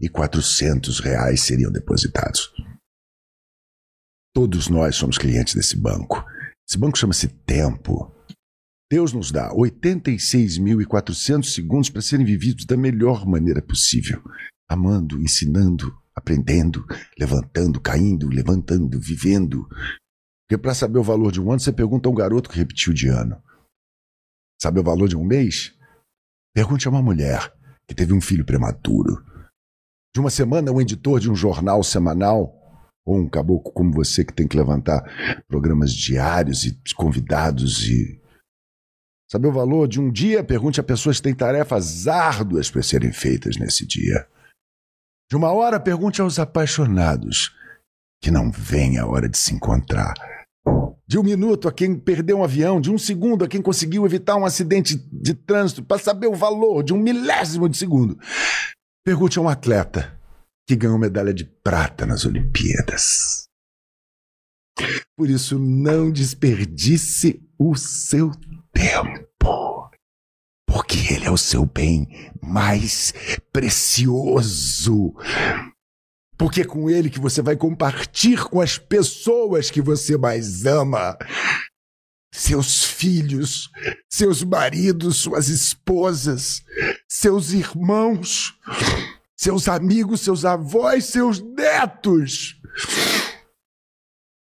S3: 86.400 reais seriam depositados. Todos nós somos clientes desse banco. Esse banco chama-se tempo. Deus nos dá 86.400 segundos para serem vividos da melhor maneira possível, amando, ensinando, aprendendo, levantando, caindo, levantando, vivendo. Porque para saber o valor de um ano, você pergunta a um garoto que repetiu de ano. Sabe o valor de um mês? Pergunte a uma mulher que teve um filho prematuro. De uma semana, um editor de um jornal semanal, ou um caboclo como você que tem que levantar programas diários e convidados e saber o valor de um dia, pergunte a pessoas se tem tarefas árduas para serem feitas nesse dia. De uma hora, pergunte aos apaixonados que não vem a hora de se encontrar. De um minuto a quem perdeu um avião, de um segundo a quem conseguiu evitar um acidente de trânsito, para saber o valor de um milésimo de segundo. Pergunte a um atleta que ganhou medalha de prata nas Olimpíadas. Por isso, não desperdice o seu tempo, porque ele é o seu bem mais precioso. Porque é com ele que você vai compartilhar com as pessoas que você mais ama. Seus filhos, seus maridos, suas esposas, seus irmãos, seus amigos, seus avós, seus netos.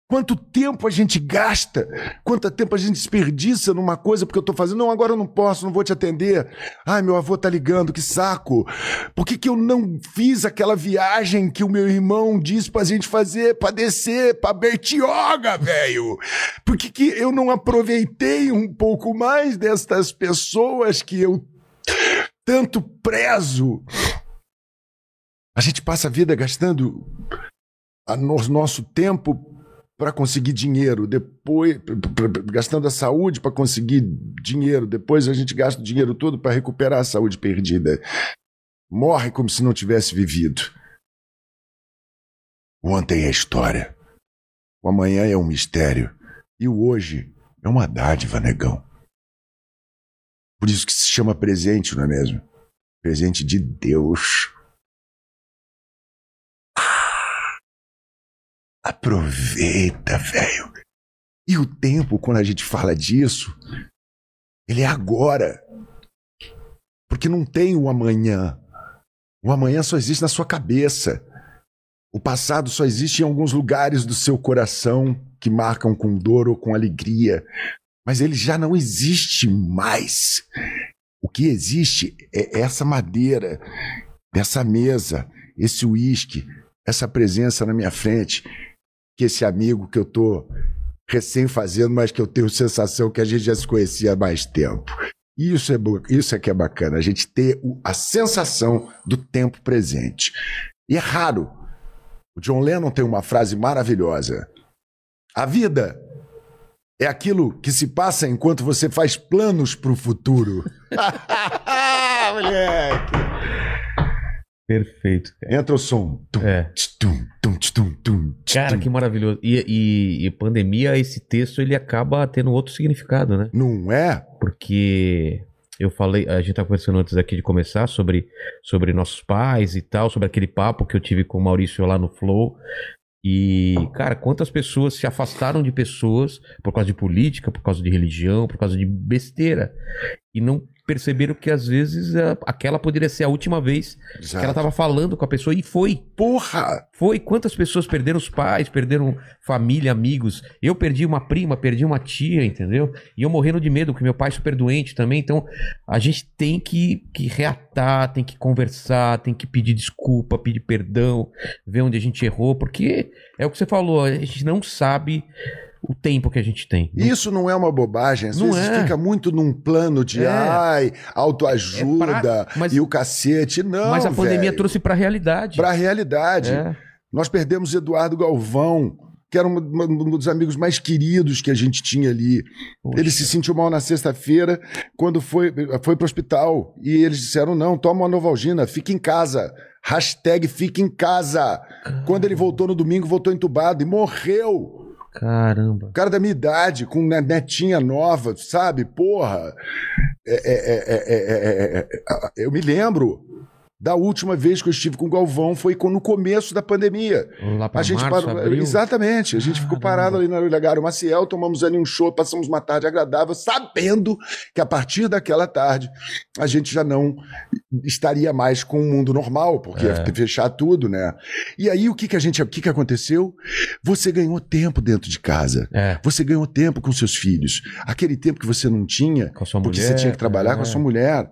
S3: Quanto tempo a gente gasta? Quanto tempo a gente desperdiça numa coisa porque eu tô fazendo? Não, agora eu não posso, não vou te atender. Ai, meu avô tá ligando, que saco. Por que, que eu não fiz aquela viagem que o meu irmão disse pra gente fazer, pra descer, pra Bertioga, velho? Por que, que eu não aproveitei um pouco mais destas pessoas que eu tanto prezo? A gente passa a vida gastando a no- nosso tempo para conseguir dinheiro, depois p- p- p- gastando a saúde para conseguir dinheiro, depois a gente gasta o dinheiro todo para recuperar a saúde perdida. Morre como se não tivesse vivido. O ontem é história. O amanhã é um mistério. E o hoje é uma dádiva, negão. Por isso que se chama presente, não é mesmo? Presente de Deus. Aproveita, velho. E o tempo, quando a gente fala disso, ele é agora. Porque não tem o amanhã. O amanhã só existe na sua cabeça. O passado só existe em alguns lugares do seu coração que marcam com dor ou com alegria. Mas ele já não existe mais. O que existe é essa madeira, essa mesa, esse uísque, essa presença na minha frente, que esse amigo que eu tô recém fazendo, mas que eu tenho sensação que a gente já se conhecia há mais tempo. Isso é, bo- isso é que é bacana, a gente ter o- a sensação do tempo presente. E é raro. O John Lennon tem uma frase maravilhosa. A vida é aquilo que se passa enquanto você faz planos para o futuro. Moleque!
S1: Perfeito.
S3: Entra o som. Tum,
S1: É.
S3: tch, tum, tum, tch, tum, tum, tch,
S1: Cara,
S3: tum.
S1: que maravilhoso. E, e- e pandemia, esse texto, ele acaba tendo outro significado, né?
S3: Não é?
S1: Porque eu falei, a gente tá conversando antes aqui de começar sobre, sobre nossos pais e tal, sobre aquele papo que eu tive com o Maurício lá no Flow. E, cara, quantas pessoas se afastaram de pessoas por causa de política, por causa de religião, por causa de besteira. E não perceberam que às vezes a- aquela poderia ser a última vez que ela
S3: Exato.
S1: tava falando com a pessoa e foi.
S3: Porra!
S1: Foi quantas pessoas perderam os pais, perderam família, amigos. Eu perdi uma prima, perdi uma tia, entendeu? E eu morrendo de medo, porque meu pai é super doente também. Então, a gente tem que, que reatar, tem que conversar, tem que pedir desculpa, pedir perdão, ver onde a gente errou, porque é o que você falou, a gente não sabe o tempo que a gente tem. né?
S3: Isso não é uma bobagem. Às
S1: Não
S3: vezes
S1: é.
S3: fica muito num plano de
S1: É.
S3: ai, autoajuda
S1: É pra- mas-
S3: e o cacete. Não,
S1: Mas a pandemia
S3: velho.
S1: trouxe pra realidade.
S3: Pra realidade.
S1: É.
S3: Nós perdemos Eduardo Galvão, que era um, um- um dos amigos mais queridos que a gente tinha ali.
S1: Poxa.
S3: Ele se sentiu mal na sexta-feira, quando foi, foi para o hospital. E eles disseram: não, toma uma novalgina, fica em casa. Hashtag fica em casa. Quando ele voltou no domingo, voltou entubado e morreu.
S1: Caramba.
S3: O cara da minha idade, com uma netinha nova, sabe? Porra. É, é, é, é, é, é, é, é, eu me lembro da última vez que eu estive com o Galvão foi quando- no começo da pandemia.
S1: Lá pra
S3: A gente
S1: março,
S3: parou-
S1: abril.
S3: Exatamente. A gente ficou
S1: Caramba.
S3: parado ali na Olegário Maciel, tomamos ali um show, passamos uma tarde agradável, sabendo que a partir daquela tarde a gente já não estaria mais com o mundo normal, porque
S1: É.
S3: ia fechar tudo, né? E aí o que, que a gente. O que, que aconteceu? Você ganhou tempo dentro de casa.
S1: É.
S3: Você ganhou tempo com seus filhos. Aquele tempo que você não tinha,
S1: Com a sua
S3: porque
S1: mulher. né?
S3: você tinha que trabalhar com a sua mulher.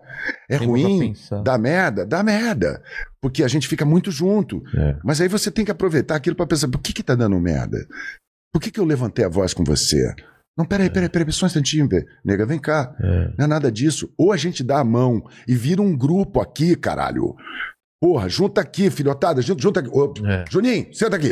S1: Tem né?
S3: É
S1: que
S3: ruim.
S1: pensar.
S3: Dá merda? Dá merda. Porque a gente fica muito junto.
S1: É.
S3: Mas aí você tem que aproveitar aquilo para pensar: por que, que tá dando merda? Por que, que eu levantei a voz com você? Não, peraí, peraí, peraí, só um instantinho, peraí. nega, vem cá.
S1: É.
S3: Não é nada disso. Ou a gente dá a mão e vira um grupo aqui, caralho. Porra, junta aqui, filhotada, junta, junta aqui. Ô,
S1: É.
S3: Juninho, senta aqui.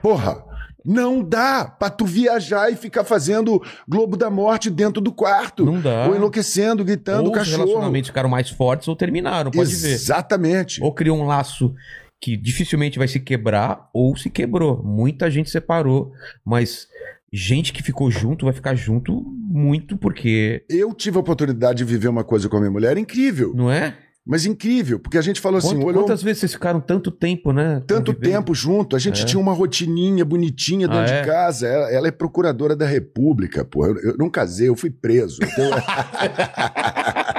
S3: Porra, não dá pra tu viajar e ficar fazendo Globo da Morte dentro do quarto.
S1: Não dá.
S3: Ou enlouquecendo, gritando,
S1: ou os
S3: cachorro.
S1: relacionamentos ficaram mais fortes ou terminaram, pode ver.
S3: Exatamente.
S1: Ou criou um laço que dificilmente vai se quebrar ou se quebrou. Muita gente separou, mas gente que ficou junto vai ficar junto muito porque,
S3: Eu tive a oportunidade de viver uma coisa com a minha mulher incrível.
S1: não é?
S3: Mas incrível, porque a gente falou Tipo assim,
S1: Quanto-
S3: olhou
S1: Quantas vezes vocês ficaram tanto tempo, né?
S3: Tanto
S1: convivendo?
S3: tempo junto, a gente
S1: É.
S3: tinha uma rotininha bonitinha dentro
S1: Ah, é?
S3: de casa. Ela, ela é procuradora da República, pô. Eu, eu não casei, eu fui preso. Então-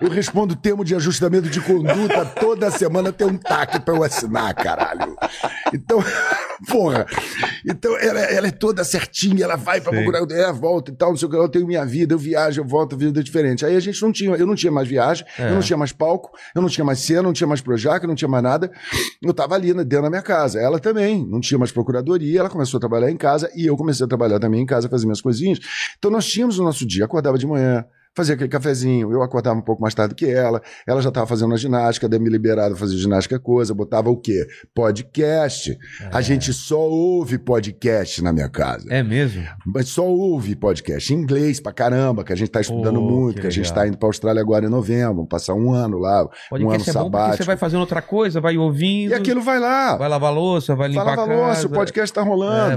S3: eu respondo o termo de ajustamento de conduta toda semana, tem um taque pra eu assinar, caralho. Então, porra. Então, ela, ela é toda certinha, ela vai pra
S1: Sim.
S3: procurar, ela volta e tal, não sei o que, eu tenho minha vida, eu viajo, eu volto, a vida é diferente. Aí a gente não tinha, eu não tinha mais viagem,
S1: É.
S3: eu não tinha mais palco, eu não tinha mais cena, eu não tinha mais Projac, eu não tinha mais nada. Eu tava ali né, dentro da minha casa. Ela também, não tinha mais procuradoria, ela começou a trabalhar em casa e eu comecei a trabalhar também em casa, fazer minhas coisinhas. Então nós tínhamos o nosso dia, acordava de manhã, fazia aquele cafezinho. Eu acordava um pouco mais tarde que ela, ela já estava fazendo a ginástica, daí me liberava a fazer ginástica coisa, botava o quê? Podcast. A gente só ouve podcast na minha casa.
S1: É mesmo?
S3: Mas só ouve podcast em inglês pra caramba, que a gente tá estudando
S1: Oh,
S3: muito,
S1: que
S3: que, a gente
S1: legal.
S3: tá indo pra Austrália agora em novembro, vamos passar um ano lá, um ano
S1: Podcast é bom porque você
S3: sabático.
S1: vai fazendo outra coisa, vai ouvindo.
S3: E aquilo vai lá.
S1: Vai lavar louça, vai limpar
S3: Fala
S1: a casa.
S3: louça, o podcast tá rolando.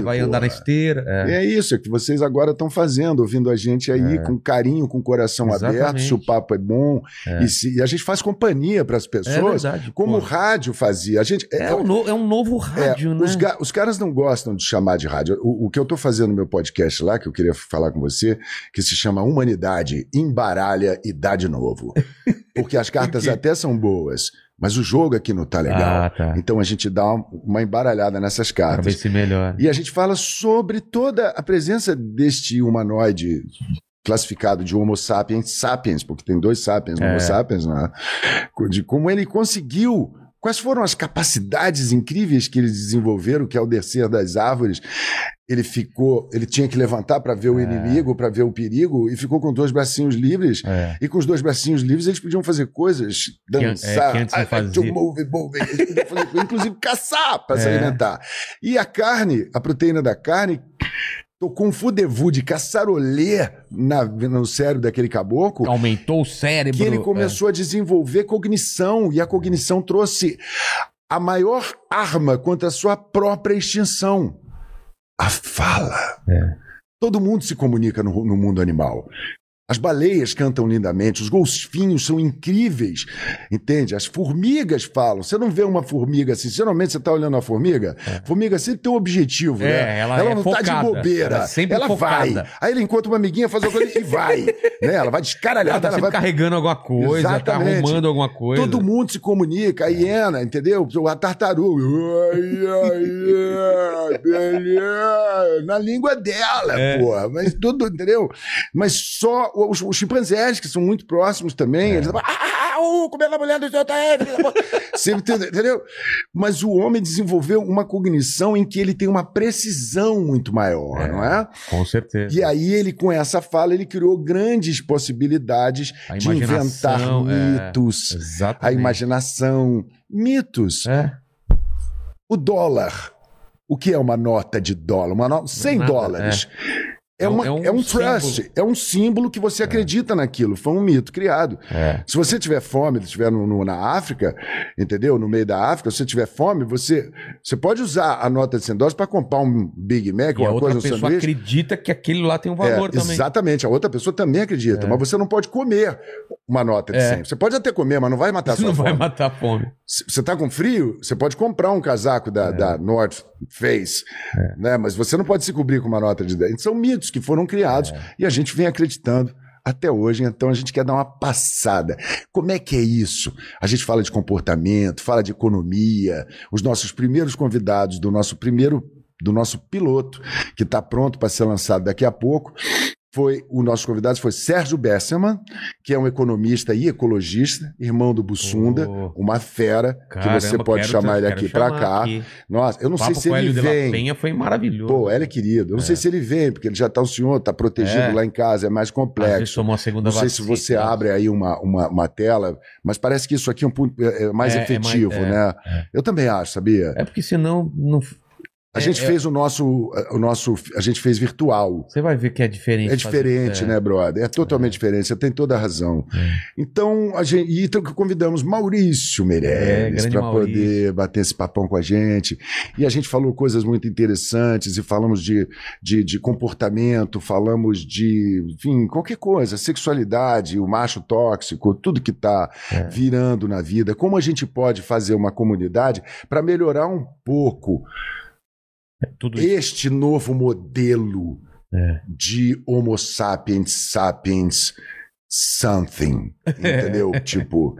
S1: é, vai
S3: pô.
S1: andar na esteira. É.
S3: E é isso, é que vocês agora estão fazendo, ouvindo a gente aí com carinho, com o coração aberto,
S1: Exatamente.
S3: se o papo é bom.
S1: É.
S3: E, se- e a gente faz companhia pras pessoas,
S1: verdade, pô.
S3: como o rádio fazia. A gente, é-
S1: É um, no- é um novo
S3: é,
S1: rádio, né?
S3: os, ga- os caras não gostam de chamar de rádio. O, o que eu tô fazendo no meu podcast lá, que eu queria falar com você, que se chama Humanidade Embaralha Idade Novo. Porque as cartas
S1: quê?
S3: até são boas, mas o jogo aqui não tá legal.
S1: Ah, tá.
S3: Então a gente dá um- uma embaralhada nessas
S1: Pra ver
S3: cartas.
S1: se melhora.
S3: E a gente fala sobre toda a presença deste humanoide classificado de Homo sapiens sapiens, porque tem dois sapiens, no
S1: É.
S3: Homo sapiens, né? De como ele conseguiu. Quais foram as capacidades incríveis que eles desenvolveram, que ao descer das árvores, ele ficou, ele tinha que levantar para ver o
S1: É.
S3: inimigo, para ver o perigo, e ficou com dois bracinhos livres.
S1: É.
S3: E com os dois bracinhos livres, eles podiam fazer coisas,
S1: an- é,
S3: dançar,
S1: que antes não
S3: I like to
S1: fazia.
S3: move, move. Eles podiam fazer coisas, inclusive caçar para se
S1: É.
S3: alimentar. E a carne, a proteína da carne, tocou um fudevu de caçarolê na, no cérebro daquele caboclo,
S1: Aumentou o cérebro.
S3: que ele começou a desenvolver cognição, e a cognição trouxe a maior arma contra a sua própria extinção: a fala.
S1: É.
S3: Todo mundo se comunica no, no mundo animal. As baleias cantam lindamente, os golfinhos são incríveis, entende? As formigas falam. Você não vê uma formiga assim. Geralmente você está olhando a formiga. Formiga sempre tem um objetivo,
S1: É,
S3: né?
S1: ela é
S3: não tá de
S1: focada.
S3: bobeira.
S1: Ela é
S3: Ela,
S1: sempre focada.
S3: vai. Aí ele encontra uma amiguinha, faz uma coisa e vai. né? Ela
S1: Ela
S3: vai descaralhada,
S1: tá
S3: ela
S1: sempre
S3: vai
S1: carregando alguma coisa, tá
S3: Exatamente.
S1: arrumando alguma coisa. É.
S3: Todo mundo se comunica, a hiena, entendeu? A tartaruga. Ai, ai, ai, beleza. Na língua dela,
S1: É.
S3: porra. Mas tudo, entendeu? Mas só os, os chimpanzés, que são muito próximos
S1: É.
S3: também, eles falam, ah, uh, comendo a mulher do seu taete", Você entende- entendeu? Mas o homem desenvolveu uma cognição em que ele tem uma precisão muito maior,
S1: É.
S3: não é?
S1: Com certeza.
S3: E aí ele, com essa fala, ele criou grandes possibilidades
S1: A
S3: de inventar
S1: imaginação, é.
S3: mitos a
S1: Exatamente.
S3: imaginação, mitos,
S1: É.
S3: o dólar. O que é uma nota de dólar? Uma nota 100
S1: Nada,
S3: dólares. É,
S1: É um-
S3: uma-
S1: é um
S3: é um trust,
S1: símbolo.
S3: é um símbolo que você acredita naquilo. Foi um mito criado.
S1: É.
S3: Se você tiver fome, estiver no- no- na África, entendeu? No meio da África, se você tiver fome, você, você pode usar a nota de 100 dólares para comprar um Big Mac,
S1: E a
S3: uma
S1: outra
S3: coisa, um
S1: pessoa
S3: sanduíche.
S1: acredita que aquele lá tem um
S3: É,
S1: valor também.
S3: Exatamente, a outra pessoa também acredita, mas você não pode comer uma nota de
S1: É.
S3: 100. Você pode até comer, mas não vai matar a
S1: Isso
S3: sua
S1: não
S3: fome.
S1: vai matar a fome.
S3: Se você tá com frio, você pode comprar um casaco da, da North Face, né? Mas você não pode se cobrir com uma nota de 10. São mitos que foram criados e a gente vem acreditando até hoje, então a gente quer dar uma passada. Como é que é isso? A gente fala de comportamento, fala de economia. Os nossos primeiros convidados do nosso primeiro do nosso piloto, que está pronto para ser lançado daqui a pouco, foi o nosso convidado foi Sérgio Besseman, que é um economista e ecologista, irmão do Bussunda,
S1: Oh.
S3: uma fera, que você
S1: Caramba,
S3: pode
S1: quero-
S3: chamar ele
S1: quero
S3: aqui
S1: chamar
S3: para cá.
S1: aqui.
S3: Nossa, eu não
S1: O papo
S3: sei se
S1: com o
S3: ele
S1: Hélio de La
S3: vem.
S1: Penha foi maravilhoso.
S3: Pô, ele é querido. Eu não sei se ele vem, porque ele já tá o senhor, tá protegido
S1: É.
S3: lá em casa, é mais
S1: Às vezes
S3: complexo.
S1: tomou a segunda
S3: Não sei se
S1: vacina.
S3: você abre aí uma, uma, uma tela, mas parece que isso aqui é, um, pu- é- é mais
S1: É, é mais-
S3: efetivo,
S1: é,
S3: né?
S1: é.
S3: Eu também acho, sabia?
S1: É porque senão não...
S3: A
S1: É,
S3: gente
S1: é.
S3: fez o nosso, o nosso. A gente fez virtual.
S1: você vai ver que é diferente.
S3: É diferente,
S1: fazer-
S3: né, brother? É totalmente diferente, você tem toda a razão. Então, a gente, e então convidamos Maurício
S1: É,
S3: Meirelles
S1: grande
S3: para
S1: Maurício.
S3: poder bater esse papão com a gente. E a gente falou coisas muito interessantes, e falamos de, de, de comportamento, falamos de, enfim, qualquer coisa, sexualidade, o macho tóxico, tudo que está
S1: É.
S3: virando na vida. Como a gente pode fazer uma comunidade para melhorar um pouco
S1: É, Tudo isso.
S3: este novo modelo
S1: É.
S3: de Homo sapiens sapiens something, entendeu? tipo,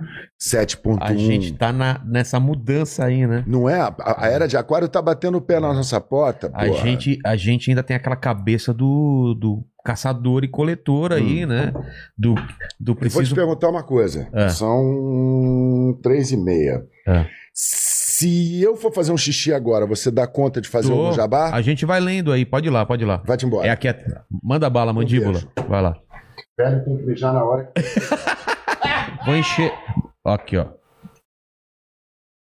S1: A gente
S3: 7.1.
S1: tá na, nessa mudança aí, né?
S3: Não é? A, a era de aquário tá batendo o pé na nossa porta,
S1: A
S3: porra.
S1: gente, a gente ainda tem aquela cabeça do, do caçador e coletor aí, né? Do, do
S3: Hum. Eu vou te
S1: preciso.
S3: perguntar uma coisa.
S1: É.
S3: São três e meia.
S1: É.
S3: Se eu for fazer um xixi agora, você dá conta de fazer
S1: Tô.
S3: algum jabá?
S1: A gente vai lendo aí, pode ir lá, É pode ir lá.
S3: Vai-te embora.
S1: É aqui. a- Manda bala, mandíbula.
S3: beijo.
S1: Vai lá.
S3: Velho tem que beijar na hora.
S1: Vou encher. Ó, Aqui, ó.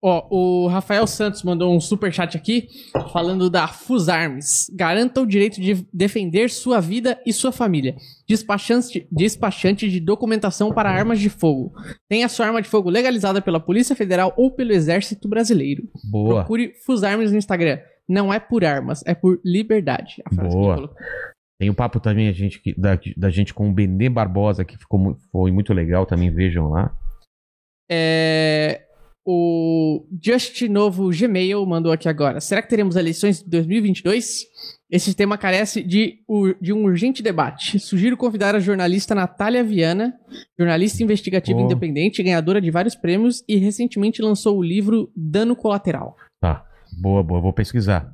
S2: Ó, o Rafael Santos mandou um superchat aqui falando da Fusarmes. Garanta o direito de defender sua vida e sua família. Despachante, despachante de documentação para armas de fogo. Tenha sua arma de fogo legalizada pela Polícia Federal ou pelo Exército Brasileiro.
S1: Tá. Boa.
S2: Procure Fusarmes no Instagram. Não é por armas, é por liberdade. A frase
S1: Boa.
S2: que ele colocou.
S1: Tem o papo também a gente, que- da, da gente com o Benê Barbosa, que ficou, mu- foi muito legal também, vejam lá.
S2: É, o Just Novo Gmail mandou aqui agora. Será que teremos eleições de 2022? Esse tema carece de, ur- de um urgente debate. Sugiro convidar a jornalista Natália Viana, jornalista investigativa
S1: Boa.
S2: independente, ganhadora de vários prêmios e recentemente lançou o livro Dano Colateral.
S1: Boa, boa, vou pesquisar.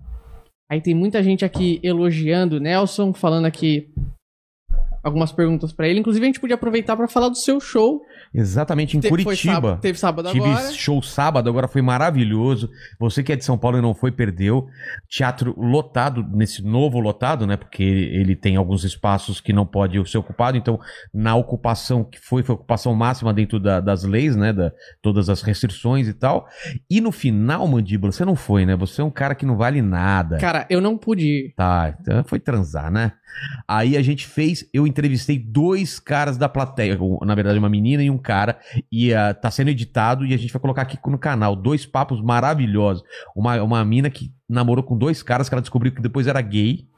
S2: Aí tem muita gente aqui elogiando o Nelson, falando aqui algumas perguntas pra ele. Inclusive, a gente podia aproveitar pra falar do seu show.
S1: Exatamente em
S2: Te- foi
S1: Curitiba.
S2: sábado- teve sábado
S1: Tive
S2: agora.
S1: show sábado, agora foi maravilhoso. Você que é de São Paulo e não foi, perdeu. Teatro lotado, nesse novo lotado, né? Porque ele tem alguns espaços que não pode ser ocupado. Então, na ocupação que foi, foi a ocupação máxima dentro da- das leis, né? Da, todas as restrições e tal. E no final, Mandíbula, você não foi, né? Você é um cara que não vale nada.
S2: Cara, eu não pude ir.
S1: Tá, então foi transar, né? Aí a gente fez, eu entrevistei dois caras da plateia, ou, na verdade uma menina e um cara, e ah, tá sendo editado e a gente vai colocar aqui no canal, dois papos maravilhosos. Uma, uma mina que namorou com dois caras que ela descobriu que depois era gay,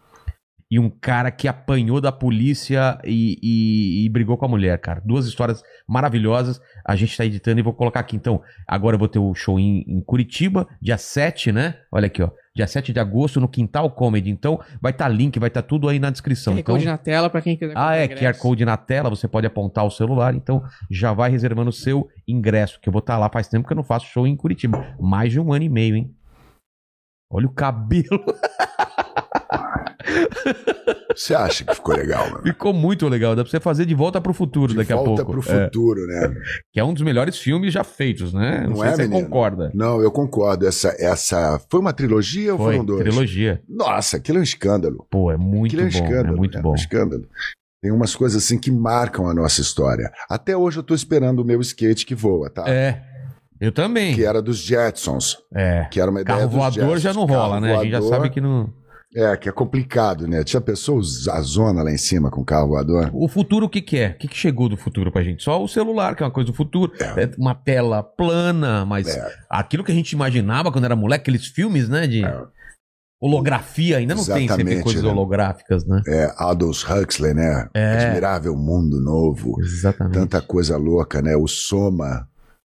S1: e um cara que apanhou da polícia e, e- e brigou com a mulher, cara. Duas histórias maravilhosas, a gente tá editando e vou colocar aqui. Então, agora eu vou ter o show em, em Curitiba, dia 7, né? Olha aqui, ó. Dia 7 de agosto no Quintal Comedy. Então, vai estar link, vai estar tudo aí na descrição.
S2: QR
S1: Então,
S2: Code na tela pra quem quiser.
S1: ah,
S2: comprar
S1: é, QR
S2: ingresso.
S1: Code na tela, você pode apontar o celular, então já vai reservando o seu ingresso, que eu vou estar lá faz tempo que eu não faço show em Curitiba. Mais de um ano e meio, hein? Olha o cabelo,
S3: Você acha que ficou legal, mano?
S1: ficou muito legal. Dá pra você fazer de volta pro futuro
S3: De
S1: daqui
S3: volta
S1: a pouco.
S3: pro
S1: É,
S3: futuro, né?
S1: que é um dos melhores filmes já feitos, né? Não,
S3: Não
S1: sei
S3: é,
S1: se você
S3: menino?
S1: concorda.
S3: Não, eu concordo. Essa, essa foi uma trilogia ou
S1: Foi,
S3: foram dois?
S1: trilogia.
S3: Nossa, aquilo é um escândalo.
S1: Pô, é muito
S3: aquilo é um
S1: bom.
S3: escândalo.
S1: é muito
S3: né?
S1: bom.
S3: Um escândalo. Tem umas coisas assim que marcam a nossa história. Até hoje eu tô esperando o meu skate que voa, tá?
S1: É. Eu também.
S3: Que era dos Jetsons,
S1: É.
S3: que era uma ideia
S1: Carro
S3: dos
S1: voador
S3: Jetsons.
S1: já não
S3: Carro
S1: rola, né? A gente já
S3: voador,
S1: sabe que não.
S3: É, que é complicado, né? Tinha pessoas a zona lá em cima com carro voador.
S1: O futuro o que que é? O que, que chegou do futuro pra gente? Só o celular, que é uma coisa do futuro.
S3: É.
S1: É uma tela plana, mas
S3: É.
S1: aquilo que a gente imaginava quando era moleque, aqueles filmes, né, de
S3: É.
S1: holografia, ainda não tem sempre
S3: Exatamente,
S1: coisas
S3: né?
S1: holográficas, né?
S3: É, Aldous Huxley, né?
S1: É.
S3: Admirável Mundo Novo.
S1: Exatamente.
S3: Tanta coisa louca, né? O Soma.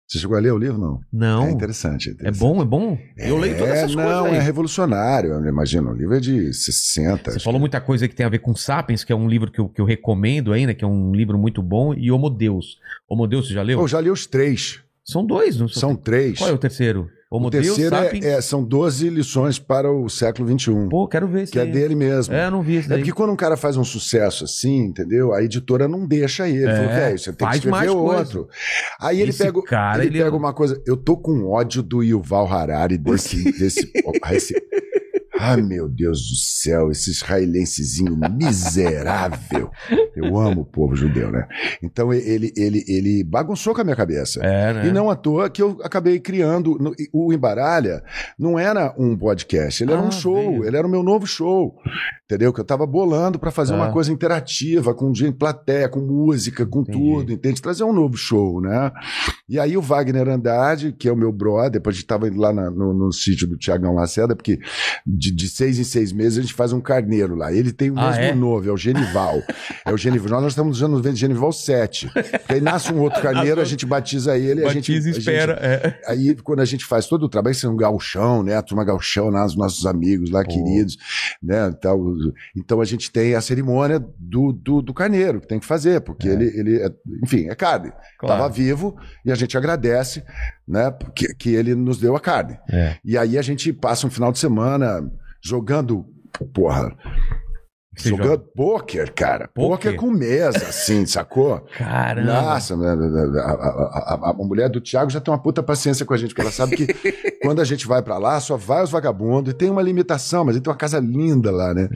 S3: Você chegou a ler o livro, não?
S1: Não.
S3: É
S1: É,
S3: interessante. É, interessante.
S1: bom, é bom. Eu leio todas essas
S3: é, não,
S1: coisas
S3: é
S1: aí.
S3: revolucionário, eu imagino. O livro é de 60.
S1: Você
S3: acho
S1: falou
S3: que-
S1: muita coisa que tem a ver com Sapiens, que é um livro que eu, que eu recomendo ainda, que é um livro muito bom, e Homo Deus. Homo Deus, você já leu?
S3: Eu já li os três.
S1: São dois, não
S3: São três.
S1: Qual é o terceiro? Homo
S3: o terceiro
S1: Deus,
S3: é-
S1: Sapiens.
S3: é- são 12 lições para o século XXI,
S1: Pô, quero ver isso
S3: que é dele mesmo.
S1: É, eu não vi isso
S3: É
S1: daí.
S3: porque quando um cara faz um sucesso assim, entendeu? A editora não deixa ele.
S1: É,
S3: Falou, velho, você tem que
S1: faz mais
S3: escrever
S1: coisa."
S3: outro. Aí ele
S1: Esse
S3: pega, o-
S1: cara,
S3: ele
S1: ele é-
S3: pega uma coisa. Eu tô com ódio do Yuval Harari desse. desse, esse- Ah, meu Deus do céu, esse israelensezinho miserável. Eu amo o povo judeu, né? Então ele, ele, ele bagunçou com a minha cabeça.
S1: É, né?
S3: E não à toa que eu acabei criando. no- e O Embaralha não era um podcast, ele era
S1: Ah,
S3: um show,
S1: veio.
S3: ele era o meu novo show. Entendeu? Que eu tava bolando pra fazer
S1: Tá.
S3: uma coisa interativa, com gente, plateia, com música, com
S1: Entendi.
S3: tudo, entende? Trazer um novo show, né? E aí o Wagner Andrade, que é o meu brother, depois a gente tava indo lá na- no, no sítio do Tiagão Lacerda, porque de, de seis em seis meses a gente faz um carneiro lá. Ele tem o
S1: Ah,
S3: mesmo
S1: é?
S3: novo, é o Genival. é o Genival. Nós, nós estamos nos anos 20, Genival 7. Porque aí nasce um outro carneiro, a gente batiza ele. a gente,
S1: Batiza e
S3: a gente-
S1: espera. é.
S3: aí quando a gente faz todo o trabalho, isso é um galchão, né? A turma galchão, né? os nossos amigos lá,
S1: Pô.
S3: queridos, né? Então, então a gente tem a cerimônia do, do, do carneiro, que tem que fazer, porque
S1: É.
S3: ele, ele é- enfim, é carne.
S1: Claro.
S3: Estava vivo e a gente agradece, né? Que, que ele nos deu a carne.
S1: É.
S3: E aí a gente passa um final de semana jogando, porra,
S1: Você
S3: Jogando pôquer, cara. Pôquer
S1: Pôquer?
S3: com mesa, assim, sacou?
S1: Caramba.
S3: Nossa, né, a, a- a- a- a mulher do Thiago já tem uma puta paciência com a gente, porque ela sabe que quando a gente vai pra lá, só vai os vagabundos e tem uma limitação, mas ele tem uma casa linda lá, né?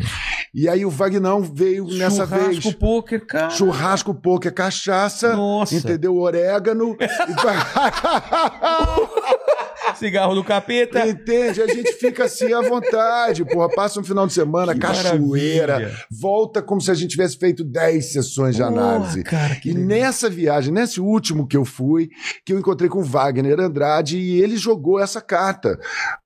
S3: E aí o Vagnão veio nessa
S1: Churrasco,
S3: vez.
S1: pôquer, cara.
S3: Churrasco, poker, cachaça,
S1: Nossa.
S3: entendeu? Orégano. e-
S1: Cigarro do capeta.
S3: Entende? A gente fica assim à vontade, porra. Passa um final de semana,
S1: Que
S3: cachoeira,
S1: maravilha.
S3: volta como se a gente tivesse feito 10 sessões de análise.
S1: Porra, cara, que
S3: E
S1: legal.
S3: nessa viagem, nesse último que eu fui, que eu encontrei com o Wagner Andrade e ele jogou essa carta.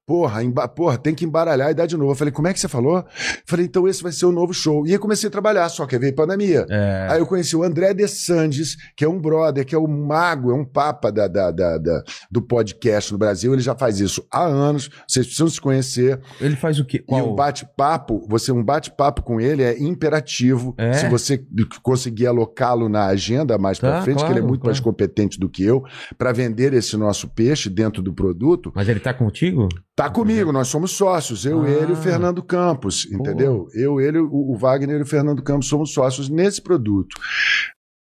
S3: Porra, emba- porra, tem que embaralhar e dar de novo. Eu falei, como é que você falou? Eu falei, então esse vai ser o novo show. E aí comecei a trabalhar, só que aí veio pandemia.
S1: É.
S3: Aí eu conheci o André De Sandes, que é um brother, que é um mago, é um papa da, da- da- da- do podcast no Brasil. Ele já faz isso há anos, vocês precisam se conhecer.
S1: Ele faz o quê?
S3: E um bate-papo, você um bate-papo com ele é imperativo.
S1: É?
S3: Se você conseguir alocá-lo na agenda mais
S1: Tá,
S3: pra frente, que ele é
S1: claro,
S3: muito
S1: claro.
S3: mais competente do que eu, pra vender esse nosso peixe dentro do produto,
S1: Mas ele tá contigo?
S3: tá comigo, nós somos sócios, eu,
S1: Uhum. Ah.
S3: ele e o Fernando Campos, entendeu? Eu, ele, o, o Wagner e o Fernando Campos somos sócios nesse produto.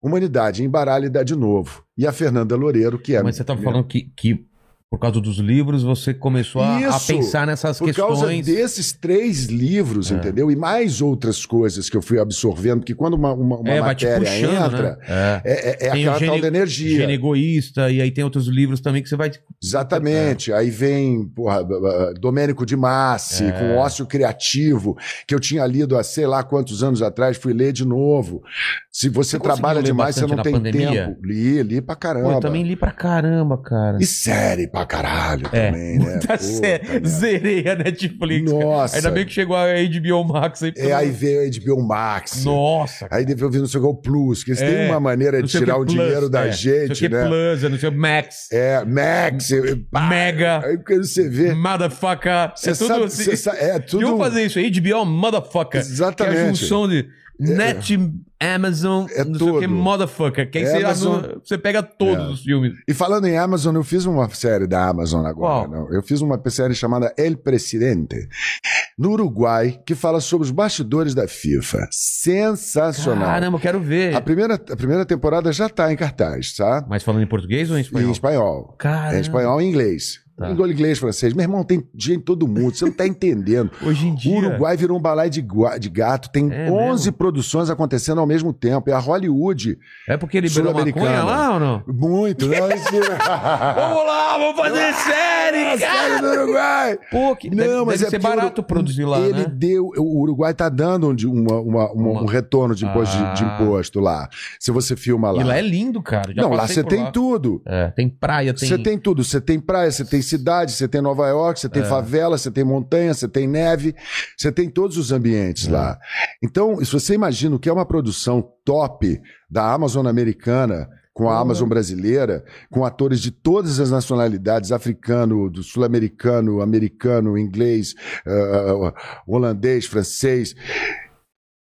S3: Humanidade, embaralha e dá de novo. E a Fernanda Loureiro, que é
S1: Mas você tá falando que, que por causa dos livros você começou a, a
S3: Isso,
S1: pensar nessas
S3: Por causa
S1: questões.
S3: desses três livros,
S1: É.
S3: entendeu? E mais outras coisas que eu fui absorvendo, porque quando uma, uma, uma
S1: é, vai te
S3: matéria
S1: puxando,
S3: entra,
S1: né? É.
S3: é, é, é
S1: Tem o
S3: aquela tal
S1: gene-
S3: da energia.
S1: Gene egoísta, e aí tem outros livros também que você vai.
S3: Exatamente. Aí vem, porra, b- b- Domênico de Massi,
S1: É.
S3: com Ócio Criativo, que eu tinha lido há sei lá quantos anos atrás, fui ler de novo. Se você,
S1: Você conseguiu
S3: trabalha
S1: ler
S3: demais, você
S1: bastante na
S3: não tem
S1: pandemia?
S3: tempo. Li, li pra
S1: Pô,
S3: caramba.
S1: eu também li pra caramba, cara.
S3: E série pra caralho
S1: É,
S3: também, né?
S1: Tá
S3: Puta
S1: sério.
S3: merda.
S1: Zerei a Netflix. cara.
S3: Nossa.
S1: Ainda bem que chegou a HBO Max aí.
S3: É, aí veio a HBO Max.
S1: Nossa,
S3: Aí depois eu vi não sei o que, o Plus, que eles
S1: É,
S3: têm uma maneira de
S1: Não sei que
S3: tirar o
S1: plus,
S3: dinheiro da
S1: é. não sei o
S3: gente,
S1: que
S3: né?
S1: Plus, não sei o que Max,
S3: É, Max, eu- eu-
S1: Mega,
S3: aí quando você vê.
S1: Motherfucker.
S3: Você
S1: é tudo
S3: é, sabe,
S1: assim.
S3: você sabe- é tudo.
S1: E eu vou fazer isso aí, HBO Motherfucker. Que é a
S3: Exatamente.
S1: junção de Net, Amazon,
S3: É
S1: não sei o que,
S3: tudo. É
S1: Motherfucker. Que aí você,
S3: Amazon-
S1: anula- você pega todos
S3: É.
S1: os filmes.
S3: E falando em Amazon, eu fiz uma série da Amazon agora.
S1: Qual?
S3: Não. Eu fiz uma série chamada El Presidente, no Uruguai, que fala sobre os bastidores da FIFA. Sensacional.
S1: Caramba, eu quero ver.
S3: A primeira, a primeira temporada já está em cartaz, tá?
S1: Mas falando em português ou um em
S3: Em
S1: espanhol?
S3: espanhol.
S1: Caramba.
S3: É espanhol e inglês.
S1: Tá.
S3: Igual inglês, francês. Meu irmão, tem gente de todo mundo. Você não tá entendendo.
S1: Hoje em
S3: O
S1: dia.
S3: Uruguai virou um balai de, gua- de gato. Tem
S1: É
S3: 11
S1: mesmo?
S3: produções acontecendo ao mesmo tempo. É a Hollywood.
S1: É porque liberou
S3: Sul-Americana.
S1: maconha lá ou não?
S3: Muito, né? Mentira.
S1: Vamos lá, vamos fazer série,
S3: Série
S1: cara!
S3: do Uruguai.
S1: Pô, que deve,
S3: Não, mas
S1: deve
S3: é
S1: ser
S3: porque o
S1: barato
S3: Uru-
S1: produzir lá,
S3: Ele
S1: né?
S3: deu. O Uruguai está dando um de- uma- uma- uma-
S1: Uma-
S3: um retorno de imposto, de- de
S1: Ah.
S3: imposto lá. Se você filma lá.
S1: E lá é lindo, cara. Já
S3: Não, lá
S1: passei
S3: você
S1: por
S3: tem tudo.
S1: É, tem praia, tem...
S3: Você tem tudo, você tem praia, você tem cidade, você tem Nova York, você tem
S1: É.
S3: favela, você tem montanha, você tem neve, você tem todos os
S1: É.
S3: ambientes lá. Então, se você imagina o que é uma produção top da Amazon americana com a
S1: Porra.
S3: Amazon brasileira, com atores de todas as nacionalidades, africano, do sul-americano, americano, inglês, ah, holandês, francês.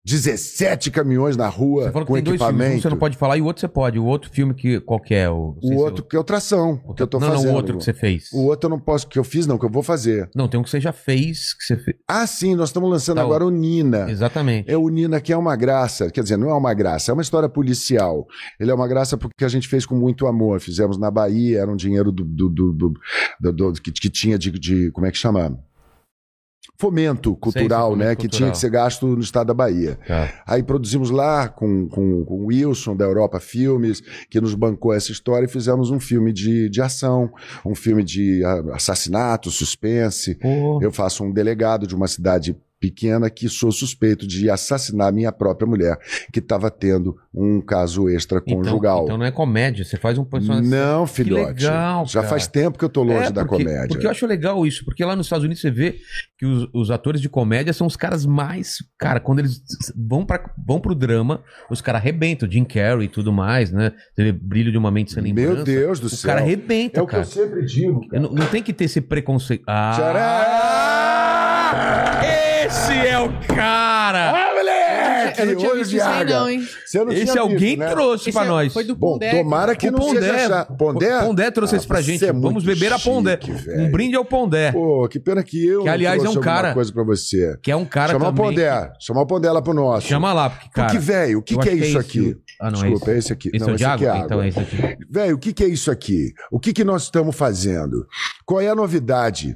S3: 17 caminhões na rua
S1: Você falou que
S3: com
S1: tem dois filmes, um
S3: equipamento.
S1: você não pode falar e o outro você pode. O outro filme que... Qual que é? O, não sei
S3: O
S1: se
S3: outro que é o
S1: é
S3: tração,
S1: o-
S3: que eu tô
S1: não,
S3: fazendo.
S1: Não, o outro que você fez.
S3: O outro eu não posso, que eu fiz, não, que eu vou fazer.
S1: Não, tem um que você já fez, que você fez.
S3: Ah, sim, nós estamos lançando
S1: Tá,
S3: agora o Nina.
S1: Exatamente.
S3: É o Nina que é uma graça, quer dizer, não é uma graça, é uma história policial. Ele é uma graça porque a gente fez com muito amor. Fizemos na Bahia, era um dinheiro do, do, do- do- do- do- que, que tinha de, de- Como é que chama? Fomento cultural,
S1: fomento
S3: né? Que
S1: cultural.
S3: tinha que ser gasto no estado da Bahia.
S1: Tá.
S3: Aí produzimos lá com, com, com o Wilson, da Europa Filmes, que nos bancou essa história, e fizemos um filme de, de ação, um filme de ah, assassinato, suspense.
S1: Pô,
S3: Eu faço um delegado de uma cidade pequena que sou suspeito de assassinar minha própria mulher, que estava tendo um caso
S1: então,
S3: extraconjugal.
S1: então não é comédia, você faz um personagem...
S3: Não,
S1: Que
S3: filhote.
S1: legal,
S3: Já
S1: cara.
S3: faz tempo que eu tô longe
S1: É,
S3: da
S1: porque-
S3: comédia.
S1: Porque eu acho legal isso, porque lá nos Estados Unidos você vê que os, os atores de comédia são os caras mais. Cara, quando eles vão, pra, vão pro drama, os caras arrebentam, Jim Carrey e tudo mais, né? Você vê brilho de uma mente sem lembrança.
S3: Meu Deus do
S1: o
S3: céu.
S1: cara arrebenta,
S3: é o que
S1: cara.
S3: eu sempre digo.
S1: Eu não, não tem que ter esse preconceito. Ah!
S3: Tcharam!
S1: Esse é o cara!
S3: Ah,
S1: É,
S3: moleque! aqui,
S2: É, eu não tinha
S3: olho
S2: visto
S3: de
S2: isso aí,
S3: águia.
S2: não, hein?
S3: Você não
S1: Esse
S3: tinha
S1: alguém
S3: visto, né?
S1: trouxe pra
S2: é-
S1: nós.
S2: Foi do
S3: Bom,
S2: Pondé.
S3: tomara que
S1: O
S3: não seja
S1: Pondé.
S3: chá- Pondé?
S1: Pondé trouxe
S3: Ah,
S1: isso pra
S3: você
S1: gente.
S3: é muito
S1: Vamos beber a Pondé.
S3: chique,
S1: um
S3: velho.
S1: brinde ao Pondé,
S3: Pô, que pena que eu
S1: Que,
S3: não
S1: aliás, é um
S3: trouxe alguma
S1: cara-
S3: coisa pra você.
S1: que é um cara
S3: Chamar o
S1: também.
S3: Pondé. Chamar o Pondé lá pro nosso.
S1: Assim, Chama lá, porque, cara.
S3: Porque, velho, o que,
S1: eu
S3: que é
S1: acho
S3: isso
S1: esse
S3: aqui?
S1: o- Ah, não, é
S3: Desculpa, é
S1: esse.
S3: esse aqui.
S1: Esse
S3: não,
S1: é o de
S3: esse aqui
S1: água?
S3: é água.
S1: Então é esse aqui.
S3: Velho, o que, que é isso aqui? O que, que nós estamos fazendo? Qual é a novidade?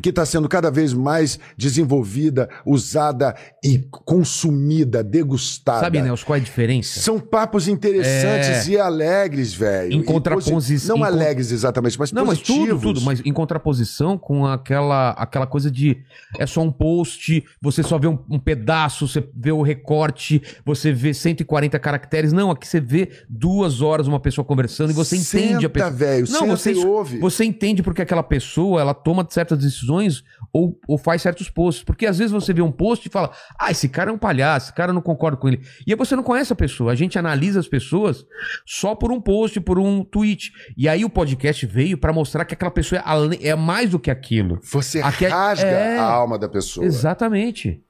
S3: Que está sendo cada vez mais desenvolvida, usada e consumida, degustada.
S1: Sabe, Nelson, qual é a diferença?
S3: Ah, tá. São papos interessantes e alegres, velho.
S1: Em
S3: E posi-
S1: contraposição- em
S3: Não
S1: con-
S3: alegres exatamente, mas
S1: Não, mas tudo,
S3: positivos.
S1: tudo, mas em contraposição com aquela, aquela coisa de é só um post, você só vê um, um pedaço, você vê o recorte, você vê 140 caracteres. Não, aqui você vê duas horas uma pessoa conversando e você entende a
S3: Senta,
S1: pessoa.
S3: velho.
S1: Não,
S3: Não, senta
S1: você
S3: você
S1: es-
S3: ouve.
S1: Você entende porque aquela pessoa ela toma certas decisões ou, ou faz certos posts. Porque às vezes você vê um post e fala: Ah, esse cara é um palhaço, esse cara eu não concordo com ele. E aí você não conhece a pessoa. A gente analisa as pessoas só por um post, por um tweet. E aí o podcast veio pra mostrar que aquela pessoa é, ale- é mais do que aquilo.
S3: Você
S1: Aqui é-
S3: rasga
S1: é.
S3: a alma da pessoa.
S1: Exatamente.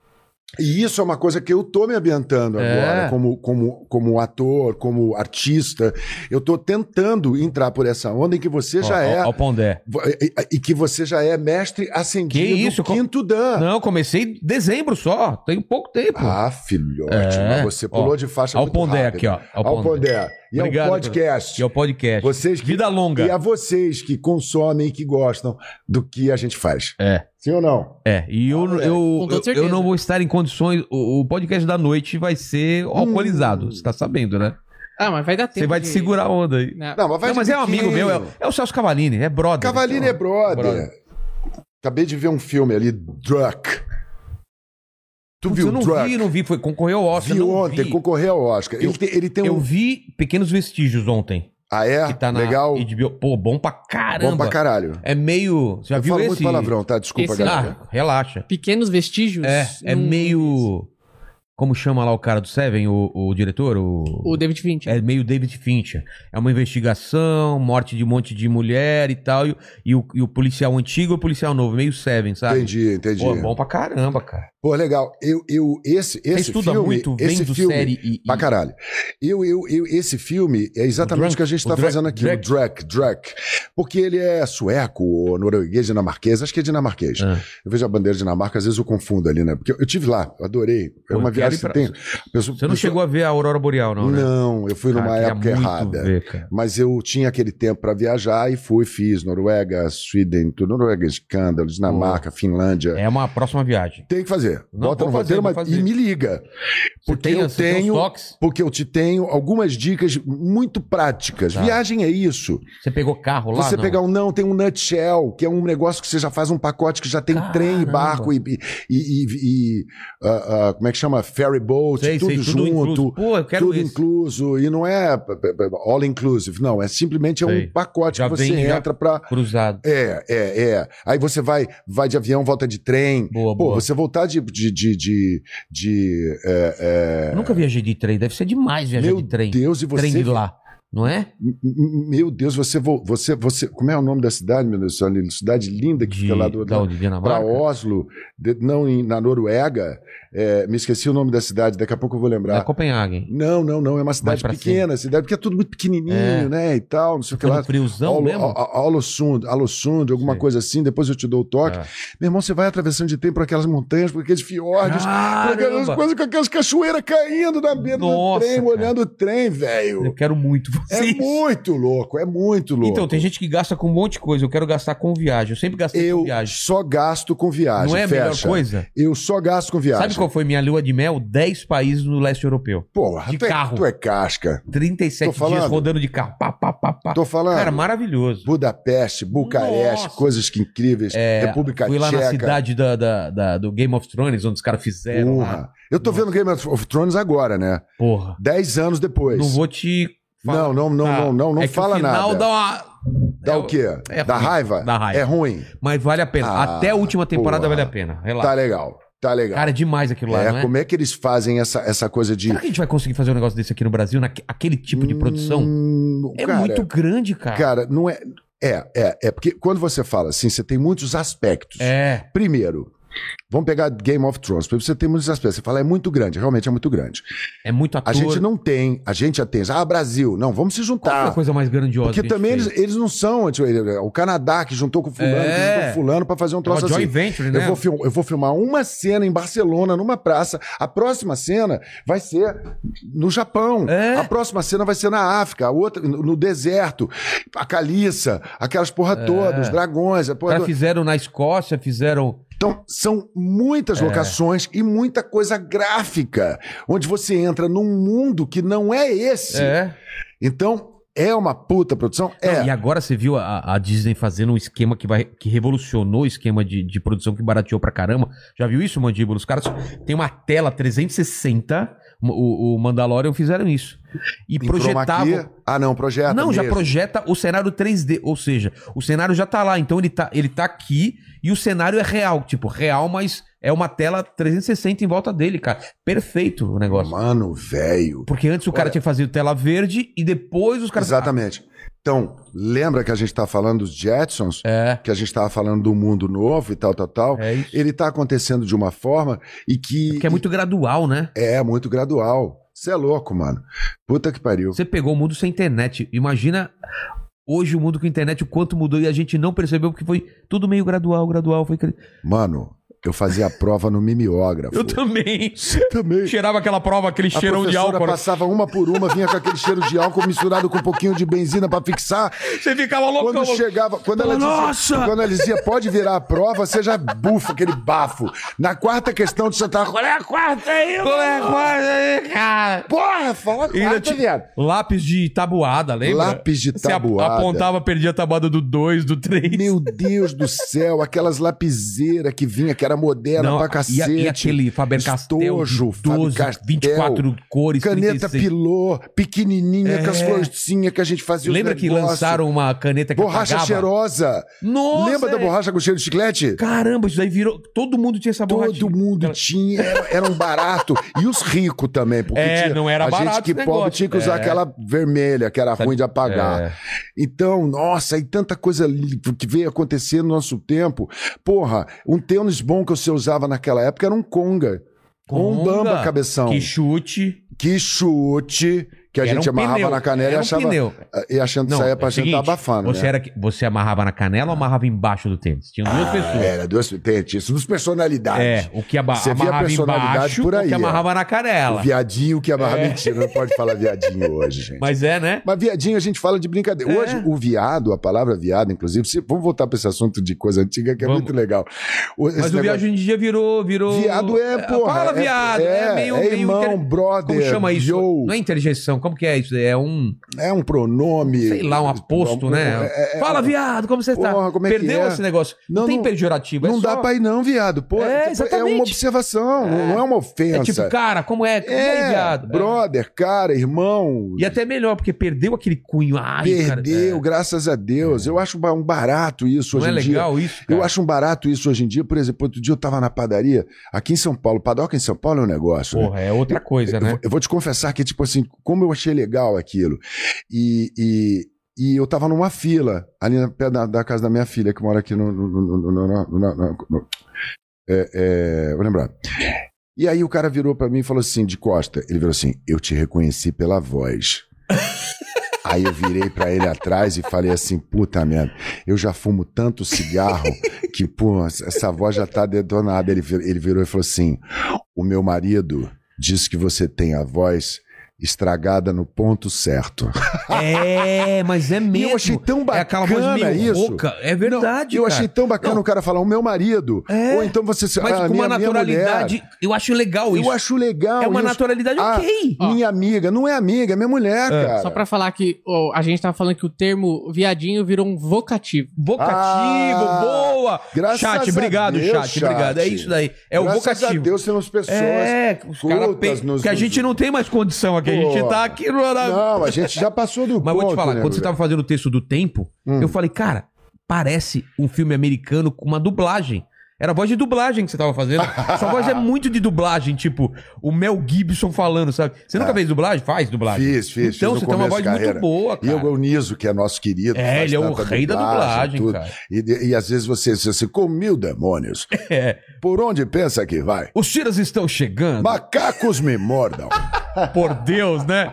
S3: E isso é uma coisa que eu tô me ambientando
S1: É.
S3: agora, como, como, como ator, como artista. Eu tô tentando entrar por essa onda em que você já
S1: Ó,
S3: é.
S1: Ó, ó, o Pondé.
S3: e- E, e que você já é mestre acendido
S1: Que isso,
S3: do
S1: co-
S3: quinto dan.
S1: Não, eu comecei em dezembro só. Tem pouco tempo.
S3: Ah, filhote,
S1: É.
S3: mas você pulou
S1: Ó,
S3: de faixa
S1: Ó, o
S3: muito
S1: Pondé
S3: rápido.
S1: aqui, ó. Ó,
S3: Ao
S1: o Pondé.
S3: Pondé. E ao
S1: Obrigado,
S3: podcast.
S1: E é o podcast.
S3: Vocês que-
S1: Vida longa.
S3: E a vocês que consomem e que gostam do que a gente faz.
S1: É.
S3: Sim ou não?
S1: É, e eu,
S3: Olha,
S2: com
S1: eu,
S2: toda
S1: eu,
S2: certeza.
S1: eu não vou estar em condições. O, o podcast da noite vai ser
S3: Hum.
S1: alcoolizado, você tá sabendo, né?
S2: Ah, mas vai dar tempo.
S1: Você vai te segurar a onda aí.
S2: Não.
S3: mas
S1: Não, mas é um amigo meu, é, é o Celso Cavalini, é brother.
S3: Cavalini é brother.
S1: Brother.
S3: Acabei de ver um filme ali, Druck. Tu
S1: Putz,
S3: viu
S1: eu não
S3: Druck?
S1: vi, não vi, foi, concorreu ao Oscar.
S3: Vi
S1: não
S3: ontem,
S1: vi.
S3: concorreu ao Oscar.
S1: Eu-
S3: ele tem, ele tem
S1: Eu
S3: um.
S1: vi Pequenos Vestígios ontem,
S3: Ah, é?
S1: que tá na
S3: Legal.
S1: HBO. Pô, bom pra caramba.
S3: Bom pra caralho.
S1: É meio... Você já
S3: eu
S1: viu
S3: falo
S1: esse?
S3: muito palavrão, tá? Desculpa,
S2: Esse-
S3: galera.
S1: Ah, relaxa.
S2: Pequenos vestígios.
S1: É, é
S2: não-
S1: meio... Como chama lá o cara do Seven, o, o diretor?
S2: O David Fincher.
S1: É meio David Fincher. É uma investigação, morte de um monte de mulher e tal. E, o- e o, e o policial antigo e o policial novo. Meio Seven, sabe?
S3: Entendi, entendi.
S1: Pô, é
S3: Pô,
S1: bom pra caramba, cara.
S3: legal. Eu, eu, esse,
S1: Você
S3: esse
S1: estuda
S3: filme,
S1: muito
S3: esse
S1: vendo
S3: filme,
S1: série e... e-
S3: Pra caralho. Eu, eu, eu, esse filme é exatamente
S1: Drunk,
S3: o que a gente
S1: o
S3: tá
S1: Drunk,
S3: fazendo aqui, o Drake, Drake. Porque ele é sueco, ou norueguês, dinamarquês, acho que é dinamarquês.
S1: Ah.
S3: Eu vejo a bandeira dinamarca, às vezes eu confundo ali, né? Porque eu, eu tive lá, eu adorei. É
S1: Pô,
S3: uma
S1: eu
S3: viagem que
S1: quero
S3: tem.
S1: ir Você não chegou a ver a Aurora Boreal, não,
S3: Não,
S1: né?
S3: eu fui
S1: Cara,
S3: numa
S1: queria
S3: época
S1: muito
S3: errada.
S1: ver, cara.
S3: Mas eu tinha aquele tempo pra viajar e fui, fiz Noruega, Sweden, tudo, Noruega, escândalo, Dinamarca, Finlândia.
S1: É uma próxima viagem.
S3: Tem que fazer.
S1: Não,
S3: Bota
S1: vou
S3: no
S1: fazer,
S3: roteiro
S1: vou
S3: mas-
S1: fazer.
S3: e me liga.
S1: Você
S3: Porque
S1: tem-
S3: eu
S1: você tem os
S3: tenho
S1: toques?
S3: porque eu te tenho algumas dicas muito práticas.
S1: Tá.
S3: Viagem é isso.
S1: Você pegou carro lá?
S3: você
S1: não?
S3: pegar um não, tem um nutshell, que é um negócio que você já faz um pacote que já tem
S1: Caramba.
S3: trem, barco e, e, e- e- ah, ah, como é que chama? Ferry boat,
S1: sei,
S3: um tudo
S1: sei,
S3: junto.
S1: incluso. Pô, eu quero
S3: Tudo
S1: esse.
S3: incluso, e não é p- p- p- all inclusive, não, é simplesmente é
S1: Sei.
S3: um pacote
S1: Já
S3: que você
S1: vem, já-
S3: entra pra.
S1: Cruzado.
S3: É, é, é. Aí você vai, vai de avião, volta de trem.
S1: Boa,
S3: Pô,
S1: boa.
S3: você voltar de. de, de, de, de, é, é,
S1: Eu Nunca viajei de trem. Deve ser demais viajar
S3: Meu
S1: de trem.
S3: Deus, e você.
S1: Trem de lá. Não é?
S3: M- m- Meu Deus, você, vo- você, você. Como é o nome da cidade, meu Deus? Olha, Cidade linda que
S1: De,
S3: fica lá do.
S1: da onde?
S3: Para
S1: Dinamarca?
S3: Oslo, de- não em- na Noruega. É, me esqueci o nome da cidade, daqui a pouco eu vou
S1: Da
S3: lembrar.
S1: Copenhague.
S3: Não, não, não. É uma cidade
S1: É pra
S3: pequena, cidade, porque é tudo muito pequenininho,
S1: É.
S3: né? E tal, não sei o que
S1: Fica
S3: lá.
S1: no friozão
S3: Olo-
S1: mesmo?
S3: a- a- Alosund, Alosund, alguma
S1: Sei.
S3: coisa assim, depois eu te dou o toque.
S1: Tá.
S3: Meu irmão, você vai atravessando de trem por aquelas montanhas, por aqueles fiordes, por aquelas
S1: Caramba!
S3: coisas com aquelas cachoeiras caindo na beira
S1: Nossa,
S3: do trem,
S1: cara.
S3: olhando o trem, velho.
S1: Eu quero muito
S3: É
S1: fazer isso.
S3: muito louco, é muito louco.
S1: Então, tem gente que gasta com um monte de coisa. Eu quero gastar com viagem. Eu sempre gastei com
S3: Eu
S1: viagem.
S3: só gasto com viagem.
S1: Não é a melhor
S3: fecha.
S1: coisa?
S3: Eu só gasto com viagem.
S1: Sabe qual foi minha lua de mel? 10 países no leste europeu.
S3: Porra,
S1: De
S3: tu, é-
S1: carro.
S3: tu É, casca.
S1: 37
S3: Tô falando.
S1: dias rodando de carro. Pá, pá, pá, pá.
S3: Tô falando.
S1: Cara, maravilhoso.
S3: Budapeste, Bucareste,
S1: Nossa.
S3: coisas que incríveis.
S1: É,
S3: República
S1: Fui lá
S3: Tcheca.
S1: na cidade da, da- da- do Game of Thrones, onde os caras fizeram. lá.
S3: Porra. Eu tô vendo Game of Thrones agora, né?
S1: Porra.
S3: Dez anos depois.
S1: Não vou te.
S3: Não, não, não,
S1: Tá.
S3: não, não, não
S1: É que
S3: fala
S1: o final
S3: nada.
S1: dá uma.
S3: Dá
S1: é
S3: o quê?
S1: é
S3: Dá
S1: ruim.
S3: raiva?
S1: Dá raiva.
S3: É ruim.
S1: Mas vale a pena.
S3: Ah,
S1: Até a última temporada
S3: porra.
S1: vale a pena. Relaxa.
S3: Tá legal. Tá legal.
S1: Cara, é demais aquilo lá,
S3: é,
S1: não é?
S3: como é que eles fazem essa, essa coisa de.
S1: Será que a gente vai conseguir fazer um negócio desse aqui no Brasil, naque- aquele tipo de produção?
S3: Hum,
S1: É
S3: cara,
S1: muito grande, cara.
S3: Cara, não é. É, é, é porque quando você fala assim, você tem muitos aspectos.
S1: É.
S3: Primeiro, Vamos pegar Game of Thrones, porque você tem muitos aspectos. Você fala, é muito grande, realmente é muito grande.
S1: É muito ator.
S3: A gente não tem, a gente já tem. Ah, Brasil, não, vamos se
S1: Qual foi
S3: juntar.
S1: a coisa mais grandiosa
S3: Porque
S1: que a gente
S3: também eles,
S1: fez?
S3: eles não são. tipo, ele- o Canadá que juntou com Fulano,
S1: É.
S3: que juntou Fulano pra fazer um
S1: É uma
S3: troço
S1: joint
S3: assim.
S1: venture,
S3: Eu
S1: né?
S3: vou, fil- eu vou filmar uma cena em Barcelona, numa praça. A próxima cena vai ser no Japão.
S1: É.
S3: A próxima cena vai ser na África, a outra no, no deserto. A caliça, aquelas porra
S1: É.
S3: toda, os dragões. A porra
S1: Cara,
S3: toda.
S1: fizeram na Escócia, fizeram.
S3: Então, são
S1: É.
S3: muitas locações e muita coisa gráfica, onde você entra num mundo que não é esse.
S1: É.
S3: Então, é uma puta produção? É.
S1: Não, E agora você viu a, a Disney fazendo um esquema que, vai, que revolucionou o esquema de, de produção que barateou pra caramba. Já viu isso, Mandíbula? Os caras têm uma tela 360. O, o Mandalorian fizeram isso. E
S3: Em chroma
S1: projetavam.
S3: key? Ah, não, projeta.
S1: Não, já
S3: mesmo.
S1: projeta o cenário 3D, ou seja, o cenário já tá lá, então ele tá, ele tá aqui e o cenário é real, tipo, real, mas é uma tela 360 em volta dele, cara. Perfeito o negócio.
S3: Mano, velho.
S1: Porque antes o cara
S3: Olha-
S1: tinha fazido tela verde e depois os caras.
S3: Exatamente. Então, lembra que a gente tá falando dos Jetsons?
S1: É.
S3: Que a gente tava falando do mundo novo e tal, tal, tal.
S1: É isso.
S3: Ele tá acontecendo de uma forma e que.
S1: Porque é muito gradual, né?
S3: É, muito gradual. Você é louco, mano. Puta que pariu.
S1: Você pegou o mundo sem internet. Imagina hoje o mundo com internet, o quanto mudou e a gente não percebeu porque foi tudo meio gradual, gradual. Foi... cre-
S3: Mano, eu fazia a prova no mimeógrafo.
S1: Eu também.
S3: Você também.
S1: Cheirava aquela prova, aquele
S3: A
S1: cheirão de
S3: professora
S1: álcool. né?
S3: passava uma por uma, vinha com aquele cheiro de álcool misturado com um pouquinho de benzina pra fixar.
S1: Você ficava loucão.
S3: Quando
S1: loucão.
S3: chegava, quando ela,
S1: é Nossa!
S3: dizia, quando ela dizia pode virar a prova, você já bufa aquele bafo. Na quarta questão, você tava. Qual é a quarta aí?
S1: Qual é, qual é, cara?
S3: Porra, fala a
S1: E ainda
S3: quarta,
S1: tinha
S3: viado.
S1: Lápis de tabuada, lembra?
S3: Lápis de
S1: Você ap-
S3: tabuada.
S1: apontava, perdia a tabuada do 2, do 3.
S3: Meu Deus do céu, aquelas lapiseiras que vinha, que era moderna pra
S1: e, a-
S3: cacete.
S1: e aquele Faber-Castell de
S3: Estojo,
S1: 12,
S3: Faber-Castell,
S1: 24 cores,
S3: Caneta
S1: 36.
S3: pilô, pequenininha, com as
S1: É.
S3: florzinhas que a gente fazia os
S1: Lembra que
S3: é negócio.
S1: lançaram uma caneta que
S3: Borracha
S1: apagava?
S3: cheirosa.
S1: Nossa!
S3: Lembra da
S1: é.
S3: borracha com cheiro de chiclete?
S1: Caramba, isso daí virou... Todo mundo tinha essa borracha.
S3: Todo mundo tinha, era, era um barato. E os ricos também, porque
S1: É,
S3: tinha,
S1: não era
S3: a
S1: barato
S3: gente que
S1: esse
S3: pobre
S1: negócio.
S3: tinha que usar
S1: É.
S3: aquela vermelha, que era ruim de apagar.
S1: É.
S3: Então, nossa, e tanta coisa li- que veio acontecer no nosso tempo. Porra, um tênis bom que você usava naquela época era um conga. Ou um
S1: Conga,
S3: bamba, cabeção.
S1: Que
S3: Que,
S1: chute.
S3: chute que a
S1: Era
S3: gente
S1: um
S3: amarrava
S1: pneu,
S3: na canela e
S1: era um
S3: achava...
S1: pneu.
S3: E achando que saía pra
S1: é o
S3: gente
S1: seguinte,
S3: tá abafando,
S1: Você,
S3: né?
S1: era que- você amarrava na canela ou amarrava embaixo do tênis? Tinha
S3: Ah,
S1: duas pessoas.
S3: Era duas... Tem, tinha isso, duas personalidades.
S1: É, o que aba-
S3: Você via a
S1: amarrava
S3: personalidade
S1: embaixo,
S3: por
S1: o
S3: aí, é.
S1: que
S3: ó.
S1: amarrava na
S3: O
S1: canela.
S3: viadinho que amarra mentira. Não pode falar viadinho hoje, gente. Mas...
S1: É. Mas é, né?
S3: viadinho a gente fala de brincadeira.
S1: É.
S3: Hoje, o viado, a palavra viado, inclusive, se- vamos voltar pra esse assunto de coisa antiga que é
S1: Vamos.
S3: muito legal. O- esse
S1: Mas o
S3: negócio-
S1: viado hoje em dia virou... virou...
S3: Viado é, porra.
S1: Fala
S3: é-
S1: viado. É, meio...
S3: é
S1: meio
S3: irmão,
S1: inter-
S3: brother.
S1: Como chama isso?
S3: yo.
S1: Não é interjeição, como que é isso? É um,
S3: é um pronome.
S1: sei lá, um aposto,
S3: Um-
S1: né?
S3: é- é-
S1: Fala, viado, como você está?
S3: Porra, como é que
S1: Perdeu
S3: é?
S1: esse negócio. Não,
S3: Não,
S1: tem
S3: não-
S1: pejorativo. é
S3: Não dá
S1: só-
S3: pra ir, não, viado. Pô,
S1: É,
S3: é,
S1: exatamente.
S3: uma observação, não- não é uma ofensa.
S1: É tipo, cara, como é? Como é,
S3: É,
S1: viado? É.
S3: brother, cara, irmão.
S1: E até melhor, porque perdeu aquele cunho. Ai, cara,
S3: perdeu,
S1: é.
S3: graças a Deus. Eu acho ba- um barato isso
S1: Não
S3: hoje
S1: é
S3: em dia.
S1: legal isso, cara?
S3: Eu acho um barato isso hoje em dia. Por exemplo, outro dia eu tava na padaria aqui em São Paulo. Padoca em São Paulo é um negócio. né?
S1: Porra, é outra coisa,
S3: Eu vou-
S1: né?
S3: Eu, vou te confessar que, tipo assim, como eu achei legal aquilo. E, e, e eu tava numa fila, ali na perto da, da casa da minha filha, que mora aqui no. no, no, no- no- no- no- no- no- é, é, vou lembrar. E aí o cara virou pra mim e falou assim, de costa. Ele virou assim: Eu te reconheci pela voz. Aí eu virei pra ele atrás e falei assim: puta merda, eu já fumo tanto cigarro que, pô, essa voz já tá detonada. Ele, vir- ele virou e falou assim: o meu marido disse que você tem a voz estragada no ponto certo.
S1: É, mas é
S3: E
S1: mesmo.
S3: eu achei tão
S1: é
S3: bacana
S1: aquela voz meio
S3: isso.
S1: rouca. É verdade,
S3: eu
S1: cara.
S3: achei tão bacana
S1: Não.
S3: o cara falar o meu marido.
S1: É.
S3: Ou então você se-
S1: Mas
S3: ah,
S1: com
S3: minha-
S1: uma
S3: minha
S1: naturalidade. Eu acho legal
S3: mulher.
S1: isso.
S3: Eu acho legal.
S1: é uma
S3: isso.
S1: naturalidade
S3: Ah,
S1: ok.
S2: Ó.
S3: Minha amiga, não é amiga, é minha mulher, cara.
S2: Só pra falar que ó, a gente tava falando que o termo viadinho virou um vocativo.
S1: Vocativo,
S3: Ah,
S1: boa!
S3: graças
S1: chat,
S3: a
S1: obrigado,
S3: Deus,
S1: chat,
S3: chat.
S1: obrigado. É isso daí. É o
S3: Graças
S1: vocativo.
S3: a Deus temos pessoas.
S1: é, os caras
S3: cultas
S1: pensam
S3: nos-
S1: que a
S3: nos-
S1: gente não tem mais condição aqui. A gente
S3: Pô.
S1: tá aqui no horário.
S3: Não, a gente já passou do
S1: Mas
S3: ponto.
S1: vou te falar,
S3: né,
S1: quando você tá tava
S3: Bruno?
S1: fazendo o texto do tempo,
S3: Hum.
S1: eu falei, cara, parece um filme americano com uma dublagem. Era voz de dublagem que você tava fazendo. Sua voz é muito de dublagem, tipo o Mel Gibson falando, sabe? Você nunca
S3: É.
S1: fez dublagem? Faz dublagem.
S3: Fiz, fiz.
S1: Então
S3: fiz
S1: você tem
S3: no
S1: uma
S3: começo
S1: voz
S3: de
S1: muito
S3: carreira.
S1: boa,
S3: E
S1: cara.
S3: o Niso, que é nosso querido.
S1: É,
S3: faz
S1: ele é o
S3: tanta
S1: rei da dublagem,
S3: tudo.
S1: cara.
S3: E, e às vezes você diz assim, com mil demônios,
S1: É.
S3: por onde pensa que vai?
S1: Os tiras estão chegando.
S3: Macacos me mordam.
S1: Por Deus, né?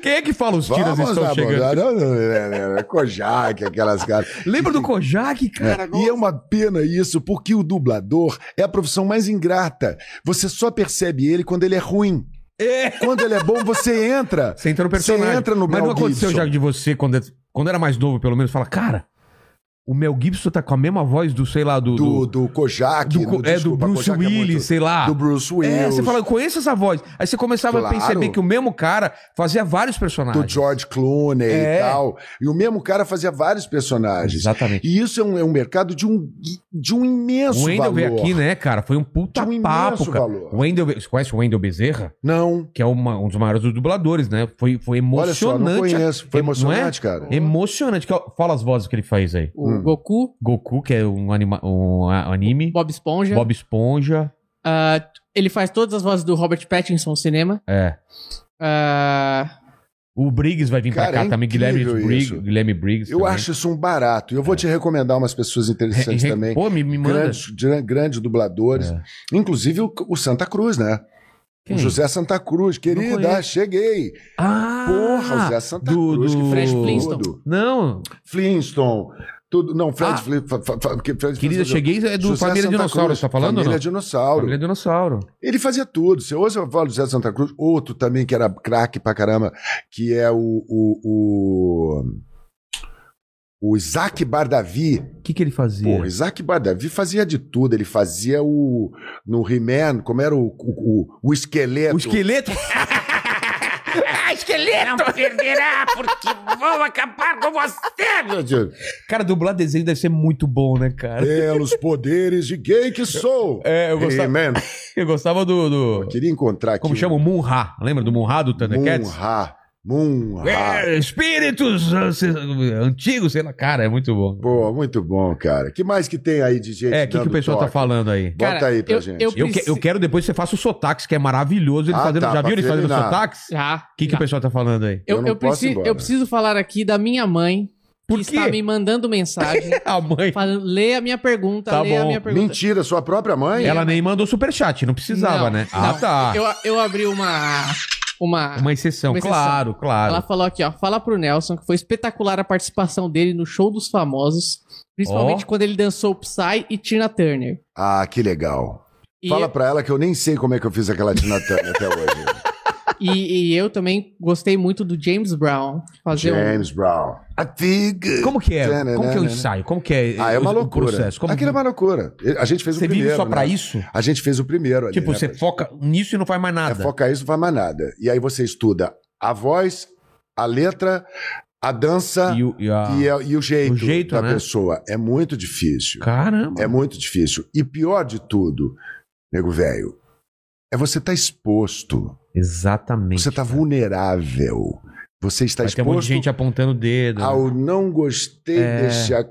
S1: Quem é que fala os tiras
S3: Vamos
S1: estão chegando?
S3: é, abordar. Kojak, aquelas caras.
S1: Lembra do Kojak, cara?
S3: É, E é uma pena isso, porque o dublador é a profissão mais ingrata. Você só percebe ele quando ele é ruim.
S1: É.
S3: Quando ele é bom, você entra.
S1: Você entra no personagem.
S3: Você entra no
S1: Mas não
S3: Mel
S1: aconteceu
S3: Gibson.
S1: já de você, quando, é- quando era mais novo, pelo menos, fala, cara, o Mel Gibson tá com a mesma voz do, sei lá, do...
S3: Do,
S1: é do,
S3: do Kojak.
S1: do-
S3: não,
S1: é,
S3: desculpa,
S1: do Bruce
S3: Kojak é muito-
S1: Willis, sei lá.
S3: Do Bruce Willis.
S1: É, você fala, eu conheço essa voz. Aí você começava
S3: Claro.
S1: a perceber que o mesmo cara fazia vários personagens.
S3: do George Clooney
S1: É.
S3: e tal. E o mesmo cara fazia vários personagens.
S1: Exatamente.
S3: E isso é um, é um mercado de um, de um imenso
S1: O Wendel
S3: valor.
S1: veio aqui, né, cara? Foi um puta
S3: De um
S1: papo,
S3: imenso
S1: cara.
S3: valor.
S1: O Wendel, Be- você conhece o Wendel Bezerra?
S3: Não,
S1: Que é uma- um dos maiores dubladores, né? Foi, foi
S3: olha só, não
S1: emocionante.
S3: conheço. Foi
S1: Não é?
S3: emocionante, cara.
S1: Emocionante. Que- Fala as vozes que ele faz aí.
S2: O
S3: Hum.
S2: Goku,
S1: Goku, que é um, anima, um a- anime.
S2: Bob Esponja.
S1: Bob Esponja.
S2: Ah, ele faz todas as vozes do Robert Pattinson no cinema.
S1: É.
S2: Ah,
S1: O Briggs vai vir pra
S3: Cara,
S1: cá
S3: é
S1: também. Guilherme
S3: incrível
S1: Briggs.
S3: isso.
S1: Guilherme Briggs
S3: Eu
S1: também. É.
S3: acho isso um barato. E eu vou te recomendar umas pessoas interessantes
S1: Re- re-
S3: também.
S1: Pô, me, me manda.
S3: Grandes, gran- grandes dubladores.
S1: É.
S3: Inclusive o, o Santa Cruz, né?
S1: Quem?
S3: O José Santa Cruz. Querida,
S1: conheço.
S3: cheguei.
S1: Ah!
S3: Porra, o José Santa
S1: do-
S3: Cruz.
S1: do-
S3: Que
S2: Fred Flintstone.
S3: Tudo.
S1: Não,
S3: Flintstone. Tudo. Não, Fred,
S1: Ah.
S3: Flint- fa- fa- fa- que Fred
S1: querida,
S3: Flintstone-
S1: cheguei. É do
S3: José
S1: Família
S3: Santa
S1: Dinossauro,
S3: Cruz.
S1: você tá falando? ou
S3: Família
S1: não?
S3: Dinossauro.
S1: Família Dinossauro.
S3: Ele fazia tudo. Você hoje eu falo do José Santa Cruz, outro também que era craque pra caramba, que é o. o, o... O Isaac Bardavi,
S1: O que, que ele fazia?
S3: pô, Isaac Bardavi fazia de tudo. Ele fazia o. No He-Man, como era o, o, o- o esqueleto.
S1: o esqueleto.
S4: Não perderá, porque vou acabar com você!
S1: Cara, dublar desenho deve ser muito bom, né, cara?
S3: Pelos poderes de gay que sou.
S1: É, eu gostava,
S3: He-Man.
S1: eu gostava do. do-
S3: Eu queria encontrar aqui.
S1: como chama? O Munra. Lembra do Munra do Thundercats?
S3: Munra. Munra.
S1: É, espíritos ance- antigos, sei lá, cara, é muito bom.
S3: Pô, muito bom, cara. que mais que tem aí de gente?
S1: é, o que, que o
S3: dando
S1: pessoal tá
S3: toque?
S1: falando aí?
S3: Bota
S2: Cara,
S3: aí pra
S2: eu-
S3: gente.
S2: eu-
S1: Eu, que- eu quero depois que você faça o sotaque, que é maravilhoso ele
S3: Ah,
S1: fazendo.
S3: tá,
S1: já viu
S3: pra
S1: ele fazendo
S3: terminar.
S1: sotaques? O
S2: já.
S1: que, que
S2: já.
S1: o pessoal tá falando aí?
S3: Eu
S2: Ah, Eu,
S3: não
S2: eu
S3: posso ir
S2: preciso,
S3: embora.
S2: eu preciso falar aqui da minha mãe,
S1: Por
S2: que
S1: quê?
S2: está me mandando mensagem,
S1: A mãe.
S2: falando, lê a minha pergunta,
S1: Tá
S2: lê a
S1: bom.
S2: minha pergunta.
S3: Mentira, sua própria mãe?
S1: Ela nem mandou superchat, não precisava,
S2: né? Não,
S1: né?
S2: não.
S1: Ah, tá.
S2: Eu, eu abri uma, uma...
S1: Uma exceção,
S2: Uma exceção.
S1: claro, claro.
S2: Ela falou aqui, ó, fala pro Nelson que foi espetacular a participação dele no show dos famosos, principalmente
S1: Ó.
S2: quando ele dançou Psy e Tina Turner.
S3: Ah, que legal.
S2: E,
S3: Fala pra ela que eu nem sei como é que eu fiz aquela Tina Turner até hoje.
S2: e, e eu também gostei muito do James Brown, fazer um
S3: James Brown. A Tig.
S1: Como que é?
S3: Tchananana.
S1: Como que é o ensaio? Como que é
S3: né, Ah, é
S1: o-
S3: uma
S1: o
S3: loucura.
S1: processo? Como-
S3: Aquilo é uma loucura. A gente fez o
S1: Você
S3: primeiro.
S1: vive só pra
S3: né?
S1: isso?
S3: A gente fez o primeiro ali.
S1: Tipo,
S3: né?
S1: você foca nisso e não faz mais
S3: É,
S1: nada.
S3: foca isso, não faz mais nada. E aí você estuda a voz, a letra, a dança
S1: E, o- e a-
S3: e, é a- e o jeito,
S1: O jeito,
S3: da
S1: né?
S3: pessoa. É muito difícil.
S1: Caramba.
S3: É muito difícil. E pior de tudo, nego velho, é você estar exposto.
S1: Exatamente.
S3: Você está
S1: cara.
S3: vulnerável. Você está
S1: Vai ter um monte de
S3: exposto
S1: gente apontando o dedo. né?
S3: ao não gostei
S1: É.
S3: deste
S1: Ai,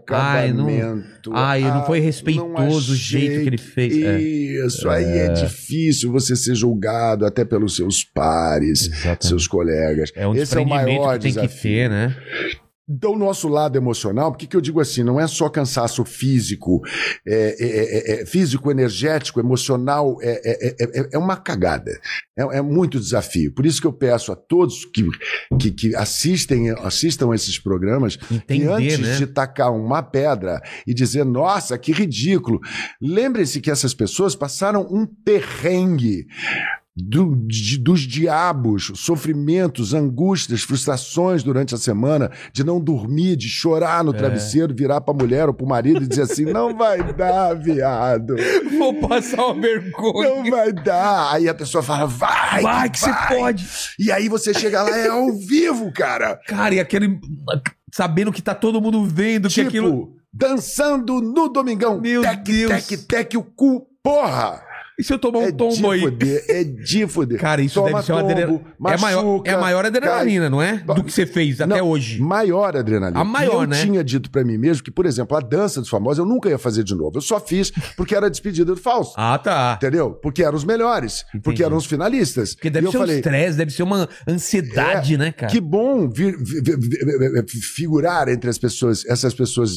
S1: não-
S3: acabamento.
S1: Ai, Ah, não foi respeitoso o jeito que ele fez. É.
S3: fez. Isso aí é difícil você ser julgado até pelos seus pares,
S1: Exatamente.
S3: seus colegas.
S1: É um
S3: Esse é o
S1: desprendimento
S3: maior
S1: que tem
S3: desafio.
S1: que ter, né?
S3: Do nosso lado emocional, porque que eu digo assim, não é só cansaço físico, é, é- é- é físico, energético, emocional, é, é- é- é- é uma cagada. É, é muito desafio. Por isso que eu peço a todos que, que, que assistem, assistam esses programas, que
S1: Entender,
S3: antes
S1: né?
S3: de tacar uma pedra e dizer, nossa, que ridículo, lembrem-se que essas pessoas passaram um perrengue. do- de- dos diabos, sofrimentos, angústias, frustrações durante a semana, de não dormir, de chorar
S1: É.
S3: no travesseiro, virar pra mulher ou pro marido e dizer assim: não vai dar, viado,
S1: Vou passar uma vergonha.
S3: não vai dar. Aí a pessoa fala: vai,
S1: Vai que você
S3: vai."
S1: pode.
S3: E aí você chega lá, é ao vivo, cara.
S1: Cara, e aquele. Sabendo que tá todo mundo vendo que
S3: tipo,
S1: aquilo.
S3: dançando no domingão.
S1: Meu
S3: tec,
S1: Deus.
S3: tec, tec, o cu, porra!
S1: E se eu tomar um
S3: É de
S1: tombo aí?
S3: fuder, é de fuder.
S1: Cara, isso
S3: Toma
S1: deve ser uma
S3: tombo,
S1: adrenalina. É maior,
S3: machuca,
S1: é a maior adrenalina, não é? Do que você fez até
S3: Não,
S1: hoje.
S3: Maior adrenalina.
S1: A maior,
S3: E eu
S1: né?
S3: tinha dito pra mim mesmo que, por exemplo, a dança dos famosos eu nunca ia fazer de novo. Eu só fiz porque era a despedida do Fausto.
S1: Ah, tá.
S3: Entendeu? Porque eram os melhores,
S1: Entendi.
S3: porque eram os finalistas.
S1: Porque
S3: e
S1: deve
S3: eu
S1: ser um
S3: falei, É,
S1: estresse, deve ser uma ansiedade, né, cara?
S3: que bom vir- vi- vi- vi- vi- figurar entre as pessoas, essas pessoas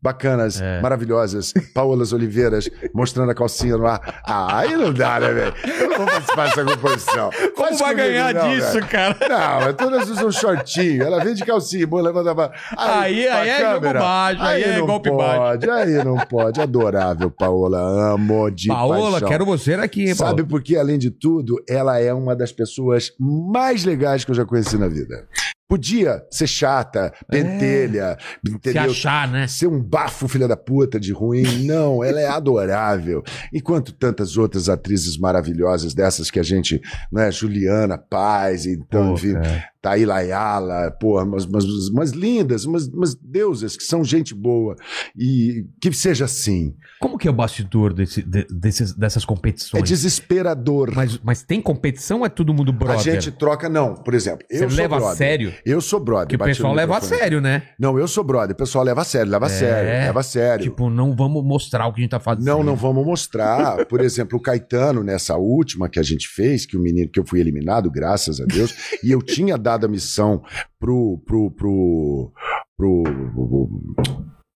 S3: bacanas,
S1: É.
S3: maravilhosas, Paolas Oliveiras, mostrando a calcinha no ar. Ah, aí não dá, né, velho? Eu não vou participar dessa composição.
S1: Como
S3: Faz
S1: vai
S3: comigo,
S1: ganhar
S3: não,
S1: disso,
S3: velho.
S1: cara?
S3: Não, é todas usam shortinho. Ela vem de calcinha, boa, levanta a mão.
S1: Aí- aí
S3: pra
S1: é jogo baixo, aí é
S3: não
S1: golpe
S3: pode, Aí não pode. Adorável, Paola. Amo de
S1: Paola,
S3: paixão.
S1: quero você aqui, hein,
S3: Sabe
S1: Paola?
S3: por quê? Além de tudo, ela é uma das pessoas mais legais que eu já conheci na vida. Podia ser chata, pentelha,
S1: Se
S3: entendeu?
S1: achar, É. né?
S3: Ser um bafo, filha da puta, de ruim. Não, ela é adorável. Enquanto tantas outras atrizes maravilhosas dessas que a gente, né, Juliana Paz, então,
S1: Pô, é.
S3: enfim,
S1: cara.
S3: Thaí Layala, porra, umas, umas, umas lindas, umas, umas deusas que são gente boa. E que seja assim.
S1: Como que é o bastidor desse, de- desses- dessas
S3: É
S1: competições?
S3: desesperador.
S1: Mas, mas tem competição ou é todo mundo brother?
S3: A gente troca, não, por exemplo.
S1: Você
S3: Eu sou
S1: leva a
S3: brother.
S1: sério?
S3: Eu sou brother.
S1: Que o
S3: bati no
S1: pessoal leva a
S3: microfone.
S1: sério, né?
S3: Não, eu sou brother. O pessoal leva a sério, leva a
S1: É.
S3: sério, leva a sério.
S1: Tipo, não vamos mostrar o que a gente tá fazendo.
S3: não, não vamos mostrar. Por exemplo, o Caetano, nessa última que a gente fez, que o menino que eu fui eliminado, graças a Deus, e eu tinha dado a missão pro. pro. pro. pro.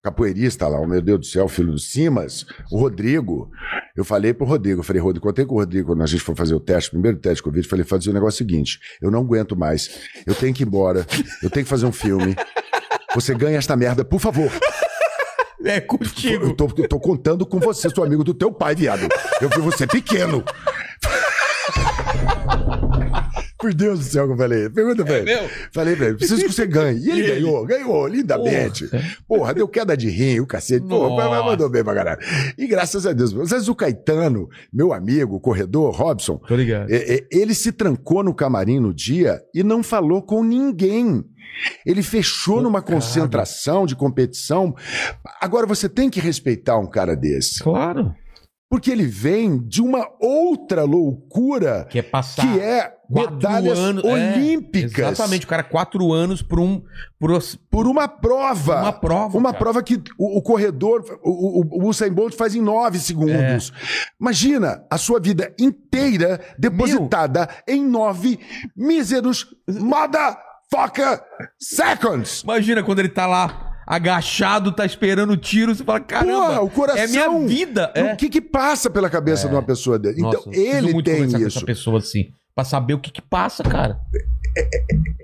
S3: Capoeirista lá, oh, meu Deus do céu, filho do Simas, o Rodrigo. Eu falei pro Rodrigo, eu falei, Rodrigo, contei com o Rodrigo quando a gente foi fazer o teste, o primeiro teste de Covid, eu falei, fazer o negócio seguinte: eu não aguento mais, eu tenho que ir embora, eu tenho que fazer um filme. Você ganha esta merda, por favor.
S1: É
S3: Eu
S1: contigo.
S3: tô, eu tô contando com você, sou amigo do teu pai, viado. Eu vi você pequeno. Por Deus do céu que eu falei. Pergunta pra ele.
S1: É meu?
S3: Falei pra ele, preciso que você ganhe. E ele,
S1: ele?
S3: ganhou, ganhou, lindamente. Porra, deu queda de rim, o cacete. Porra, mas- mas
S1: Nossa.
S3: mandou bem pra caralho. E graças a Deus. Às vezes o Caetano, meu amigo, o corredor, Robson,
S1: Tô ligado.
S3: é, é, ele se trancou no camarim no dia e não falou com ninguém. Ele fechou numa concentração de competição. Agora você tem que respeitar um cara desse,
S1: Claro.
S3: porque ele vem de uma outra loucura
S1: Que é passar.
S3: que é
S1: quatro
S3: medalhas
S1: anos- é,
S3: olímpicas
S1: Exatamente, o cara quatro anos por um por os-
S3: por uma prova.
S1: uma prova.
S3: Uma
S1: cara.
S3: prova que o, o corredor, o, o, o Usain Bolt faz em nove segundos.
S1: É.
S3: Imagina a sua vida inteira depositada em nove míseros motherfucker seconds.
S1: Imagina quando ele tá lá agachado, tá esperando o tiro, você fala, caramba,
S3: Porra, o coração.
S1: é minha vida. É.
S3: O que que passa pela cabeça de uma pessoa dele? Então,
S1: Nossa, eu preciso
S3: ele
S1: muito
S3: tem
S1: conversar com
S3: isso.
S1: essa pessoa assim, pra saber o que que passa, cara.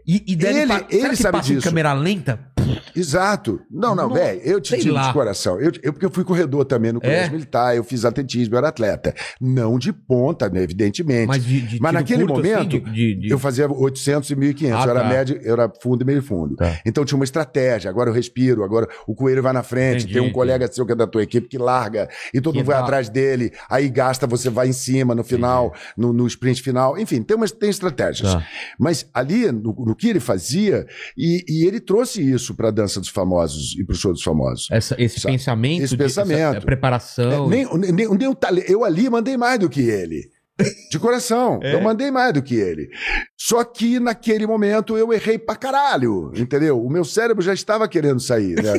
S1: E, e deve
S3: Ele-
S1: pa- será
S3: ele
S1: que
S3: sabe
S1: passa em
S3: disso.
S1: câmera lenta?
S3: Exato. Não, não,
S1: Não,
S3: velho, eu te
S1: sei
S3: digo
S1: lá.
S3: de coração. Eu, eu- porque eu fui corredor também no colégio
S1: É?
S3: militar, eu fiz atletismo, eu era atleta. Não de ponta, né, evidentemente.
S1: Mas, de, de
S3: Mas
S1: tiro
S3: naquele
S1: curto, assim,
S3: momento,
S1: de- de- de-
S3: Eu fazia 800 e 1500,
S1: Ah,
S3: eu era
S1: tá.
S3: médio, eu era fundo e meio fundo.
S1: Tá.
S3: Então tinha uma estratégia, agora eu respiro, agora o coelho vai na frente,
S1: Entendi,
S3: tem um
S1: entendi.
S3: colega seu que é da tua equipe que larga, e todo
S1: Que
S3: mundo vai
S1: dá-
S3: atrás dele, aí gasta, você vai em cima no final, no, no sprint final, enfim, tem, umas, tem estratégias.
S1: Tá.
S3: Mas ali, no, no que ele fazia, e, e ele trouxe isso pra dança dos famosos e pro show dos famosos.
S1: Essa- esse
S3: Sabe?
S1: pensamento,
S3: Esse
S1: de- essa-
S3: pensamento.
S1: é, preparação.
S3: Nem, nem, nem o tale- eu ali mandei mais do que ele. De coração,
S1: É.
S3: eu mandei mais do que ele. Só que naquele momento eu errei pra caralho, entendeu? O meu cérebro já estava querendo sair, né?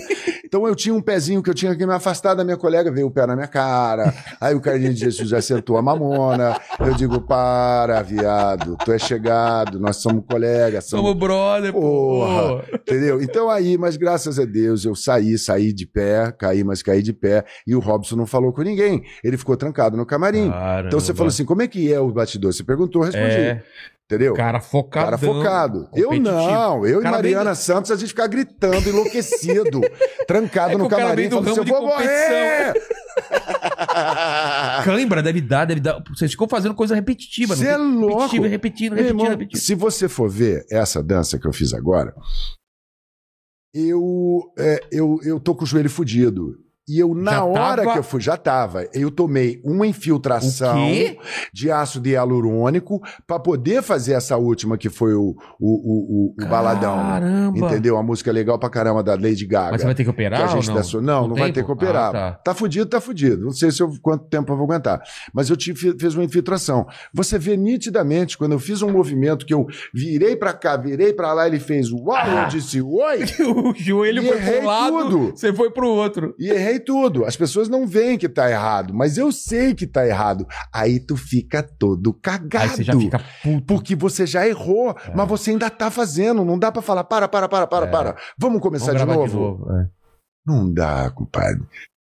S3: Então eu tinha um pezinho que eu tinha que me afastar da minha colega, veio o pé na minha cara. Aí o Carlinhos de Jesus já sentou a mamona. Eu digo, para, viado, tu é chegado, nós somos colegas, somos
S1: Somos brother,
S3: Porra.
S1: pô.
S3: Entendeu? Então aí, mas graças a Deus, eu saí, saí de pé, caí, mas caí de pé, e o Robson não falou com ninguém. Ele ficou trancado no camarim.
S1: Ah,
S3: então você falou assim: como é que é o batidor? Você perguntou, eu respondi.
S1: é,
S3: Entendeu?
S1: cara focado.
S3: Cara focado. Eu não, eu
S1: Cara
S3: e
S1: bem
S3: Mariana
S1: do-
S3: Santos, a gente fica gritando, enlouquecido,
S1: É
S3: trancado
S1: que
S3: no
S1: o cara
S3: camarim,
S1: vem do
S3: falando assim, eu
S1: ramo
S3: vou
S1: de
S3: morrer!
S1: Cãibra deve dar, deve dar. Vocês ficam fazendo coisa repetitiva. não
S3: Você é
S1: tem-
S3: louco.
S1: Repetitiva, repetindo,
S3: Meu
S1: repetindo,
S3: irmão,
S1: repetindo.
S3: Se você for ver essa dança que eu fiz agora, eu, é, eu, eu tô com o joelho fudido. E eu, na
S1: Já
S3: hora
S1: tava?
S3: que eu fui, já tava. Eu tomei uma infiltração
S1: O quê?
S3: de ácido hialurônico pra poder fazer essa última que foi o, o, o, o- o baladão. né?
S1: Caramba.
S3: Entendeu? A música é legal pra caramba da Lady Gaga.
S1: Mas você vai ter que
S3: que a
S1: operar
S3: gente
S1: ou não?
S3: dá su- não, não,
S1: No
S3: vai
S1: tempo?
S3: ter que operar.
S1: Ah,
S3: tá.
S1: tá.
S3: fudido, tá fudido. Não sei se eu, quanto tempo eu vou aguentar. Mas eu tive, fiz uma infiltração. Você vê nitidamente, quando eu fiz um movimento que eu virei pra cá, virei pra lá, ele fez uau,
S1: Ah.
S3: eu disse oi.
S1: o joelho
S3: E
S1: foi
S3: errei
S1: pro um lado,
S3: tudo.
S1: você foi pro outro.
S3: E errei tudo. As pessoas não veem que tá errado, mas eu sei que tá errado. Aí tu fica todo cagado.
S1: Aí você já fica puto.
S3: Porque você já errou, mas você ainda tá fazendo. Não dá pra falar, para, para, para, para,
S1: É.
S3: para.
S1: Vamos
S3: Vamos começar de
S1: gravar
S3: novo.
S1: é.
S3: Não dá, compadre.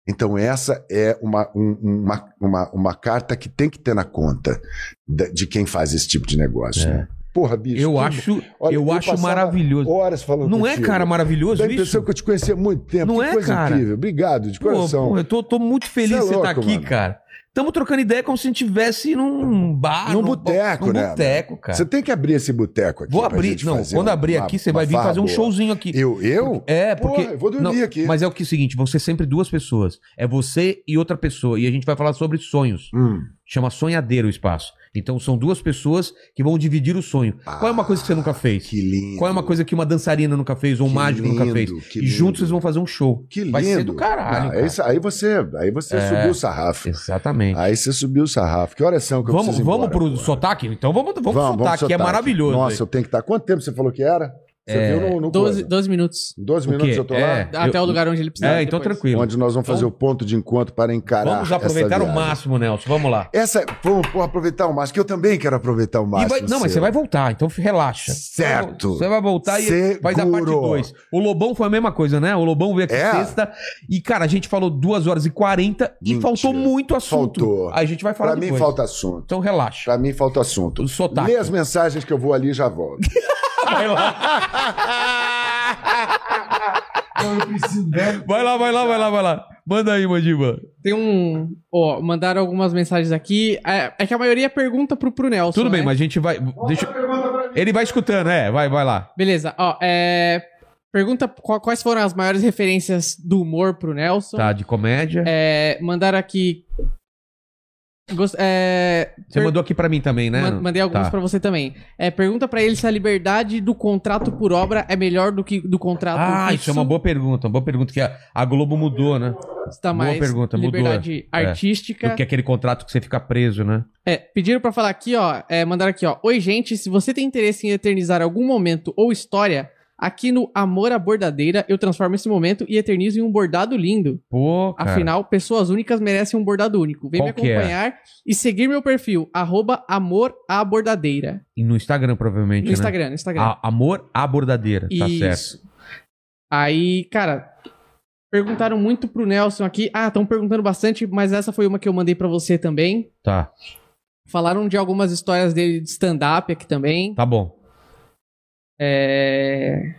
S3: Então, essa é uma, um- uma, uma, uma carta que tem que ter na conta da- de, quem faz esse tipo de negócio.
S1: É.
S3: né? Porra, bicho.
S1: Eu
S3: tu-
S1: acho,
S3: olha,
S1: eu acho
S3: passava
S1: maravilhoso.
S3: Horas falando
S1: Não é,
S3: contigo.
S1: cara, maravilhoso
S3: Dá a
S1: isso?
S3: impressão que eu te conheci há muito tempo.
S1: Não
S3: que
S1: é,
S3: coisa
S1: cara?
S3: incrível. Obrigado, de
S1: Pô,
S3: coração.
S1: pô, eu tô, tô muito feliz
S3: Você é
S1: de você estar
S3: louco,
S1: aqui,
S3: mano.
S1: cara. Tamo trocando ideia como se a gente estivesse num bar.
S3: Num boteco,
S1: num
S3: né?
S1: boteco, cara.
S3: Você tem que abrir esse boteco aqui.
S1: Vou
S3: pra
S1: abrir.
S3: gente
S1: Não,
S3: fazer
S1: quando
S3: uma-
S1: abrir
S3: uma-
S1: aqui, você
S3: uma
S1: vai vir
S3: farra
S1: fazer um
S3: boa.
S1: showzinho aqui.
S3: Eu? Eu?
S1: É,
S3: Porra,
S1: porque.
S3: eu vou dormir
S1: Não,
S3: aqui.
S1: Mas é o que é o seguinte: vão ser sempre duas pessoas. É você e outra pessoa. E a gente vai falar sobre sonhos.
S3: Hum.
S1: Chama sonhadeiro o espaço. Então são duas pessoas que vão dividir o sonho. Qual é uma coisa que você nunca fez?
S3: Ah, Que lindo.
S1: Qual é uma coisa que uma dançarina nunca fez ou um
S3: Que
S1: mágico nunca
S3: lindo,
S1: fez?
S3: que
S1: E juntos
S3: lindo.
S1: vocês vão fazer um show.
S3: Que lindo.
S1: Vai ser do caralho,
S3: Ah,
S1: cara.
S3: isso- aí você, aí você
S1: É.
S3: subiu o sarrafo.
S1: Exatamente.
S3: Aí você subiu o sarrafo. Que horas são que eu
S1: Vamos,
S3: preciso ir
S1: vamos
S3: embora,
S1: pro
S3: porra?
S1: sotaque? Então vamos, vamos, pro sotaque, que é maravilhoso.
S3: Nossa, eu tenho que estar. Quanto tempo você falou que era? Você
S1: É,
S3: viu no, no
S2: 12,
S3: coisa?
S2: 12 minutos.
S3: 12
S1: O quê?
S3: minutos eu tô lá?
S1: É,
S2: Até
S1: eu-
S2: o lugar onde ele precisa.
S1: É, então
S2: depois.
S1: tranquilo.
S3: Onde nós vamos fazer o ponto de encontro para encarar
S1: Vamos
S3: essa
S1: aproveitar o
S3: viagem.
S1: máximo, Nelson. Vamos lá.
S3: Essa, vamos pô, aproveitar o máximo, que eu também quero aproveitar o
S1: E
S3: máximo.
S1: vai- não, mas
S3: seu.
S1: você vai voltar, então relaxa.
S3: Certo.
S1: Você vai voltar e faz a parte
S3: Seguro.
S1: 2. O Lobão foi a mesma coisa, né? O Lobão veio aqui
S3: É.
S1: sexta. E, cara, a gente falou 2 horas e 40 e
S3: Mentira.
S1: faltou muito assunto.
S3: Faltou.
S1: Aí a gente vai falar
S3: Pra mim
S1: depois.
S3: falta assunto.
S1: Então relaxa.
S3: Pra mim falta assunto.
S1: O sotaque.
S3: Lê as mensagens que eu vou ali e já volto.
S1: Vai lá. Vai lá, vai lá, vai lá, vai lá. Manda aí, Mandiba.
S2: Tem um. Ó, mandaram algumas mensagens aqui. É, é que a maioria pergunta pro, pro Nelson.
S1: Tudo bem,
S2: né?
S1: mas a gente vai. Deixa... Ele vai escutando, é. Vai, vai lá.
S2: Beleza, ó, é. Pergunta qual- quais foram as maiores referências do humor pro Nelson.
S1: Tá, de comédia.
S2: É, mandaram aqui. Gost- é,
S1: Você
S2: per-
S1: mandou aqui pra mim também, né?
S2: man- Mandei alguns
S1: Tá.
S2: pra você também. É, pergunta pra ele se a liberdade do contrato por obra é melhor do que do contrato
S1: Ah,
S2: fixo.
S1: isso é uma boa pergunta. Uma boa pergunta que a, a Globo mudou, né?
S2: Se dá
S1: boa
S2: mais
S1: pergunta, mudou,
S2: liberdade
S1: é.
S2: artística.
S1: Do que aquele contrato que você fica preso, né?
S2: É, pediram pra falar aqui, ó. É, mandaram aqui, ó. Oi, gente, se você tem interesse em eternizar algum momento ou história, aqui no Amor à Bordadeira eu transformo esse momento e eternizo em um bordado lindo.
S1: Pô, cara.
S2: Afinal, pessoas únicas merecem um bordado único. Vem
S1: Qual
S2: me
S1: que é?
S2: acompanhar e seguir meu perfil, arroba amor à bordadeira.
S1: E no Instagram, provavelmente,
S2: No Instagram, no
S1: né?
S2: Instagram.
S1: A- amor à bordadeira, tá certo.
S2: Isso. Aí, cara, perguntaram muito pro Nelson aqui. Ah, estão perguntando bastante, mas essa foi uma que eu mandei pra você também.
S1: Tá,
S2: Falaram de algumas histórias dele de stand-up aqui também.
S1: tá bom.
S2: É...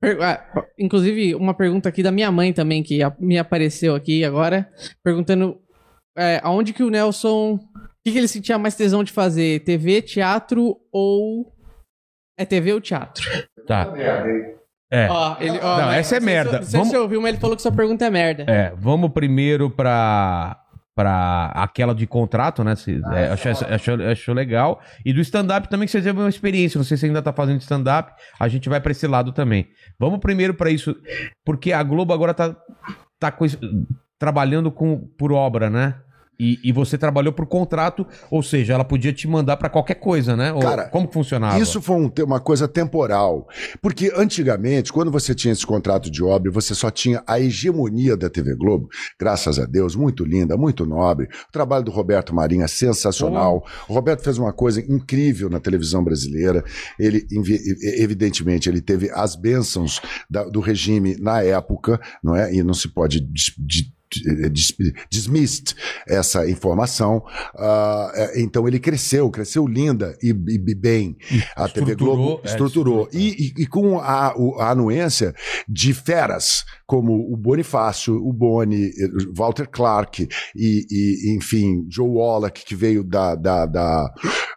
S2: Per- ah, Inclusive, uma pergunta aqui da minha mãe também, que a- me apareceu aqui agora, perguntando é, aonde que o Nelson. O que, que ele sentia mais tesão de fazer? TV, teatro ou. É TV ou teatro?
S1: Tá. É.
S2: Ó, ele- ó,
S1: Não,
S2: mas-
S1: essa é
S2: não sei
S1: merda.
S2: Se, não sei
S1: Vamos-
S2: se você ouviu, mas ele falou que sua pergunta é merda.
S1: É, vamos primeiro pra, pra aquela de contrato, né? Se, é, achou, achou- achou legal. E do stand-up também, que você teve uma experiência. Não sei se ainda tá fazendo stand-up. A gente vai pra esse lado também. Vamos primeiro pra isso, porque a Globo agora tá, tá com isso- trabalhando com, por obra, né? E, e você trabalhou por contrato, ou seja, ela podia te mandar pra qualquer coisa, né? Ou
S3: Cara,
S1: como que funcionava?
S3: Isso foi um te- uma coisa temporal. Porque antigamente, quando você tinha esse contrato de obra, você só tinha a hegemonia da TV Globo, graças a Deus, muito linda, muito nobre. O trabalho do Roberto Marinho é sensacional. O Roberto fez uma coisa incrível na televisão brasileira. Ele, envi- e- evidentemente, ele teve as bênçãos da- do regime na época, não é? E não se pode. dis- di- eh, dis- Dismissed essa informação. Ah, eh, então ele cresceu, cresceu linda e- e- e bem a TV Globo
S1: é,
S3: estruturou.
S1: estruturou.
S3: E, e- e com a, o- a anuência de feras como o Bonifácio, o Boni, eh, Walter Clark e, e, enfim, Joe Wallach, que veio da. da, da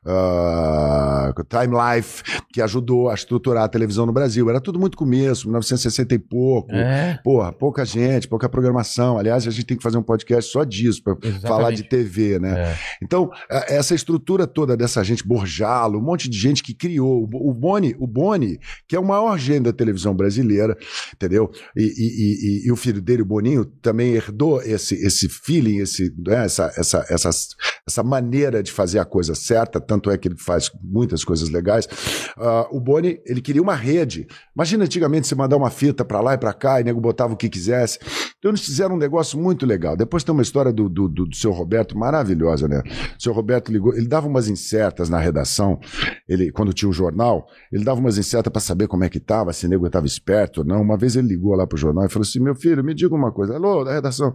S3: ah, época, Time Life, que ajudou a estruturar a televisão no Brasil. Era tudo muito começo, 1960 e pouco.
S1: É.
S3: Porra, pouca gente, pouca programação. Aliás, a gente tem que fazer um podcast só disso, pra
S1: Exatamente.
S3: falar de TV, né?
S1: É.
S3: Então, a- essa estrutura toda dessa gente, Borjalo, um monte de gente que criou. O Bo- O Boni, o Boni que é o maior gênio da televisão brasileira, entendeu? E, e- e- e- e o filho dele, o Boninho, também herdou esse, esse feeling, esse, né, essa, essa, essa, essa maneira de fazer a coisa certa, tanto é que ele faz muitas coisas legais. Ah, o Boni, ele queria uma rede. Imagina antigamente você mandar uma fita pra lá e pra cá, e o nego botava o que quisesse. Então eles fizeram um negócio muito legal. Depois tem uma história do, do, do, do seu Roberto maravilhosa, né? O seu Roberto ligou, ele dava umas incertas na redação, ele, quando tinha o jornal, ele dava umas incertas pra saber como é que tava, se o nego tava esperto ou não. Uma vez ele ligou lá pro jornal e falou assim: meu filho, me diga uma coisa. Alô, da redação.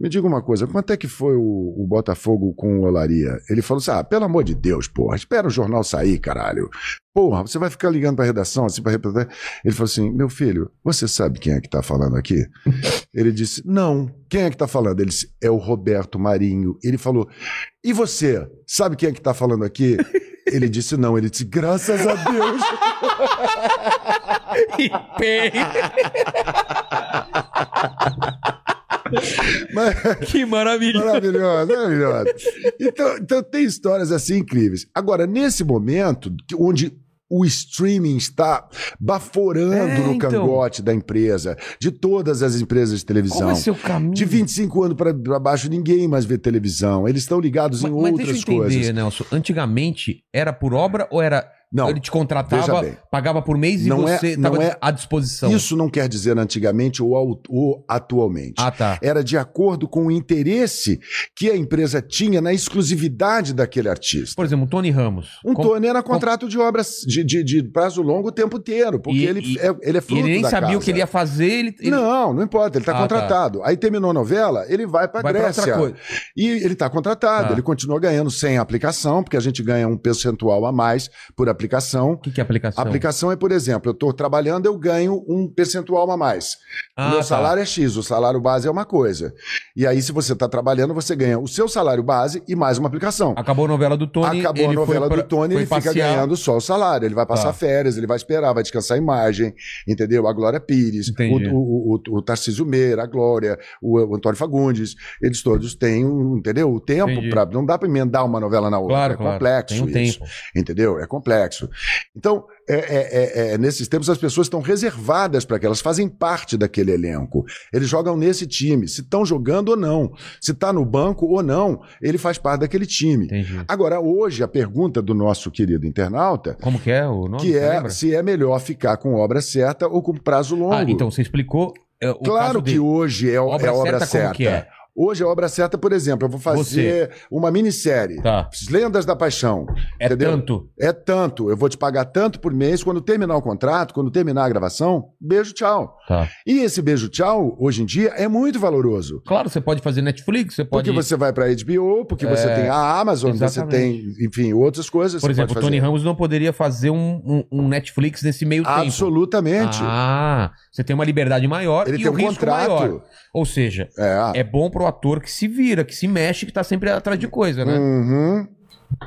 S3: Me diga uma coisa, quanto é que foi o, o Botafogo com o Olaria? Ele falou assim: ah, pelo amor de Deus, porra, espera o jornal sair, caralho. Porra, você vai ficar ligando pra redação assim pra representar. Ele falou assim: meu filho, você sabe quem é que tá falando aqui? Ele disse: não, quem é que tá falando? Ele disse: é o Roberto Marinho. Ele falou: e você, sabe quem é que tá falando aqui? Ele disse: não. Ele disse: graças a Deus. Mas-
S1: Que maravilha.
S3: Maravilhosa, maravilhosa. Então, então tem histórias assim incríveis. Agora, nesse momento, que- onde o streaming está baforando
S1: É,
S3: no
S1: então.
S3: cangote da empresa, de todas as empresas de televisão.
S1: Qual é o seu caminho?
S3: De 25 anos pra pra baixo, ninguém mais vê televisão. Eles estão ligados em
S1: Mas- mas
S3: outras
S1: deixa eu entender, né?
S3: coisas.
S1: Nelson. Antigamente era por obra ou era.
S3: Não,
S1: ele te contratava,
S3: veja bem.
S1: pagava por mês e
S3: Não é-
S1: você
S3: não
S1: estava
S3: é-
S1: à disposição.
S3: isso não quer dizer antigamente ou, au- ou atualmente.
S1: Ah, tá.
S3: Era de acordo com o interesse que a empresa tinha na exclusividade daquele artista.
S1: Por exemplo, um Tony Ramos.
S3: Um
S1: Com-
S3: Tony era contrato de obras de, de- de prazo longo o tempo inteiro, porque
S1: E-
S3: ele,
S1: e-
S3: é, ele é
S1: E
S3: fruto
S1: ele nem
S3: da
S1: sabia o
S3: casa.
S1: que ele ia fazer. Ele, ele
S3: Não, não importa, ele está
S1: Ah, tá.
S3: contratado. Aí terminou a novela, ele vai para
S1: vai pra
S3: Grécia.
S1: outra coisa.
S3: E ele está contratado,
S1: Tá.
S3: ele continua ganhando sem aplicação, porque a gente ganha um percentual a mais por aplicação.
S1: O que, que é aplicação?
S3: Aplicação é, por exemplo, eu estou trabalhando, eu ganho um percentual a mais.
S1: Ah,
S3: o meu
S1: tá.
S3: salário é X, o salário base é uma coisa. E aí, se você está trabalhando, você ganha o seu salário base e mais uma aplicação.
S1: Acabou a novela do Tony.
S3: é um. Acabou a
S1: ele foi
S3: novela
S1: pra-
S3: do Tony,
S1: foi
S3: ele fica
S1: passear.
S3: ganhando só o salário. Ele vai passar
S1: Tá.
S3: férias, ele vai esperar, vai descansar a imagem, entendeu? A Glória Pires,
S1: Entendi.
S3: o, o, o, o Tarcísio Meira, a Glória, o, o Antônio Fagundes, eles todos têm, um, entendeu? O tempo
S1: Entendi.
S3: para. Não dá para emendar uma novela na outra.
S1: Claro,
S3: é
S1: claro.
S3: complexo
S1: Tem um
S3: isso.
S1: tempo.
S3: Entendeu? É complexo. Então, é- é- é- é, nesses tempos as pessoas estão reservadas para que elas fazem parte daquele elenco. Eles jogam nesse time, se estão jogando ou não, se está no banco ou não, ele faz parte daquele time.
S1: Entendi.
S3: Agora, hoje, a pergunta do nosso querido internauta,
S1: Como que é o nome?
S3: que
S1: Você
S3: é
S1: lembra?
S3: se é melhor ficar com obra certa ou com prazo longo.
S1: Ah, então você explicou. é, o
S3: claro
S1: caso
S3: que
S1: dele.
S3: hoje é obra, é obra
S1: como
S3: certa.
S1: que é?
S3: Hoje é obra certa, por exemplo, eu vou fazer uma minissérie.
S1: Tá.
S3: Lendas da Paixão.
S1: É
S3: Entendeu?
S1: tanto.
S3: É tanto, eu vou te pagar tanto por mês. Quando terminar o contrato, quando terminar a gravação, beijo, tchau.
S1: Tá.
S3: E esse beijo, tchau, hoje em dia, é muito valoroso.
S1: Claro, você pode fazer Netflix, você pode. É,
S3: Porque você vai pra HBO, porque você tem a Amazon,
S1: exatamente.
S3: você tem, enfim, outras coisas.
S1: Por
S3: que você
S1: exemplo, o
S3: pode fazer.
S1: Tony Ramos não poderia fazer um, um- um Netflix nesse meio tempo.
S3: Absolutamente.
S1: Ah, você tem uma liberdade maior
S3: Ele
S1: e
S3: tem
S1: um
S3: um
S1: risco maior.
S3: contrato.
S1: Ou seja,
S3: É.
S1: é bom pro ator que se vira, que se mexe, que tá sempre atrás de coisa, né?
S3: Uhum.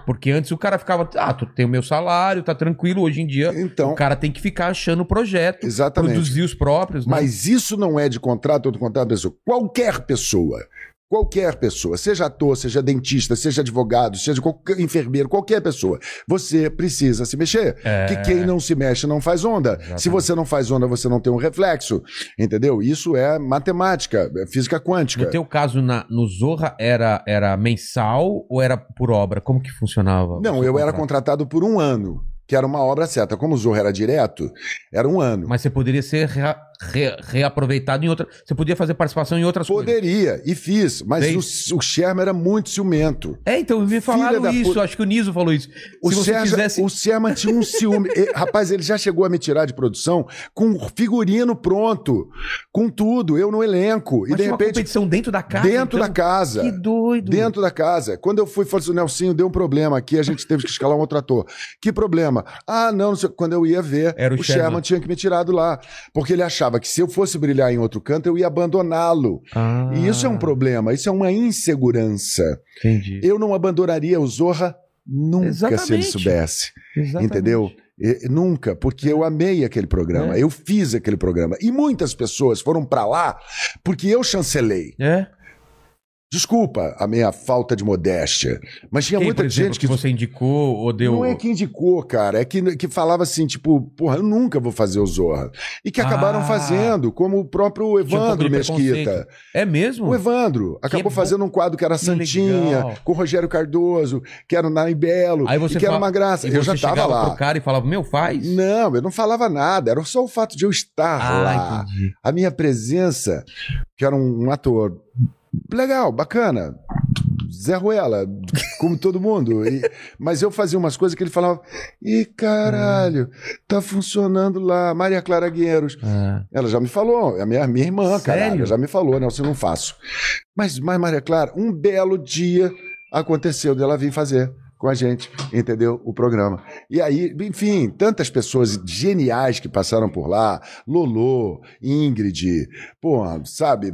S1: Porque antes o cara ficava, ah, tu tem o meu salário, tá tranquilo. Hoje em dia,
S3: Então,
S1: o cara tem que ficar achando o projeto,
S3: exatamente.
S1: produzir os próprios, né?
S3: Mas isso não é de contrato ou de contrato da pessoa. Qualquer pessoa. Qualquer pessoa, seja ator, seja dentista, seja advogado, seja qualquer enfermeiro, qualquer pessoa, você precisa se mexer.
S1: É.
S3: Que quem não se mexe não faz onda.
S1: Exatamente.
S3: Se você não faz onda, você não tem um reflexo. Entendeu? Isso é matemática, é física quântica.
S1: No teu caso, na, no Zorra, era, era mensal ou era por obra? Como que funcionava? o
S3: Não,
S1: seu
S3: eu era
S1: contrato?
S3: contratado por um ano, que era uma obra certa. Como o Zorro era direto, era um ano.
S1: Mas você poderia ser rea- re- reaproveitado em outra. Você podia fazer participação em outras coisas.
S3: Poderia, e fiz, mas
S1: Fez?
S3: o, o Sherman era muito ciumento.
S1: É, então, me falaram
S3: da
S1: isso.
S3: puta.
S1: Acho que o Niso falou isso.
S3: O,
S1: Se você
S3: Sérgio-
S1: fizesse.
S3: o Sherman tinha um ciúme. E, rapaz, ele já chegou a me tirar de produção com um figurino pronto, com tudo, eu no elenco.
S1: Mas
S3: e de
S1: tinha uma
S3: repente,
S1: competição dentro da casa. então,
S3: dentro da casa.
S1: Que doido.
S3: Dentro da casa. Quando eu fui, falei assim, Nelsinho, deu um problema aqui, a gente teve que escalar um outro ator. Que problema? Ah, não, não sei. Quando eu ia ver,
S1: Era o
S3: o Sherman.
S1: Sherman
S3: tinha que me tirar do lá. Porque ele achava que se eu fosse brilhar em outro canto, eu ia abandoná-lo.
S1: Ah,
S3: E isso é um problema, isso é uma insegurança.
S1: Entendi.
S3: Eu não abandonaria o Zorra nunca se ele
S1: Exatamente.
S3: soubesse.
S1: Exatamente. É.
S3: Entendeu? E- nunca, porque eu amei aquele programa, eu fiz aquele programa. E muitas pessoas foram pra lá porque eu chancelei.
S1: É?
S3: Desculpa a minha falta de modéstia, mas tinha
S1: Quem,
S3: muita
S1: por exemplo,
S3: gente que.
S1: você indicou ou deu.
S3: Não é que indicou, cara, é que, que falava assim, tipo, porra, eu nunca vou fazer o Zorra. E que acabaram
S1: Ah.
S3: fazendo, como o próprio
S1: Tinha um pouco
S3: Evandro
S1: de
S3: Mesquita.
S1: preconceito. É mesmo?
S3: O Evandro acabou
S1: bom.
S3: fazendo um quadro que era
S1: Que
S3: Santinha,
S1: legal.
S3: com o Rogério Cardoso, que era o Nai Belo,
S1: Aí você
S3: e que era
S1: fala-
S3: uma graça.
S1: E
S3: Eu já
S1: você
S3: tava
S1: chegava
S3: lá.
S1: pro cara e falava, meu, faz.
S3: Não, eu não falava nada, era só o fato de eu estar lá.
S1: Ah, entendi.
S3: A minha presença, que era um, um ator legal, bacana, Zé Ruela, como todo mundo. e- mas eu fazia umas coisas que ele falava: Ih, caralho, tá funcionando lá. Maria Clara Guinheiros.
S1: Ah,
S3: Ela já me falou, é a minha, minha irmã,
S1: Sério?
S3: caralho. Ela já me falou, não, se eu não faço. Mas, mas, Maria Clara, um belo dia aconteceu dela vir fazer com a gente, entendeu? O programa. E aí, enfim, tantas pessoas geniais que passaram por lá, Lolo, Ingrid, pô, sabe?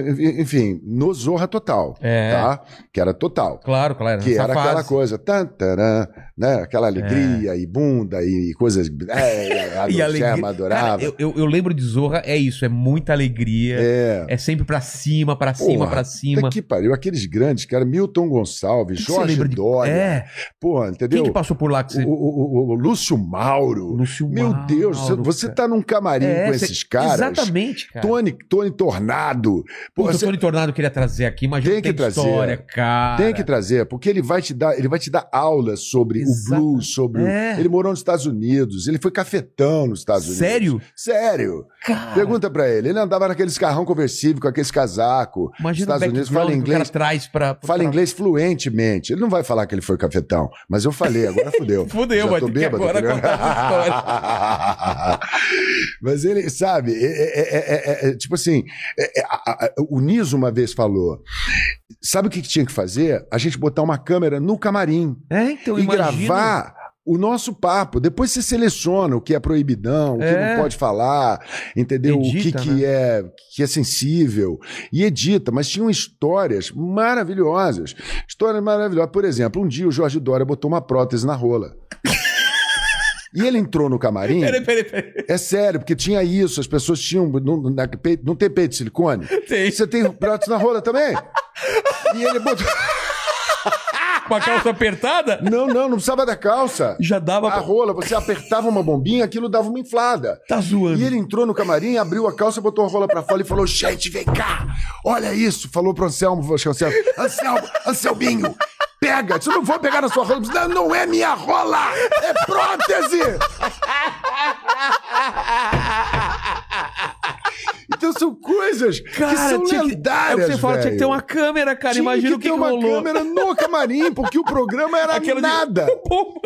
S3: Enfim, no Zorra Total,
S1: É.
S3: tá? Que era total.
S1: claro, claro.
S3: Que
S1: nessa
S3: era
S1: fase. É.
S3: aquela coisa, tan, taran, né? aquela alegria e bunda e coisas. É,
S1: E
S3: e
S1: alegria.
S3: adorava.
S1: Cara, eu, eu, eu lembro de Zorra, é isso, é muita alegria.
S3: É.
S1: É, sempre pra cima, pra cima,
S3: Porra,
S1: pra cima.
S3: Puta que pariu, aqueles grandes, cara, Milton Gonçalves,
S1: Quem que
S3: Jorge
S1: lembra de-
S3: Dória,
S1: É.
S3: porra,
S1: Quem
S3: entendeu?
S1: que passou por lá que você.
S3: o, o- o- o Lúcio Mauro.
S1: Lúcio
S3: Meu
S1: Mauro,
S3: Deus, você- você
S1: cara.
S3: tá num camarim
S1: É,
S3: com
S1: cê-
S3: esses caras.
S1: Exatamente, cara.
S3: Tony, Tony Tornado. Pô,
S1: Puta,
S3: você
S1: O Tony Tornado queria trazer aqui, mas
S3: Tem
S1: não
S3: que
S1: tem
S3: trazer.
S1: história, cara.
S3: tem que trazer, porque ele vai te dar, ele vai te dar aula sobre
S1: Exata-
S3: o blues, sobre o-
S1: É.
S3: Ele morou nos Estados Unidos, ele foi cafetão nos Estados Unidos.
S1: Sério?
S3: Sério.
S1: Cara,
S3: Pergunta pra ele, ele andava naqueles carrão conversível com aqueles casaco.
S1: imagina
S3: Estados
S1: o
S3: Unidos,
S1: background
S3: fala
S1: que o cara
S3: inglês.
S1: traz pra...
S3: Fala
S1: pra-
S3: inglês fluentemente. Ele não vai falar que ele foi cafetão, mas eu falei, agora fudeu.
S1: Fudeu,
S3: Já
S1: vai
S3: tô
S1: ter que
S3: bêbado, tá
S1: agora
S3: entendeu?
S1: contar essa história.
S3: mas ele, sabe, é, é- é- é- é- tipo assim, é- é- a- a- o Niso uma vez falou, sabe o que que tinha que fazer? A gente botar uma câmera no camarim
S1: É, então,
S3: e
S1: imagina.
S3: gravar o nosso papo. Depois você seleciona o que é proibidão, o que
S1: É.
S3: não pode falar, entendeu?
S1: Edita, né?
S3: o que, que é que é sensível e edita. Mas tinham histórias maravilhosas, histórias maravilhosas. Por exemplo, um dia o Jorge Dória botou uma prótese na rola. E ele entrou no camarim.
S1: Peraí, peraí, peraí.
S3: É sério, porque tinha isso, as pessoas tinham. Não, na- pe- não tem peito de silicone?
S1: Tem.
S3: Você tem prótese na rola também? E ele botou.
S1: Com a calça apertada,
S3: Não, não, não precisava da calça.
S1: já dava
S3: A
S1: pra...
S3: rola, você apertava uma bombinha, aquilo dava uma inflada.
S1: Tá zoando.
S3: E ele entrou no camarim, abriu a calça, botou a rola pra fora e falou: Gente, vem cá! Olha isso! Falou pro Anselmo, falou, Anselmo, Anselmo, Anselminho, pega! Disse, Eu não vou pegar na sua rola, Disse, não, não é minha rola! É prótese! Então são coisas que
S1: Cara,
S3: são
S1: tinha que- É o
S3: lendárias.
S1: que você fala, tinha que ter
S3: velho.
S1: uma câmera, cara.
S3: Tinha
S1: Imagina o que,
S3: ter
S1: que
S3: uma
S1: rolou.
S3: câmera no camarim, porque o programa era
S1: Aquela de-
S3: nada. É,
S1: Pô,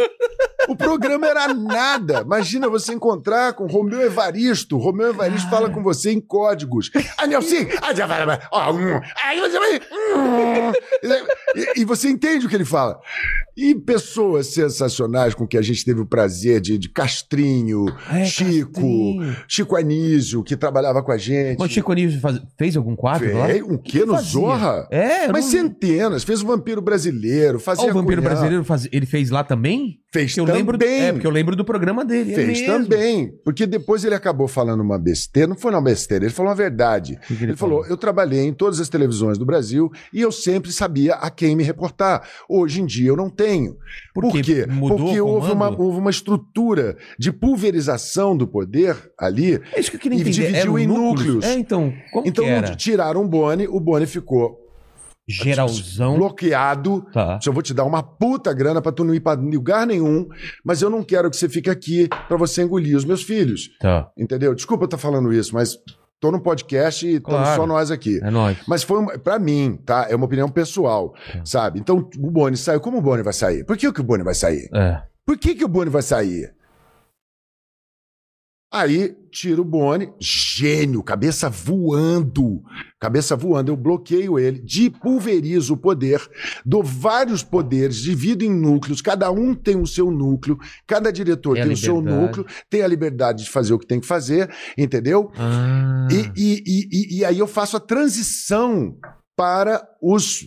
S3: O programa era nada. Imagina você encontrar com Romeu Evaristo. Romeu Evaristo
S1: Ah.
S3: fala com você em códigos. Ah, Nelson! ah, já vai, vai, ó, hum, aí você vai, hum. E, e você entende o que ele fala. E pessoas sensacionais com que a gente teve o prazer de, de Castrinho,
S1: É,
S3: Chico,
S1: Castrinho.
S3: Chico Anísio, que trabalhava com a gente.
S1: Mas Chico Anísio faz- fez algum quadro lá?
S3: Fez- o que no
S1: fazia?
S3: Zorra?
S1: É, eu
S3: Mas
S1: não-
S3: centenas. Fez o Vampiro Brasileiro,
S1: Ah,
S3: fazia
S1: o Vampiro
S3: Cunhal.
S1: Brasileiro faz- ele fez lá também?
S3: Fez
S1: Porque eu
S3: também.
S1: lembro, é, porque eu lembro do programa dele. é
S3: Fez
S1: mesmo.
S3: também, porque depois ele acabou falando uma besteira, não foi uma besteira, ele falou uma verdade.
S1: O que que
S3: Ele falou: eu trabalhei em todas as televisões do Brasil e eu sempre sabia a quem me reportar. Hoje em dia eu não tenho.
S1: Por
S3: Por,
S1: quê?
S3: quê?
S1: Mudou
S3: Porque
S1: o
S3: houve uma,
S1: comando?
S3: houve uma estrutura de pulverização do poder ali.
S1: É isso que eu queria
S3: E
S1: entender.
S3: dividiu
S1: Eram
S3: em
S1: núcleos?
S3: núcleos.
S1: É, então, como
S3: Então
S1: que era?
S3: tiraram o Boni, o Boni ficou
S1: Geralzão.
S3: bloqueado
S1: Tá.
S3: Se eu vou te dar uma puta grana pra tu não ir pra lugar nenhum, mas eu não quero que você fique aqui pra você engolir os meus filhos.
S1: Tá.
S3: Entendeu? Desculpa eu estar falando isso, mas tô num podcast e estamos
S1: Claro.
S3: só nós aqui.
S1: É nóis.
S3: Mas foi uma, pra mim, tá? É uma opinião pessoal, sabe? Então o Boni saiu. Como o Boni vai sair? Por que, que o Boni vai sair?
S1: É.
S3: Por que, que o Boni vai sair? Aí tira o Boni, gênio, cabeça voando, cabeça voando. Eu bloqueio ele, de pulverizo o poder, dou vários poderes, divido em núcleos, cada um tem o seu núcleo, cada diretor
S1: Tem a
S3: tem o seu
S1: liberdade.
S3: núcleo, tem a liberdade de fazer o que tem que fazer, entendeu?
S1: Ah.
S3: E, e- e- e- e aí eu faço a transição para os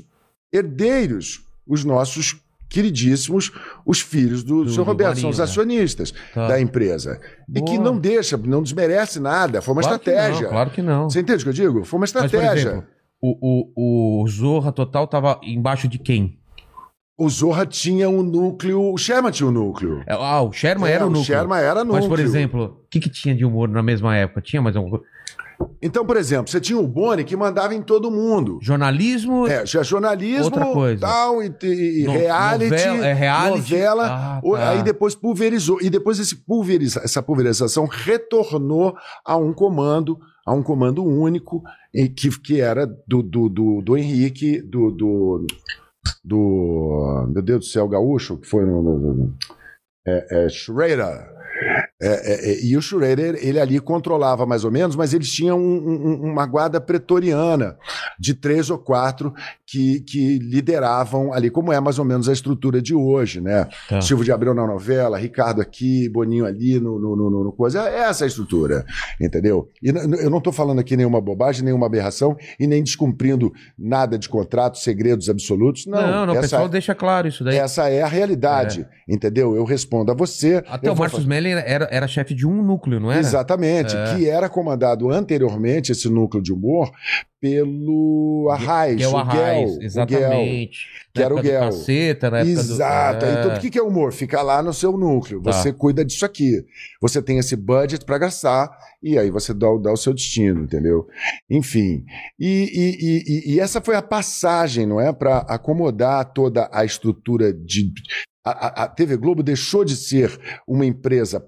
S3: herdeiros, os nossos queridíssimos, os filhos do,
S1: Do-
S3: senhor
S1: do
S3: Roberto, são os
S1: Bolinha, né?
S3: acionistas
S1: Tá.
S3: da empresa. E que
S1: Boa.
S3: não deixa, não desmerece nada, foi uma
S1: Claro que não,
S3: estratégia.
S1: claro que não.
S3: Você entende o que eu digo? Foi uma
S1: Mas, por
S3: estratégia.
S1: exemplo, o, o, o Zorra Total tava embaixo de quem?
S3: o Zorra tinha um núcleo, o Sherman tinha um núcleo.
S1: É, Ah, o Sherman
S3: É,
S1: era o núcleo.
S3: Sherman era núcleo.
S1: Mas, por exemplo, o que, que tinha de humor na mesma época? Tinha mais algum.
S3: Então, por exemplo, você tinha o Boni que mandava em todo mundo.
S1: Jornalismo.
S3: É, já jornalismo,
S1: Outra coisa.
S3: tal, e, e- e
S1: No-
S3: reality,
S1: novela- é, reality.
S3: novela.
S1: Ah,
S3: o-
S1: tá.
S3: Aí depois pulverizou. E depois esse pulveriza, essa pulverização retornou a um comando, a um comando único, em que, que era do, do, do, do Henrique, do, do, do- Meu Deus do céu, Gaúcho, que foi no. no- no- é, é, Schrader. É, é, é, e o Schroeder, ele ali controlava mais ou menos, mas eles tinham um- um- uma guarda pretoriana de três ou quatro que, que lideravam ali, como é mais ou menos a estrutura de hoje, né?
S1: Tá.
S3: Silvio de Abreu na novela, Ricardo aqui, Boninho ali no, no, no, no- no coisa. É essa a estrutura, entendeu? E n- n- eu não estou falando aqui nenhuma bobagem, nenhuma aberração e nem descumprindo nada de contrato, segredos absolutos. Não,
S1: não, não, o
S3: essa, é,
S1: pessoal deixa claro isso daí. É.
S3: essa é a realidade, entendeu? Eu respondo a você.
S1: Até
S3: eu
S1: o
S3: vou
S1: Marcos Mellen era, era chefe de um núcleo, não era?
S3: Exatamente,
S1: É.
S3: que era comandado anteriormente, esse núcleo de humor, pelo Arraiz,
S1: Que é o Arraiz,
S3: Guel, Guel.
S1: exatamente.
S3: que
S1: Na
S3: era o
S1: época do
S3: Guel.
S1: Caceta, na época do-
S3: Exato.
S1: É.
S3: Então, o que que é humor? Fica lá no seu núcleo.
S1: Tá.
S3: Você cuida disso aqui. Você tem esse budget para gastar e aí você dá, o- dá o seu destino, entendeu? Enfim. E, e- e- e- e essa foi a passagem, não é? Para acomodar toda a estrutura de. A, a- a TV Globo deixou de ser uma empresa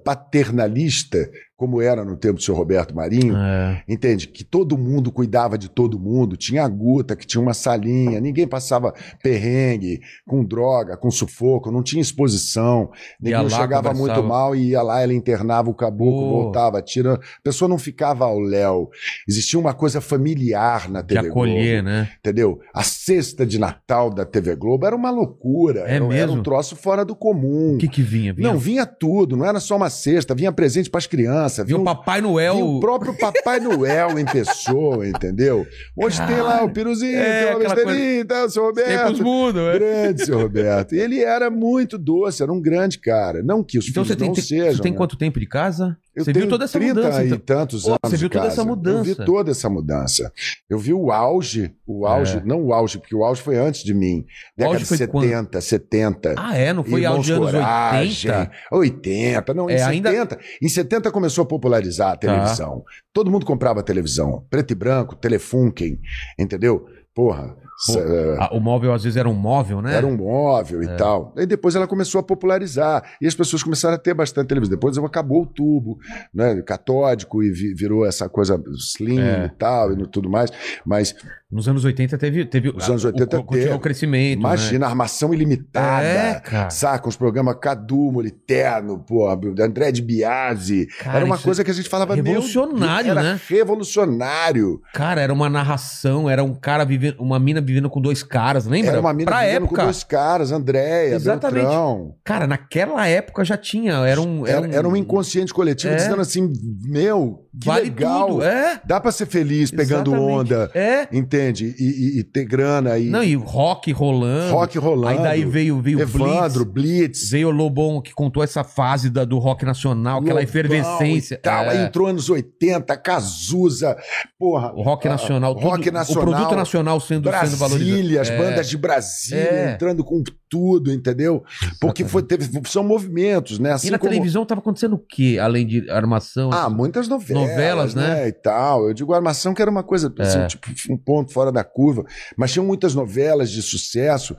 S3: paternalista, como era no tempo do seu Roberto Marinho,
S1: É.
S3: Entende? Que todo mundo cuidava de todo mundo. Tinha a Guta, que tinha uma salinha, ninguém passava perrengue, com droga, com sufoco, não tinha exposição.
S1: Ia
S3: Ninguém
S1: lá,
S3: chegava
S1: conversava.
S3: muito mal e ia lá, ela internava o caboclo,
S1: Pô.
S3: voltava, tira. A pessoa não ficava ao léu. Existia uma coisa familiar na
S1: De
S3: TV
S1: acolher,
S3: Globo.
S1: né?
S3: Entendeu? A cesta de Natal da TV Globo era uma loucura.
S1: É
S3: era, era
S1: mesmo?
S3: um troço fora do comum.
S1: O que que vinha? Vinha,
S3: Não, vinha tudo, não era só uma cesta, vinha presente para as crianças,
S1: vinha
S3: vinha
S1: É o
S3: um
S1: Papai
S3: e
S1: Noel.
S3: o próprio Papai Noel em pessoa, entendeu? Hoje tem lá o Piruzinho,
S1: é,
S3: tem
S1: aquela
S3: o Besteirinho, tá, o seu
S1: Tempos
S3: Roberto.
S1: mudam, é.
S3: Grande, seu Roberto. E Ele era muito doce, era um grande cara. Não que os
S1: Então
S3: filhos
S1: você tem,
S3: não
S1: tem-
S3: sejam.
S1: você tem
S3: né?
S1: quanto tempo de casa?
S3: Eu
S1: você viu
S3: tenho
S1: toda essa
S3: 30
S1: mudança,
S3: e
S1: então.
S3: tantos
S1: Pô,
S3: anos
S1: você viu
S3: de
S1: toda
S3: casa.
S1: essa mudança.
S3: Eu vi toda essa mudança. Eu vi o auge, o auge,
S1: É.
S3: não o auge, porque o auge foi antes de mim. Década
S1: auge
S3: de
S1: foi
S3: 70,
S1: quando?
S3: 70.
S1: Ah, é? Não foi aos
S3: Irmãos
S1: anos
S3: Coragem,
S1: 80?
S3: 80, ah, não, em
S1: É,
S3: 70.
S1: ainda- Tá.
S3: Em 70 começou a popularizar a televisão. Todo mundo comprava televisão. Preto e branco, telefunken, entendeu? Porra,
S1: Pô,
S3: sa-
S1: Ah, o móvel às vezes era um móvel, né?
S3: é. era um móvel e tal. Aí depois ela começou a popularizar. E as pessoas começaram a ter bastante televisão. Depois acabou o tubo, né? Catódico e vi- virou essa coisa slim
S1: É.
S3: e tal, e no- tudo mais. Mas
S1: Nos anos 80 teve. teve
S3: Os anos 80
S1: o, o, continuou
S3: teve.
S1: o crescimento.
S3: imagina, armação ilimitada.
S1: Né? É, cara.
S3: Saca? Os programas Cadu, Moliterno, pô, André de Biasi.
S1: Cara,
S3: era uma
S1: isso- é
S3: coisa que a gente falava meu Deus,
S1: Revolucionário,
S3: era
S1: né?
S3: revolucionário.
S1: Cara, era uma narração, era um cara vivendo, uma mina vivendo com dois caras, lembra?
S3: Era uma mina
S1: pra
S3: vivendo
S1: época.
S3: com dois caras, Andréia,
S1: Exatamente.
S3: Beltrão.
S1: Cara, naquela época já tinha, era um
S3: Era, era um inconsciente coletivo
S1: É.
S3: dizendo assim, meu, que
S1: vale
S3: legal.
S1: tudo, é?
S3: Dá pra ser feliz pegando
S1: Exatamente.
S3: onda,
S1: É.
S3: entende? E, e- e ter grana e,
S1: Não, e rock rolando.
S3: rock rolando.
S1: Aí daí veio, veio o
S3: Evandro,
S1: Blitz,
S3: Blitz.
S1: veio o Lobão que contou essa fase da- do rock nacional, aquela
S3: Lobão
S1: efervescência.
S3: e Tal.
S1: É.
S3: Aí entrou anos 80, Cazuza, porra.
S1: O rock nacional,
S3: Ah, rock
S1: tudo-
S3: nacional,
S1: o produto nacional sendo, sendo valorizado.
S3: Brasília, as
S1: É.
S3: bandas de Brasília
S1: É.
S3: entrando com tudo, entendeu? Porque
S1: Exatamente.
S3: foi, teve- são movimentos, né? Assim
S1: e na
S3: como.
S1: televisão tava acontecendo o quê? Além de armação?
S3: Ah, muitas novelas.
S1: Novelas, né?
S3: E tal. Eu digo armação que era uma coisa, assim,
S1: É.
S3: tipo, um ponto fora da curva. Mas tinham muitas novelas de sucesso.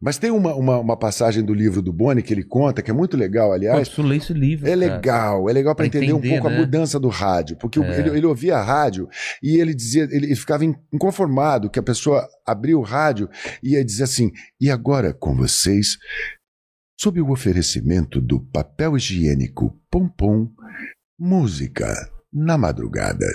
S3: Mas tem uma, uma, uma passagem do livro do Boni que ele conta, que é muito legal,
S1: Pô,
S3: aliás.
S1: preciso ler esse livro.
S3: É
S1: cara.
S3: legal, é legal para
S1: Pra
S3: entender,
S1: entender,
S3: um pouco
S1: né? É.
S3: a mudança do rádio, porque o- ele, ele ouvia a rádio e ele dizia, ele, ele ficava in- inconformado que a pessoa abria o rádio e ia dizer assim: e agora com vocês, sob o oferecimento do papel higiênico Pompom, música na madrugada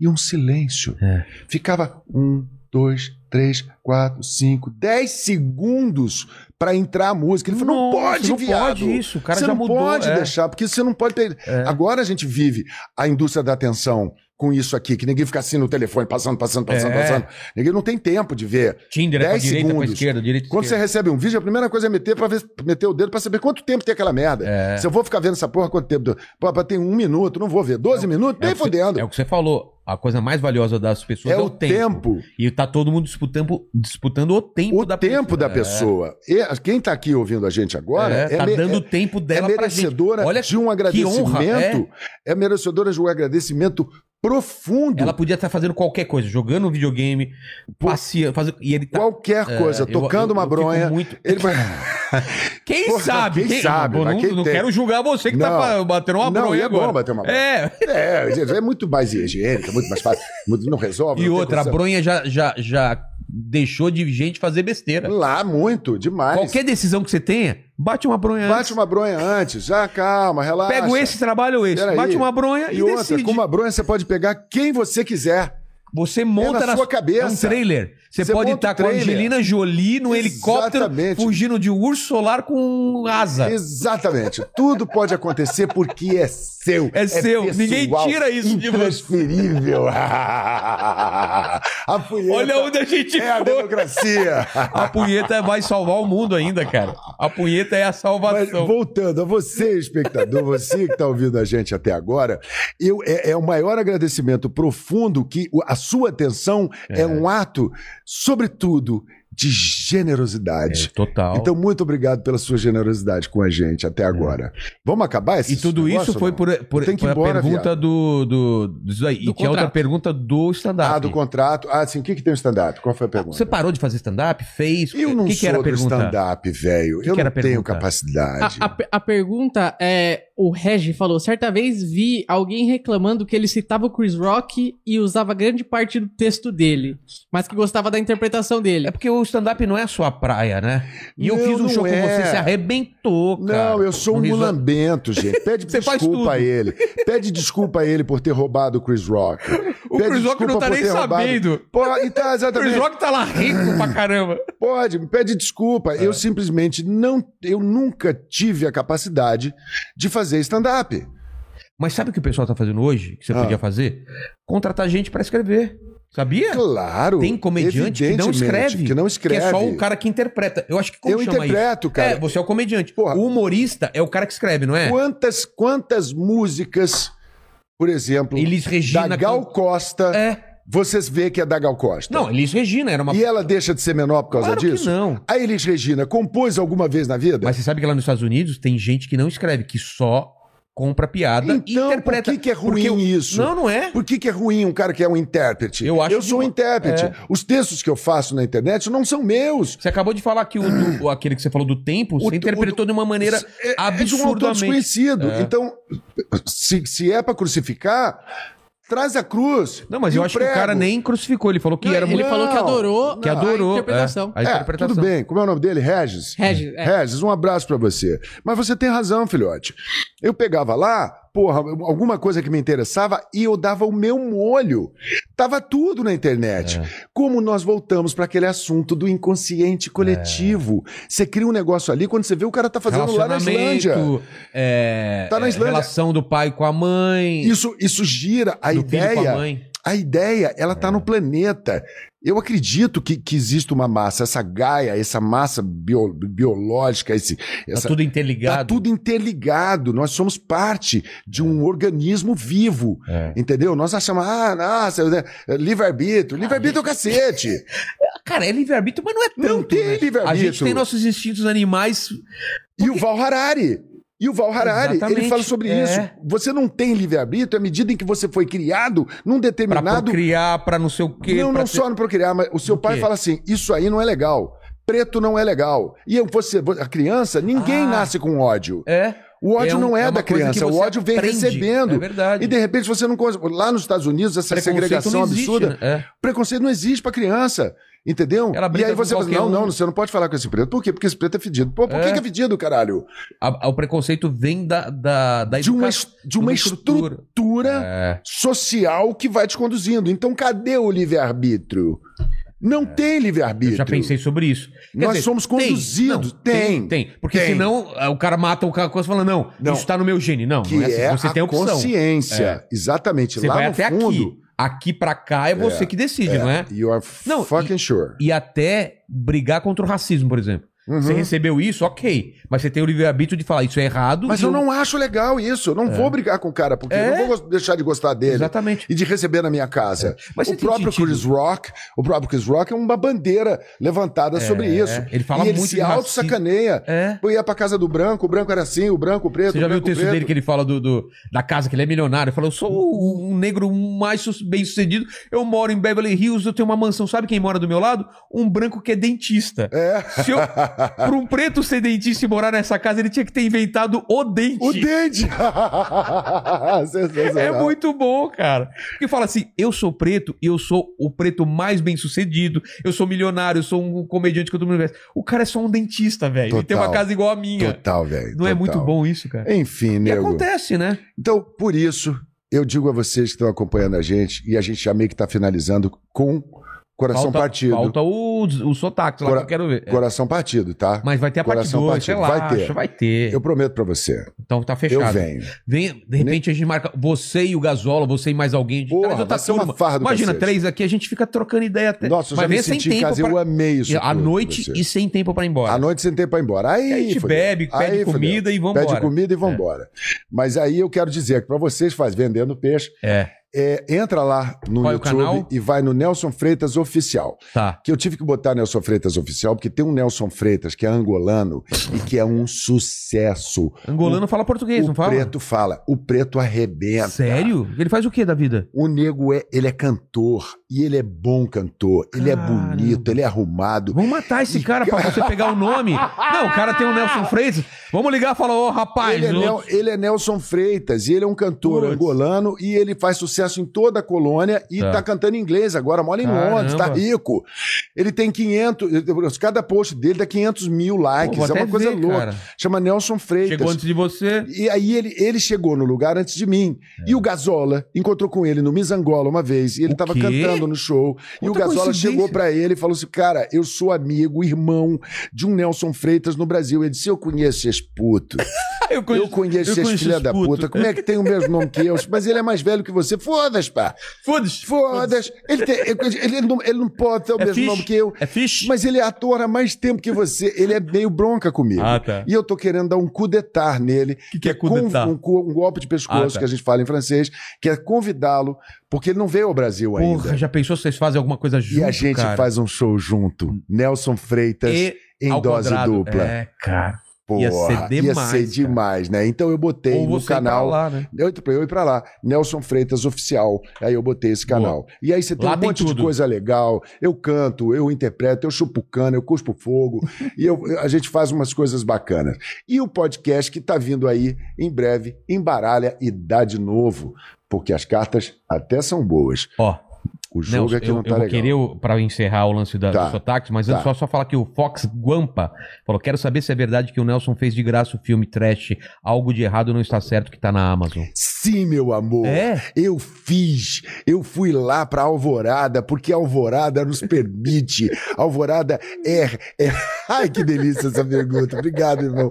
S3: e um silêncio.
S1: É.
S3: Ficava um, dois, três, quatro, cinco, dez segundos para entrar a música. Ele falou: não
S1: Nossa,
S3: pode,
S1: não
S3: viado.
S1: pode isso. O cara
S3: você
S1: já
S3: não
S1: mudou.
S3: pode
S1: é,
S3: deixar, porque você não pode ter.
S1: é.
S3: Agora a gente vive a indústria da atenção com isso aqui, que ninguém fica assim no telefone, passando, passando, passando,
S1: É.
S3: passando. Ninguém não tem tempo de ver.
S1: Tinder é pra
S3: 10
S1: direita, pra
S3: segundos.
S1: esquerda, direita,
S3: Quando você
S1: esquerda.
S3: recebe um vídeo, a primeira coisa é meter para ver, meter o dedo pra saber quanto tempo tem aquela merda.
S1: É.
S3: Se eu vou ficar vendo essa porra quanto tempo. Pô, pá, tem um minuto, não vou ver. 12 minutos,
S1: É
S3: nem
S1: o que você-
S3: fodendo.
S1: É o que você falou. A coisa mais valiosa das pessoas
S3: É o tempo.
S1: E tá todo mundo disputando, disputando o tempo
S3: O
S1: da
S3: tempo da
S1: É.
S3: pessoa. E quem tá aqui ouvindo a gente agora
S1: É, tá
S3: me-
S1: dando tempo
S3: é
S1: dela pra gente.
S3: merecedora
S1: Olha
S3: de um agradecimento.
S1: honra, é.
S3: é. merecedora de um agradecimento profundo.
S1: Ela podia estar fazendo qualquer coisa, jogando um videogame, passeando, fazendo. E ele tá.
S3: Qualquer
S1: É,
S3: coisa,
S1: eu-
S3: tocando
S1: eu-
S3: uma
S1: eu fico
S3: bronha.
S1: muito-
S3: Ele vai.
S1: Quem
S3: Porra,
S1: sabe?
S3: quem sabe,
S1: Pô,
S3: mas
S1: não
S3: quem
S1: não
S3: tem?
S1: quero julgar você que
S3: Não.
S1: tá batendo uma
S3: Não, e
S1: bronha
S3: é
S1: agora.
S3: bom bater uma bronha.
S1: É.
S3: É, gente, é muito mais higiênica, muito mais fácil. muito- Não resolve.
S1: E
S3: não tem
S1: outra, a
S3: condição.
S1: bronha já, já, já deixou de gente fazer besteira.
S3: Lá, muito, demais.
S1: Qualquer decisão que você tenha, bate uma bronha
S3: Bate
S1: antes.
S3: uma bronha antes. Já calma, relaxa.
S1: Pego esse, trabalho esse.
S3: Peraí.
S1: Bate uma bronha e,
S3: E outra,
S1: decide.
S3: com uma bronha você pode pegar quem você quiser.
S1: Você monta
S3: É na sua cabeça.
S1: É um trailer. Você,
S3: Você
S1: pode
S3: monta o
S1: estar com a
S3: trailer.
S1: Angelina Jolie no helicóptero,
S3: Exatamente.
S1: fugindo de um urso solar com asa.
S3: Exatamente. Tudo pode acontecer porque é seu.
S1: É seu. Ninguém tira isso de você.
S3: Intransferível. a punheta
S1: Olha onde a gente
S3: é a
S1: foi.
S3: democracia.
S1: A punheta vai salvar o mundo ainda, cara. A punheta é a
S3: Mas
S1: salvação.
S3: voltando a você, espectador, você que está ouvindo a gente até agora, eu, é, é o maior agradecimento profundo que o- a sua atenção é, um ato, sobretudo, de generosidade.
S1: É, Total.
S3: Então, muito obrigado pela sua generosidade com a gente até agora. Vamos acabar esse
S1: É. e tudo
S3: negócio,
S1: isso foi
S3: não?
S1: por, por,
S3: Tem que
S1: por
S3: ir embora,
S1: a pergunta do, do, disso aí. e
S2: Do
S1: tinha outra
S2: contrato.
S1: pergunta do stand-up.
S3: Ah, do contrato. Ah, assim, o que, que tem o stand-up? Qual foi a pergunta?
S1: Você parou de fazer stand-up? Fez?
S3: Eu não
S1: que que
S3: sou
S1: era a
S3: do
S1: pergunta?
S3: stand-up, velho.
S1: Que
S3: eu
S1: que era
S3: não
S1: a
S3: tenho
S1: pergunta?
S3: capacidade.
S2: A, a pe- a pergunta é: o Regi falou, certa vez vi alguém reclamando que ele citava o Chris Rock e usava grande parte do texto dele, mas que gostava da interpretação dele.
S1: É porque o stand-up não é a sua praia, né? E eu
S3: Não,
S1: fiz um
S3: não
S1: show com
S3: é.
S1: você, você arrebentou, cara.
S3: Não, eu sou um
S1: No riso-
S3: mulambento, gente. Pede
S1: Você faz
S3: desculpa a
S1: tudo.
S3: ele. Pede desculpa a ele por ter roubado o Chris Rock.
S1: O
S3: Pede
S1: Chris Rock
S3: desculpa
S1: não tá
S3: por
S1: nem
S3: ter roubado.
S1: sabendo.
S3: Pô, então,
S1: O Chris
S3: exatamente.
S1: Rock tá lá rico pra caramba.
S3: Pode, me pede desculpa.
S1: É.
S3: Eu simplesmente não. Eu nunca tive a capacidade de fazer stand-up.
S1: Mas sabe o que o pessoal tá fazendo hoje? Que você
S3: Ah.
S1: podia fazer? Contratar gente pra escrever. Sabia?
S3: Claro.
S1: É. Tem comediante que não
S3: evidentemente,
S1: escreve.
S3: Que não escreve.
S1: Que é só o cara que interpreta. Eu acho que como
S3: Eu
S1: chama
S3: interpreto,
S1: isso?
S3: cara.
S1: É, você é o comediante.
S3: Porra.
S1: O humorista é o cara que escreve, não é?
S3: Quantas, quantas músicas, por exemplo,
S1: Elis Regina.
S3: da Gal
S1: can-
S3: Costa,
S1: É.
S3: vocês vê que é da Gal Costa.
S1: Não, Elis Regina era uma.
S3: E ela deixa de ser menor por causa
S1: Claro que
S3: disso?
S1: não.
S3: A Elis Regina compôs alguma vez na vida?
S1: Mas você sabe que lá nos Estados Unidos tem gente que não escreve, que só compra piada e
S3: Então,
S1: interpreta.
S3: por que que é ruim
S1: Porque o-
S3: isso?
S1: Não, não é.
S3: Por que, que é ruim um cara que é um intérprete?
S1: Eu acho
S3: sou um
S1: que-
S3: intérprete.
S1: é.
S3: Os textos que eu faço na internet não são meus.
S1: Você acabou de falar que o do- o- aquele que você falou do tempo,
S3: O-
S1: você interpretou de uma maneira
S3: É- É de um
S1: absurdamente.
S3: autor
S1: É.
S3: desconhecido. Então, se, se é pra crucificar, traz a cruz.
S1: não, mas
S3: e
S1: eu acho
S3: prego.
S1: que o cara nem crucificou. Ele falou que É, era
S2: ele
S1: muito.
S2: falou que adorou,
S1: Que adorou.
S2: a
S1: é,
S2: interpretação.
S1: a
S3: É,
S1: interpretação.
S3: tudo bem. Como é o nome dele? Regis?
S2: Regis, é.
S3: Regis, um abraço pra você. Mas você tem razão, filhote. Eu pegava lá, porra, alguma coisa que me interessava e eu dava o meu molho. Tava tudo na internet.
S1: É.
S3: Como nós voltamos pra aquele assunto do inconsciente coletivo. Você cria um negócio ali, quando você vê o cara tá fazendo lá na Islândia.
S1: É. Relacionamento. É,
S3: Tá na
S1: é,
S3: Islândia.
S1: Relação do pai com a mãe.
S3: Isso, isso gira a
S1: do filho com a
S3: ideia.
S1: mãe. É.
S3: A ideia, ela está no planeta. Eu acredito que, que existe uma massa, essa Gaia, essa massa bio- biológica, esse,
S1: Tá
S3: essa,
S1: tudo
S3: Tá
S1: interligado.
S3: tudo interligado. Nós somos parte de um organismo vivo.
S1: É.
S3: Entendeu? Nós achamos, ah, nossa, né, livre-arbítrio. Livre-arbítrio é o cacete.
S1: Cara, é livre-arbítrio, mas não é tanto.
S3: Não tem
S1: né? A
S3: livre-arbítrio.
S1: gente tem nossos instintos animais.
S3: E o Val Harari. E o Val Harari, ele
S1: Exatamente,
S3: fala sobre
S1: é.
S3: isso. Você não tem livre-arbítrio à medida em que você foi criado num
S1: Pra
S3: determinado.
S1: procriar, pra não sei o quê.
S3: não,
S1: pra
S3: não
S1: ter-
S3: só no procriar, mas o seu
S1: Do
S3: pai
S1: quê?
S3: fala assim: isso aí não é legal. Preto não é legal. E eu- você, a criança, ninguém
S1: Ah.
S3: nasce com ódio.
S1: É.
S3: O ódio
S1: É um-
S3: não é,
S1: é uma
S3: da
S1: coisa que
S3: criança, o
S1: você
S3: ódio vem
S1: aprende.
S3: recebendo.
S1: É verdade.
S3: E de repente você não consegue. Lá nos Estados Unidos, essa
S1: Preconceito
S3: segregação
S1: não existe,
S3: absurda,
S1: né? É.
S3: preconceito não existe pra criança. Entendeu?
S1: Ela
S3: e
S1: briga
S3: aí
S1: com
S3: você fala,
S1: qualquer
S3: não, não,
S1: um.
S3: você não pode falar com esse preto. Por quê? Porque esse preto é fedido. Pô, por
S1: É.
S3: que que é fedido, caralho?
S1: A- a- o preconceito vem da, da, da
S3: De um
S1: educa-
S3: uma, es- de uma estrutura,
S1: É.
S3: social que vai te conduzindo. Então, cadê o livre-arbítrio? Não tem
S1: É. Eu
S3: livre-arbítrio.
S1: já pensei sobre isso. Quer
S3: Nós
S1: dizer,
S3: somos
S1: tem,
S3: conduzidos.
S1: não,
S3: Tem.
S1: Tem, Porque
S3: Tem.
S1: senão ah, o cara mata o cara e fala, não,
S3: Não.
S1: isso tá no meu gene. Não,
S3: Que
S1: não é assim.
S3: é
S1: você
S3: a
S1: tem opção.
S3: consciência.
S1: É.
S3: Exatamente.
S1: Você
S3: Lá
S1: vai
S3: no
S1: até
S3: fundo,
S1: aqui. Aqui pra cá é você que decide, não é?
S3: you are
S1: Não,
S3: fucking sure.
S1: E até brigar contra o racismo, por exemplo.
S3: Uhum.
S1: Você recebeu isso, ok. Mas você tem o livre-arbítrio de falar, isso é errado.
S3: Mas
S1: e
S3: eu não acho legal isso. Eu não vou brigar com o cara, porque
S1: É.
S3: eu não vou gos- deixar de gostar dele.
S1: Exatamente.
S3: E de receber na minha casa.
S1: É. Mas você
S3: o
S1: tem
S3: próprio
S1: sentido.
S3: Chris Rock, o próprio Chris Rock é uma bandeira levantada sobre isso.
S1: É, ele fala
S3: e ele
S1: muito
S3: se
S1: de racismo.
S3: auto-sacaneia.
S1: É.
S3: Eu ia pra casa do branco, o branco era assim, o branco, o preto,
S1: Você já
S3: o
S1: viu o
S3: branco,
S1: texto
S3: preto.
S1: dele que ele fala do, do- da casa, que ele é milionário? Ele fala, eu sou o- um negro mais sus- bem sucedido, eu moro em Beverly Hills, eu tenho uma mansão. Sabe quem mora do meu lado? Um branco que é dentista.
S3: É.
S1: Se eu, pra um preto ser dentista e morar nessa casa, ele tinha que ter inventado o dente.
S3: O dente!
S1: É
S3: Sensacional.
S1: muito bom, cara. Porque fala assim, eu sou preto e eu sou o preto mais bem sucedido, eu sou milionário, eu sou um comediante que eu tô no universo. O cara é só um dentista, velho. Ele tem
S3: Total.
S1: uma casa igual a minha.
S3: Total, velho.
S1: Não é
S3: total.
S1: muito bom isso, cara?
S3: Enfim,
S1: E
S3: nego.
S1: acontece, né?
S3: Então, por isso, eu digo a vocês que estão acompanhando a gente, e a gente já meio que está finalizando com Coração Partido. né?
S1: Falta o, o sotaque lá
S3: Cora-
S1: que eu quero ver. É.
S3: Coração Partido, tá?
S1: Mas vai ter a parte
S3: Coração
S1: 2, sei
S3: partido.
S1: lá.
S3: Vai ter.
S1: acho, Vai ter.
S3: Eu prometo pra você,
S1: Então tá
S3: eu
S1: fechado.
S3: venho.
S1: Vem, de repente a gente marca você e o Gasola, você e mais alguém. de
S3: Porra,
S1: traz outra
S3: vai ser uma
S1: turma.
S3: farra do
S1: Imagina,
S3: cacete.
S1: três aqui, a gente fica trocando ideia até.
S3: Nossa, eu
S1: Mas
S3: já me
S1: vem sem
S3: senti em
S1: tempo
S3: casa,
S1: pra-
S3: eu amei isso.
S1: à
S3: tudo,
S1: noite
S3: você.
S1: e sem tempo pra ir embora.
S3: À noite sentei pra ir embora.
S1: Aí
S3: Aí,
S1: a gente
S3: fodeu.
S1: bebe, pede
S3: Aí fodeu.
S1: comida e vambora. É.
S3: Pede comida e vambora. Mas aí eu quero dizer que pra vocês faz vendendo peixe,
S1: É,
S3: é, entra lá no
S1: Qual é o
S3: YouTube
S1: canal?
S3: e vai no Nelson Freitas Oficial.
S1: tá.
S3: Que eu tive que botar Nelson Freitas oficial, porque tem um Nelson Freitas que é angolano e que é um sucesso.
S1: Angolano fala português,
S3: o
S1: não fala?
S3: preto é fala, o preto arrebenta.
S1: Sério? Ele faz o que da vida?
S3: O nego é, ele é cantor e ele é bom cantor, ele
S1: Caramba.
S3: é bonito, ele é arrumado.
S1: Vamos matar esse cara pra você pegar o nome. Não, o cara tem o Nelson Freitas. Vamos ligar e falar, ô rapaz.
S3: Ele é,
S1: ô-
S3: Nel- ele é Nelson Freitas e ele é um cantor
S1: Putz.
S3: angolano e ele faz sucesso em toda a colônia e
S1: Tá.
S3: tá, cantando em inglês agora, mora em
S1: Caramba.
S3: Londres, tá rico. Ele tem 500, cada post dele dá 500 mil
S1: Pô,
S3: likes,
S1: vou
S3: é
S1: até
S3: uma coisa
S1: ver,
S3: louca.
S1: cara.
S3: Chama Nelson Freitas.
S1: Chegou antes de você.
S3: E aí ele, ele chegou no lugar antes de mim. E o Gazola encontrou com ele no Mizangola uma vez. E ele
S1: É. O
S3: tava
S1: quê?
S3: cantando no show. e o
S1: Outra
S3: Gazola
S1: coincidência.
S3: chegou pra ele e falou assim: Cara, eu sou amigo, irmão de um Nelson Freitas no Brasil. Ele disse: Eu conheço esse puto.
S1: Eu
S3: Eu conheço esse filha da puta. Como é que tem o mesmo nome que eu? Mas ele é mais velho que você. Foda-se, pá.
S1: Foda-se.
S3: Foda-se. Ele, tem- ele, ele não, ele não pode ter o
S1: É
S3: mesmo
S1: fish?
S3: nome que eu.
S1: É fish?
S3: Mas ele é ator há mais tempo que você. Ele é meio bronca comigo.
S1: Ah, tá.
S3: E eu tô querendo dar um cudetar nele. O
S1: que é coup d'etat?
S3: Um, cu- um golpe de pescoço,
S1: Ah, tá.
S3: que a gente fala em francês, que é convidá-lo, porque ele não veio ao Brasil
S1: Porra,
S3: ainda.
S1: já pensou se vocês fazem alguma coisa junto,
S3: e a gente
S1: cara?
S3: faz um show junto. Nelson Freitas
S1: E
S3: em
S1: ao
S3: dose
S1: quadrado.
S3: dupla.
S1: É, cara.
S3: Porra,
S1: ia ser demais,
S3: Ia ser
S1: cara.
S3: demais, né? Então eu botei
S1: Ou
S3: no
S1: você ir pra
S3: canal.
S1: lá, né?
S3: Eu, pra eu ir pra lá, Nelson Freitas Oficial. Aí eu botei esse canal. E aí você tem
S1: Lá
S3: um
S1: tem
S3: monte
S1: tudo.
S3: de coisa legal. Eu canto, eu interpreto, eu chupo cana, eu cuspo fogo. e eu- a gente faz umas coisas bacanas. E o podcast que tá vindo aí em breve, embaralha e dá de novo. Porque as cartas até são boas.
S1: Ó,
S3: O jogo
S1: Nelson,
S3: é que
S1: eu,
S3: não tá
S1: eu vou
S3: legal.
S1: querer, o- pra encerrar o lance da,
S3: Tá.
S1: do sotaque, mas antes
S3: Tá.
S1: só, só falar que o Fox Guampa falou: quero saber se é verdade que o Nelson fez de graça o filme Trash. Algo de errado não está certo que tá na Amazon.
S3: Sim, meu amor.
S1: É?
S3: Eu fiz, eu fui lá pra Alvorada, porque a Alvorada nos permite. A Alvorada é, é- Ai, que delícia essa pergunta. Obrigado, irmão.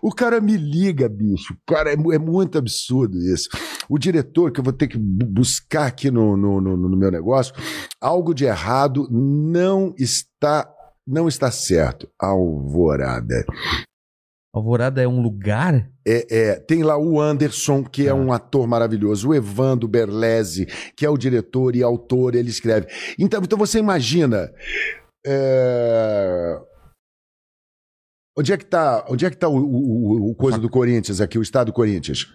S3: O cara me liga, bicho. Cara, é, mu- é muito absurdo isso. O diretor, que eu vou ter que bu- buscar aqui no, no, no- no meu negócio, algo de errado não está. Não está certo. Alvorada.
S1: Alvorada é um lugar?
S3: É, é, tem lá o Anderson, que é
S1: Tá.
S3: um ator maravilhoso, o Evandro Berlese, que é o diretor e autor, ele escreve. Então, então você imagina. é, Onde é que tá, onde é que tá o, o- o- o coisa do Corinthians aqui, o estado do Corinthians?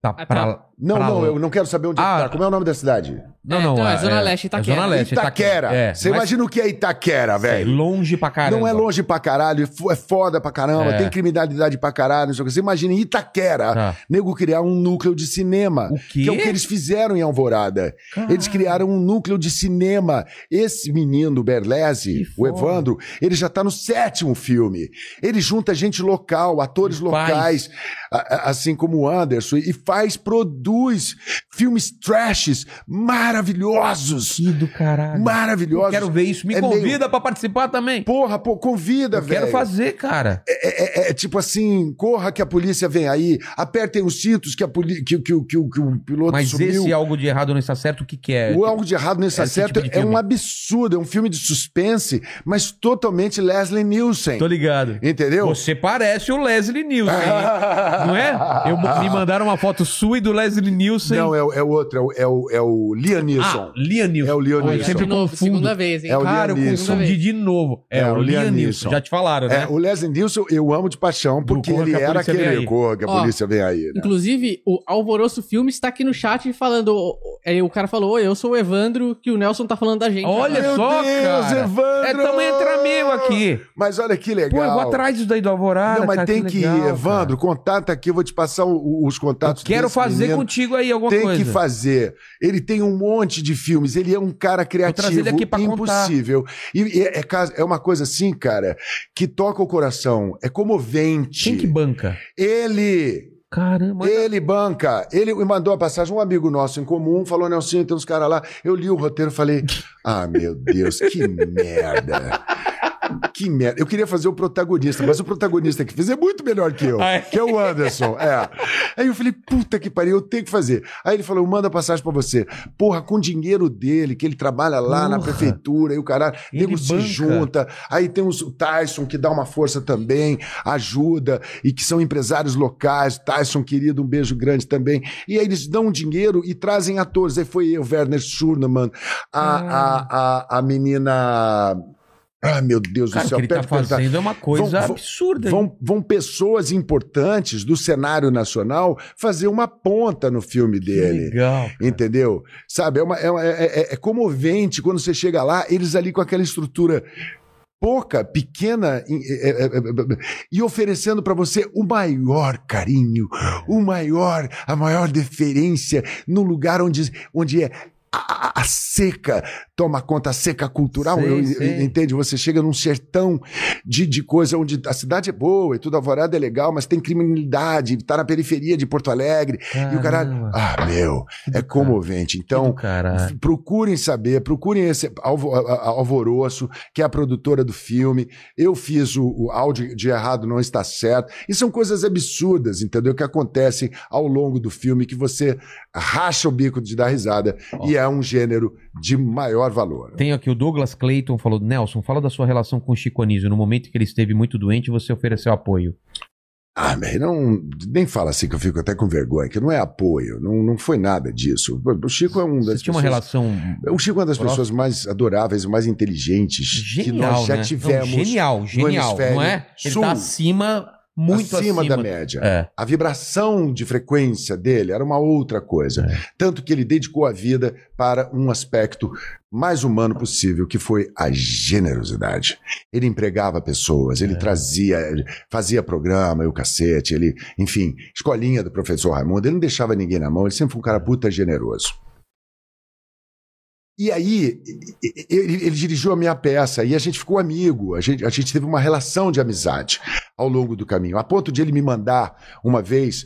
S1: Tá
S2: Ah,
S1: pra.
S3: Não,
S1: Pra
S3: não,
S1: lá.
S3: eu não quero saber onde é
S1: Ah.
S3: que tá. Como é o nome da cidade?
S1: Não,
S2: É,
S1: não.
S2: então, é Zona Leste, Itaquera.
S1: Zona Leste,
S3: Itaquera.
S1: É,
S3: você
S1: mas-
S3: imagina o que é Itaquera, velho?
S1: É longe pra caramba.
S3: Não é longe pra caralho, fo- é foda pra caramba,
S1: É.
S3: tem criminalidade pra caralho, não sei o que. Você imagina em Itaquera,
S1: Tá.
S3: nego criar um núcleo de cinema.
S1: O quê?
S3: Que é o que eles fizeram em Alvorada. Eles criaram um núcleo de cinema. Esse menino, o Berlese,
S1: Que
S3: o
S1: foda.
S3: Evandro, ele já tá no sétimo filme. Ele junta gente local, atores
S1: E faz.
S3: locais, a- a- assim como o Anderson, e faz, faz, produz filmes trashes maravilhosos.
S1: Que do caralho. Eu
S3: Maravilhosos.
S1: quero ver isso. Me
S3: É meio-
S1: convida pra participar também.
S3: Porra, pô, convida,
S1: Eu
S3: velho.
S1: quero fazer, cara.
S3: É, é- é tipo assim, corra que a polícia vem aí, apertem os cintos que, a poli- que, que, que- que o- que o piloto
S1: Mas
S3: sumiu.
S1: esse algo de errado não está certo, o que que é?
S3: O algo de errado nesse
S1: É esse
S3: acerto
S1: tipo de
S3: é
S1: filme.
S3: um absurdo, é um filme de suspense, mas totalmente Leslie Nielsen.
S1: Tô ligado.
S3: Entendeu?
S1: Você parece o Leslie Nielsen, hein? não é? Eu, me mandaram uma foto sua e do Leslie Nielsen.
S3: Não, é, o- é o outro, é o, é o, é o Liam
S1: ah,
S3: Neeson.
S1: Liam Neeson.
S3: é o Liam
S2: Olha,
S1: eu
S3: Neeson.
S1: sempre um
S2: de novo,
S1: confundo.
S2: segunda vez, hein?
S3: É o
S1: Cara, eu
S3: Liam Neeson.
S1: confundi de novo. É, o Liam Neeson. Já te falaram,
S3: É,
S1: né?
S3: o Leslie Nielson eu amo de paixão, porque
S1: Corra
S3: ele
S1: que a
S3: era
S1: Polícia Vem Aí.
S3: aquele corra que a
S2: Ó,
S3: polícia vem aí. né?
S2: Inclusive, o Alvoroço Filme está aqui no chat falando. é, O cara falou: Oi, eu sou o Evandro, que o Nelson tá falando da gente.
S1: Olha
S2: agora."
S3: Meu
S1: só,
S3: Deus,
S1: cara.
S3: Evandro!
S1: É, tamo entre amigo aqui.
S3: Mas olha que legal.
S1: Pô, eu vou atrás disso daí do Alvorada,
S3: Não, mas
S1: cara,
S3: tem que,
S1: legal, cara.
S3: Evandro, contata aqui, eu vou te passar o- os
S1: Eu
S3: contatos
S1: quero
S3: desse
S1: fazer
S3: menino.
S1: contigo aí alguma
S3: Tem
S1: coisa.
S3: que fazer. Ele tem um monte de filmes, ele é um cara
S1: trazer ele
S3: criativo,
S1: aqui pra contar.
S3: impossível. E é, é ca- é uma coisa assim, cara, que toca o coração, é comovente.
S1: Quem que banca?
S3: Ele,
S1: Caramba.
S3: ele banca. Ele me mandou a passagem, um amigo nosso em comum falou: Nelson, tem uns caras lá. Eu li o roteiro e falei: Ah, meu Deus, que merda. Que merda. Eu queria fazer o protagonista, mas o protagonista que fez é muito melhor que eu,
S1: Ah, é?
S3: que é o Anderson. É. Aí eu falei: Puta que pariu, eu tenho que fazer. Aí ele falou: Manda a passagem pra você. Porra, com o dinheiro dele, que ele trabalha lá na
S1: Porra.
S3: prefeitura e o caralho.
S1: Ele
S3: Nego se
S1: banca.
S3: junta. Aí tem os- o Tyson, que dá uma força também, ajuda, e que são empresários locais. Tyson, querido, um beijo grande também. E aí eles dão dinheiro e trazem atores. Aí foi eu, Werner Schurnemann, a, a, a, a menina. Ah, meu Deus
S1: Cara,
S3: do
S1: o
S3: céu,
S1: que ele tá
S3: pede pra entrar.
S1: fazendo é uma coisa
S3: Vão- vão-
S1: absurda. hein?
S3: Vão, vão pessoas importantes do cenário nacional fazer uma ponta no filme
S1: Que
S3: dele.
S1: legal. cara.
S3: Entendeu? Sabe, é, uma- é uma- é- é- é comovente quando você chega lá, eles ali com aquela estrutura pouca, pequena, em- é- é- é- é- e oferecendo pra você o maior carinho, o maior, a maior deferência no lugar onde, onde é. A, a- a seca toma conta, a seca cultural,
S1: Sei,
S3: eu-
S1: sei.
S3: entende? Você chega num sertão de, de coisa onde a cidade é boa e tudo, a alvorada é legal, mas tem criminalidade, tá na periferia de Porto Alegre, e o caralho.
S1: Caramba.
S3: Ah, meu,
S1: né?
S3: é comovente.
S1: Que do
S3: Então,
S1: caralho.
S3: f- procurem saber, procurem esse Alvo- a- a- Alvoroço, que é a produtora do filme. Eu fiz o, o áudio de errado, não está certo. E são coisas absurdas, entendeu? Que acontecem ao longo do filme que você racha o bico de dar risada.
S1: Ó.
S3: E é um gênero de maior valor.
S1: Tenho aqui o Douglas Clayton falou: Nelson, fala da sua relação com o Chico Anísio. No momento que ele esteve muito doente, você ofereceu apoio.
S3: Ah, mas não. Nem fala assim que eu fico até com vergonha, que não é apoio, não, não foi nada disso. O Chico é um das
S1: Você tinha uma
S3: pessoas-
S1: relação
S3: O Chico é uma das
S1: Próximo.
S3: pessoas mais adoráveis, mais inteligentes
S1: genial.
S3: que nós já
S1: né?
S3: tivemos.
S1: Não, genial, genial,
S3: hemisfério
S1: não é? Ele
S3: sul.
S1: tá acima, muito acima.
S3: acima, da média.
S1: É.
S3: A vibração de frequência dele era uma outra coisa.
S1: É.
S3: Tanto que ele dedicou a vida para um aspecto mais humano possível, que foi a generosidade. Ele empregava pessoas,
S1: É.
S3: ele trazia, ele fazia programa, eu cacete, ele, enfim, escolinha do professor Raimundo, ele não deixava ninguém na mão, ele sempre foi um
S1: É.
S3: cara puta generoso. E aí, e- e- ele, ele dirigiu a minha peça e a gente ficou amigo, a gente, a gente teve uma relação de amizade ao longo do caminho, a ponto de ele me mandar uma vez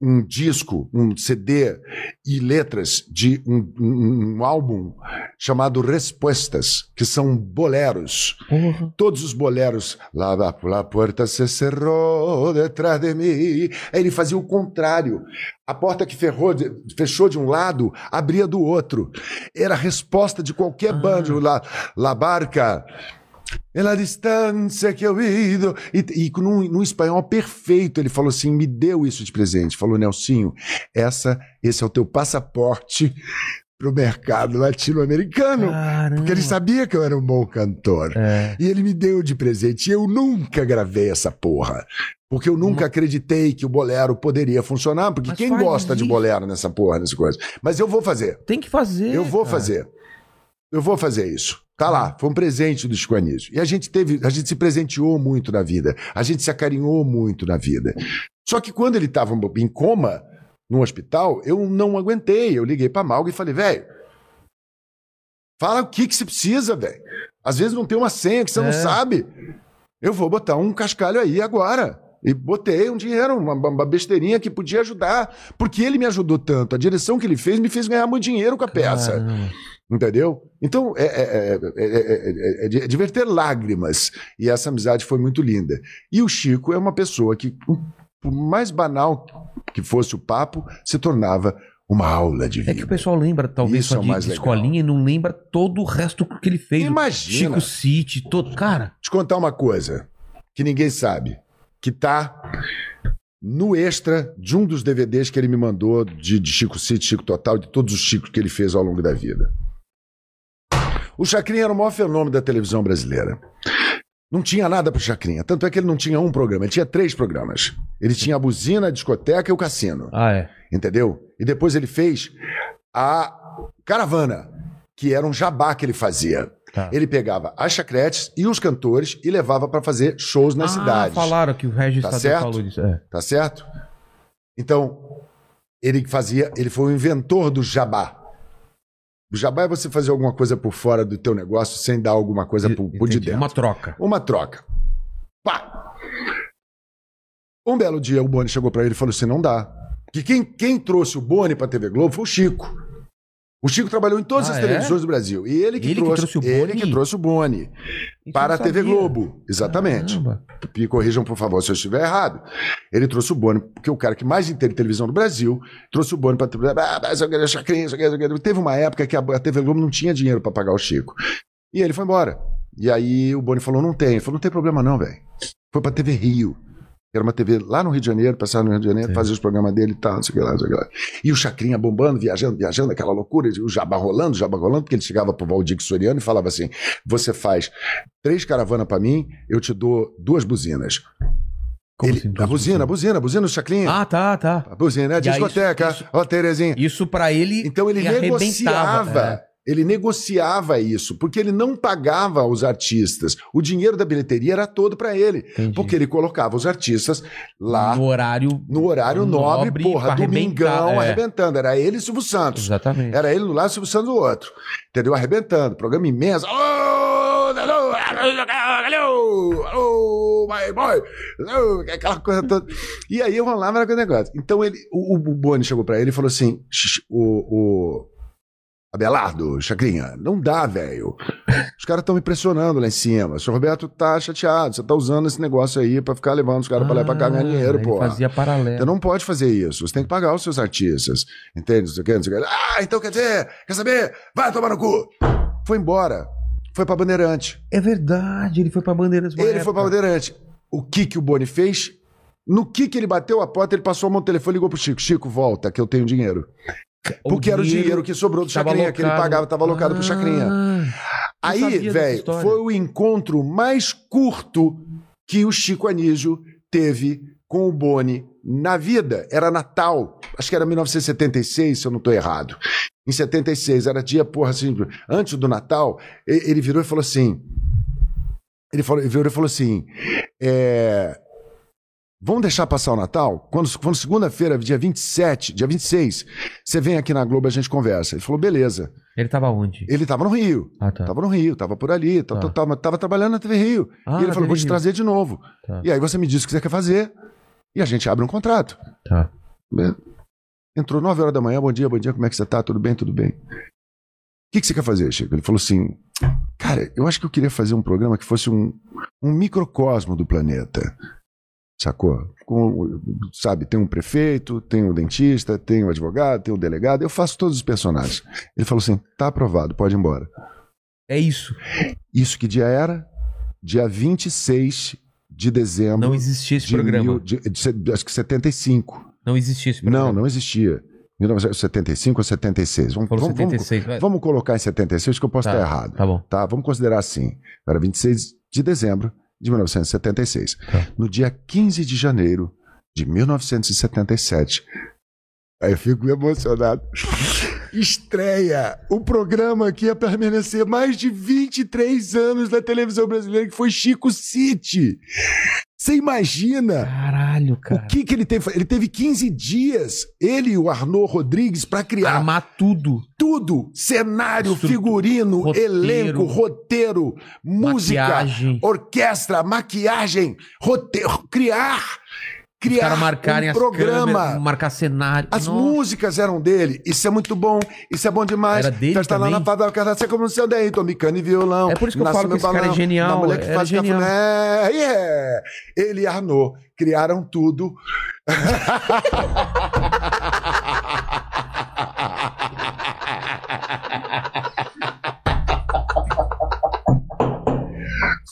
S3: um disco, um CD e letras de um, um- um álbum chamado Respostas, que são boleros.
S1: Porra.
S3: Todos os boleros, lá la, la porta se cerrou detrás de mim. Aí ele fazia o contrário. A porta que ferrou, de- fechou de um lado, abria do outro. Era a resposta de qualquer banjo lá, la barca. Pela distância que eu ido. E, e com um, num, num espanhol perfeito, ele falou assim: me deu isso de presente. Falou, Nelsinho, essa, esse é o teu passaporte pro mercado latino-americano.
S1: Caramba.
S3: Porque ele sabia que eu era um bom cantor.
S1: É.
S3: E ele me deu de presente. E eu nunca gravei essa porra. Porque eu nunca acreditei que o bolero poderia funcionar.
S1: Hum.
S3: Porque
S1: Mas
S3: quem
S1: faz
S3: gosta de
S1: isso.
S3: bolero nessa porra, nessa coisa? Mas eu vou fazer.
S1: Tem que fazer.
S3: Eu vou
S1: cara.
S3: fazer. Eu vou fazer isso. Tá lá, foi um presente do Chico Anísio. E a gente teve, a gente se presenteou muito na vida. A gente se acarinhou muito na vida. Só que quando ele estava em coma, num hospital, eu não aguentei. Eu liguei pra Malga e falei, velho, fala o que que você precisa, velho. Às vezes não tem uma senha que você
S1: É.
S3: não sabe. Eu vou botar um cascalho aí agora. E botei um dinheiro, uma, uma besteirinha que podia ajudar, porque ele me ajudou tanto. A direção que ele fez me fez ganhar muito dinheiro com a peça.
S1: Caramba.
S3: Entendeu? Então, é, é, é, é, é, é, é diverter lágrimas. E essa amizade foi muito linda. E o Chico é uma pessoa que, por mais banal que fosse o papo, se tornava uma aula de vida.
S1: É que o pessoal lembra, talvez,
S3: Isso
S1: só
S3: é o
S1: de,
S3: mais
S1: de
S3: legal.
S1: escolinha e não lembra todo o resto que ele fez. Chico
S3: Imagina.
S1: City, todo. Cara,
S3: te contar uma coisa que ninguém sabe, que tá no extra de um dos DVDs que ele me mandou de, de Chico City, Chico Total, de todos os Chicos que ele fez ao longo da vida. O Chacrinha era o maior fenômeno da televisão brasileira. Não tinha nada pro Chacrinha, tanto é que ele não tinha um programa, ele tinha três programas. Ele tinha a buzina, a discoteca e o cassino.
S1: ah, é.
S3: Entendeu? E depois ele fez a caravana, que era um jabá que ele fazia.
S1: Tá.
S3: Ele pegava as chacretes e os cantores e levava pra fazer shows nas
S1: Ah,
S3: cidades.
S1: falaram que o Regis
S3: é Tá
S1: Tadeu
S3: certo?
S1: falou disso. É.
S3: Tá certo? Então, ele fazia, ele foi o inventor do jabá. O jabá é você fazer alguma coisa por fora do teu negócio sem dar alguma coisa por, por
S1: Entendi.
S3: de
S1: É
S3: dentro.
S1: Uma troca.
S3: Uma troca. Pá! Um belo dia o Boni chegou pra ele e falou assim: não dá. Que quem, quem trouxe o Boni pra TV Globo foi o Chico. O Chico trabalhou em todas
S1: Ah,
S3: as
S1: é?
S3: televisões do Brasil. E ele que,
S1: Ele que
S3: trouxe,
S1: trouxe o
S3: ele
S1: Boni?
S3: que trouxe o Boni
S1: Isso
S3: para
S1: eu
S3: a TV
S1: sabia.
S3: Globo. Exatamente.
S1: Caramba.
S3: Me corrijam, por favor, se eu estiver errado. Ele trouxe o Boni, porque o cara que mais entende televisão do Brasil, trouxe o Boni para TV Globo. Ah, mas eu quero chacrinha, isso aqui, isso aqui. Teve uma época que a a TV Globo não tinha dinheiro para pagar o Chico. E ele foi embora. E aí o Boni falou: não tem. Ele falou: não tem problema, não, velho. Foi para TV Rio. Era uma TV lá no Rio de Janeiro, passava no Rio de Janeiro,
S1: Sim.
S3: fazia os programas dele e tal, não sei o que lá, não sei o que lá. E o Chacrinha bombando, viajando, viajando, aquela loucura, o jabá rolando, o jabá rolando, porque ele chegava pro Valdir Soriano e falava assim: você faz três caravanas pra mim, eu te dou duas buzinas.
S1: Como
S3: Ele-
S1: assim,
S3: a
S1: duas
S3: buzina, a buzina, a buzina, o Chacrinha.
S1: Ah, tá, tá.
S3: A buzina, a
S1: E aí,
S3: discoteca,
S1: isso-
S3: ó, Terezinha.
S1: Isso pra ele.
S3: Então ele
S1: e arrebentava,
S3: negociava.
S1: é.
S3: Ele negociava isso, porque ele não pagava os artistas. O dinheiro da bilheteria era todo pra ele,
S1: Entendi.
S3: porque ele colocava os artistas lá
S1: no horário.
S3: no horário nobre,
S1: Nobre,
S3: porra,
S1: pra
S3: domingão,
S1: arrebentar, é.
S3: arrebentando. Era ele e Silvio Santos.
S1: Exatamente.
S3: Era ele do lado, Silvio Santos do outro. Entendeu? Arrebentando. Programa imenso. Alô, alô, alô, alô, my boy. Alô, Aquela coisa toda. E aí rolava aquele negócio. Então ele, o, o Boni chegou pra ele e falou assim, "Xixi, o... o Abelardo, Chacrinha, não dá, velho. Os caras estão me pressionando lá em cima. O senhor Roberto tá chateado. Você tá usando esse negócio aí pra ficar levando os caras pra lá e pra cá ganhar dinheiro,
S1: Ah, ele
S3: pô.
S1: Fazia paralelo.
S3: Você não pode fazer isso. Você tem que pagar os seus artistas. Entende? Não sei o quê, não sei o quê. Ah, então quer dizer, quer saber? Vai tomar no cu. Foi embora. Foi pra Bandeirante.
S1: É verdade, ele foi pra Bandeirantes. uma
S3: ele
S1: época.
S3: foi pra Bandeirante. O que que o Boni fez? No que que ele bateu a porta, ele passou a mão no telefone e ligou pro Chico. Chico, volta, que eu tenho dinheiro.
S1: O
S3: Porque era o dinheiro que sobrou do
S1: tava Ah.
S3: Chacrinha, que ele
S1: alocado.
S3: pagava, tava alocado pro Chacrinha.
S1: Ah, sabia
S3: Aí,
S1: dessa
S3: velho,
S1: história.
S3: foi o encontro mais curto que o Chico Anísio teve com o Boni na vida. Era Natal, acho que era 1976, se eu não estou errado. Em 76, era dia, porra, assim, antes do Natal, e- ele virou e falou assim. Ele, falou, ele virou e falou assim: é, Vamos deixar passar o Natal? Quando, quando segunda-feira, dia 27, dia 26, você vem aqui na Globo e a gente conversa. Ele falou, beleza.
S1: Ele tava onde?
S3: Ele tava no Rio.
S1: Ah, tá.
S3: Tava no Rio, tava por ali, tal,
S1: Tá.
S3: tal, tal, mas tava trabalhando na TV Rio.
S1: Ah,
S3: e ele
S1: TV
S3: falou: vou te
S1: Rio.
S3: trazer de novo.
S1: Tá.
S3: E aí você me diz o que você quer fazer e a gente abre um contrato.
S1: Tá.
S3: Entrou 9 horas da manhã, bom dia, bom dia, como é que você tá? Tudo bem, tudo bem. O que, que você quer fazer, Chico? Ele falou assim: Cara, eu acho que eu queria fazer um programa que fosse um, um microcosmo do planeta. Sacou? Com, sabe, tem um prefeito, tem um dentista, tem um advogado, tem um delegado, eu faço todos os personagens. Ele falou assim: tá aprovado, pode ir embora.
S1: É isso.
S3: Isso que dia era? Dia 26 de dezembro.
S1: Não existia esse
S3: de
S1: programa.
S3: mil- de- de se- acho que 75.
S1: Não existia esse programa.
S3: Não, não existia. 1975 ou 76? Vamos,
S1: Falou
S3: vamos-
S1: 76. vai.
S3: vamos- vamos colocar em 76 que eu posso
S1: Tá,
S3: estar errado.
S1: Tá bom.
S3: Tá? Vamos considerar assim. Era 26 de dezembro de 1976.
S1: Tá.
S3: No dia 15 de janeiro de 1977. Aí eu fico emocionado. Estreia o programa que ia permanecer mais de 23 anos na televisão brasileira, que foi Chico City. Você imagina
S1: Caralho,
S3: o que, que ele teve? Ele teve 15 dias, ele e o Arnaud Rodrigues, pra criar
S1: Armar tudo.
S3: tudo: cenário,
S1: Estrutura,
S3: figurino,
S1: roteiro,
S3: elenco, roteiro, música,
S1: Maquiagem.
S3: orquestra, maquiagem, roteiro, criar,
S1: Os caras
S3: criar
S1: marcarem
S3: um
S1: as
S3: programa.
S1: câmeras, marcar cenário.
S3: As
S1: Nossa.
S3: músicas eram dele. Isso é muito bom. Isso é bom demais.
S1: Era dele
S3: Festa lá
S1: também?
S3: na fada, quero ser como o seu daí. Tome cana e violão.
S1: É por isso que eu
S3: Nasce
S1: falo que
S3: meu
S1: esse cara é
S3: balão.
S1: genial,
S3: Na mulher que
S1: era
S3: faz
S1: genial.
S3: cafuné. Yeah. é, Ele e Arnaud criaram tudo.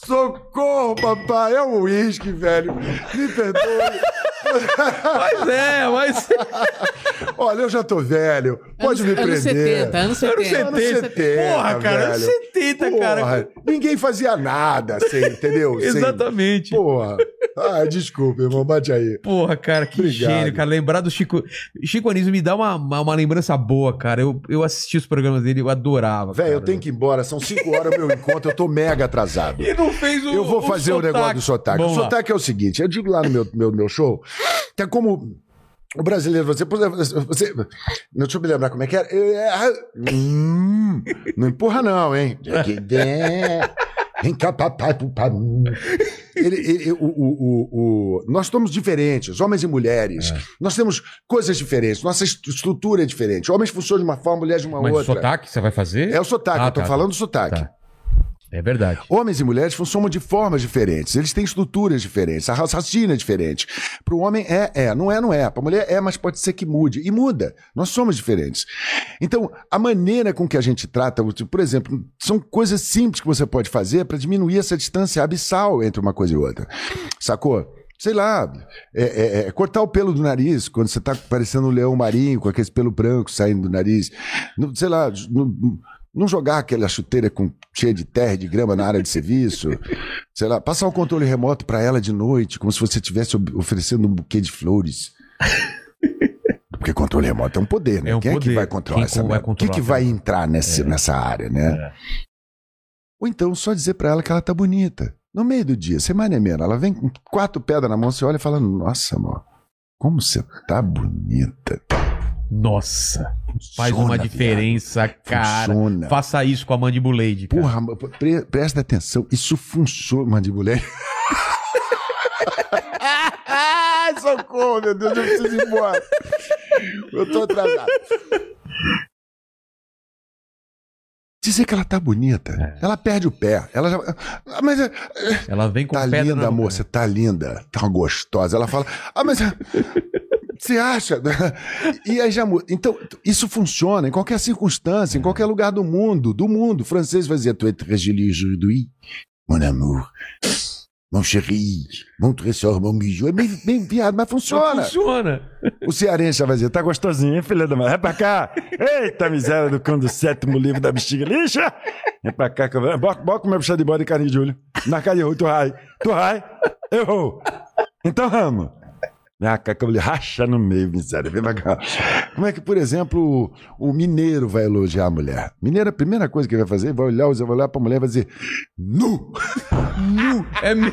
S3: Socorro, papai. É um uísque, velho. Me perdoe.
S1: Mas é, mas.
S3: Olha, eu já tô velho. Pode me prender.
S2: anos 70,
S1: tá?
S2: anos 70.
S3: Anos 70,
S1: Porra, cara, anos
S3: velho.
S1: 70, cara.
S3: Porra, ninguém fazia nada, assim, entendeu? Sem-
S1: Exatamente.
S3: Porra. Ah, desculpa, irmão, bate aí.
S1: Porra, cara, que
S3: Obrigado.
S1: gênio, cara. Lembrar do Chico. Chico Anísio me dá uma, uma, uma lembrança boa, cara. Eu, eu assisti os programas dele, eu adorava.
S3: Velho, eu
S1: cara.
S3: tenho que ir embora, são 5 horas o meu encontro, eu tô mega atrasado.
S1: E não fez o.
S3: Eu vou fazer o, negócio do sotaque.
S1: Vamos
S3: o
S1: lá.
S3: sotaque é o seguinte: eu digo lá no meu, meu, meu show, tá como. O brasileiro, você, você. não, Deixa eu me lembrar como é que era. Eu- é, ah, hum, não empurra, não, hein? Vem cá, papai, papai. Ele, ele- o, o- o- o- nós somos diferentes, homens e mulheres.
S1: É.
S3: Nós temos coisas diferentes, nossa est- estrutura é diferente. Homens funcionam de uma forma, mulheres de é uma
S1: Mas o
S3: outra.
S1: sotaque você vai fazer?
S3: É o sotaque,
S1: Ah,
S3: eu tô
S1: tá,
S3: falando do sotaque.
S1: Tá. É verdade.
S3: Homens e mulheres funcionam de formas diferentes, eles têm estruturas diferentes, a raciocínio é diferente. Para o homem é, é, não é, não é. Para a mulher é, mas pode ser que mude. E muda. Nós somos diferentes. Então, a maneira com que a gente trata, tipo, por exemplo, são coisas simples que você pode fazer para diminuir essa distância abissal entre uma coisa e outra. Sacou? Sei lá, é, é, é, cortar o pelo do nariz, quando você tá parecendo um leão marinho, com aquele pelo branco saindo do nariz. Não- sei lá, não- não jogar aquela chuteira com cheia de terra e de grama na área de serviço. sei lá, passar o controle remoto para ela de noite, como se você estivesse ob- oferecendo um buquê de flores. Porque controle remoto é um poder, né?
S1: É um
S3: Quem é
S1: poder.
S3: que vai controlar
S1: Quem
S3: essa
S1: vai
S3: merda?
S1: controlar É.
S3: Quem que
S1: a
S3: vai entrar nesse, nessa área, né?
S1: É.
S3: Ou então só dizer para ela que ela tá bonita. No meio do dia, você maneira, ela vem com quatro pedras na mão, você olha e fala: Nossa, amor, como você tá bonita.
S1: Nossa, faz uma
S3: Funciona,
S1: diferença,
S3: viado.
S1: cara.
S3: Funciona.
S1: Faça isso com a Mandibuleide, cara.
S3: Porra, ma- pre- presta atenção, isso funciona, mandibulé.
S2: Ah!
S3: Ai, socorro, meu Deus, eu preciso ir embora. Eu tô atrasado. Dizer que ela tá bonita, ela perde o pé. Ela já. Ah, mas. é-
S1: Ela vem com
S3: Tá
S1: pedra
S3: linda,
S1: na
S3: amor, você tá linda, tá gostosa. Ela fala, ah, mas você acha? E aí já muda. Então, isso funciona em qualquer circunstância, em qualquer lugar do mundo, do mundo. O francês vai dizer, tu es très jolie aujourd'hui, mon amour, mon chéri, mon trésor, mon bijou. É bem, bem viado, mas
S1: Funciona.
S3: funciona.
S1: Funciona.
S3: O cearense já vai dizer, tá gostosinha, hein, filha da mãe? É pra cá. Eita miséria do cão do sétimo livro da bexiga lixa. É pra cá que eu vou. Bota, bota o meu puxado de bode e carinho de olho. Na cara errou, tu rai. Tu rai. Errou. Então ramo. Ah, cacau, ele racha no meio, miséria. Vem pra cá. Como é que, por exemplo, o, o mineiro vai elogiar a mulher? Mineiro, a primeira coisa que ele vai fazer, vai olhar, vai olhar pra mulher e vai dizer, nu! Nu!
S1: É me-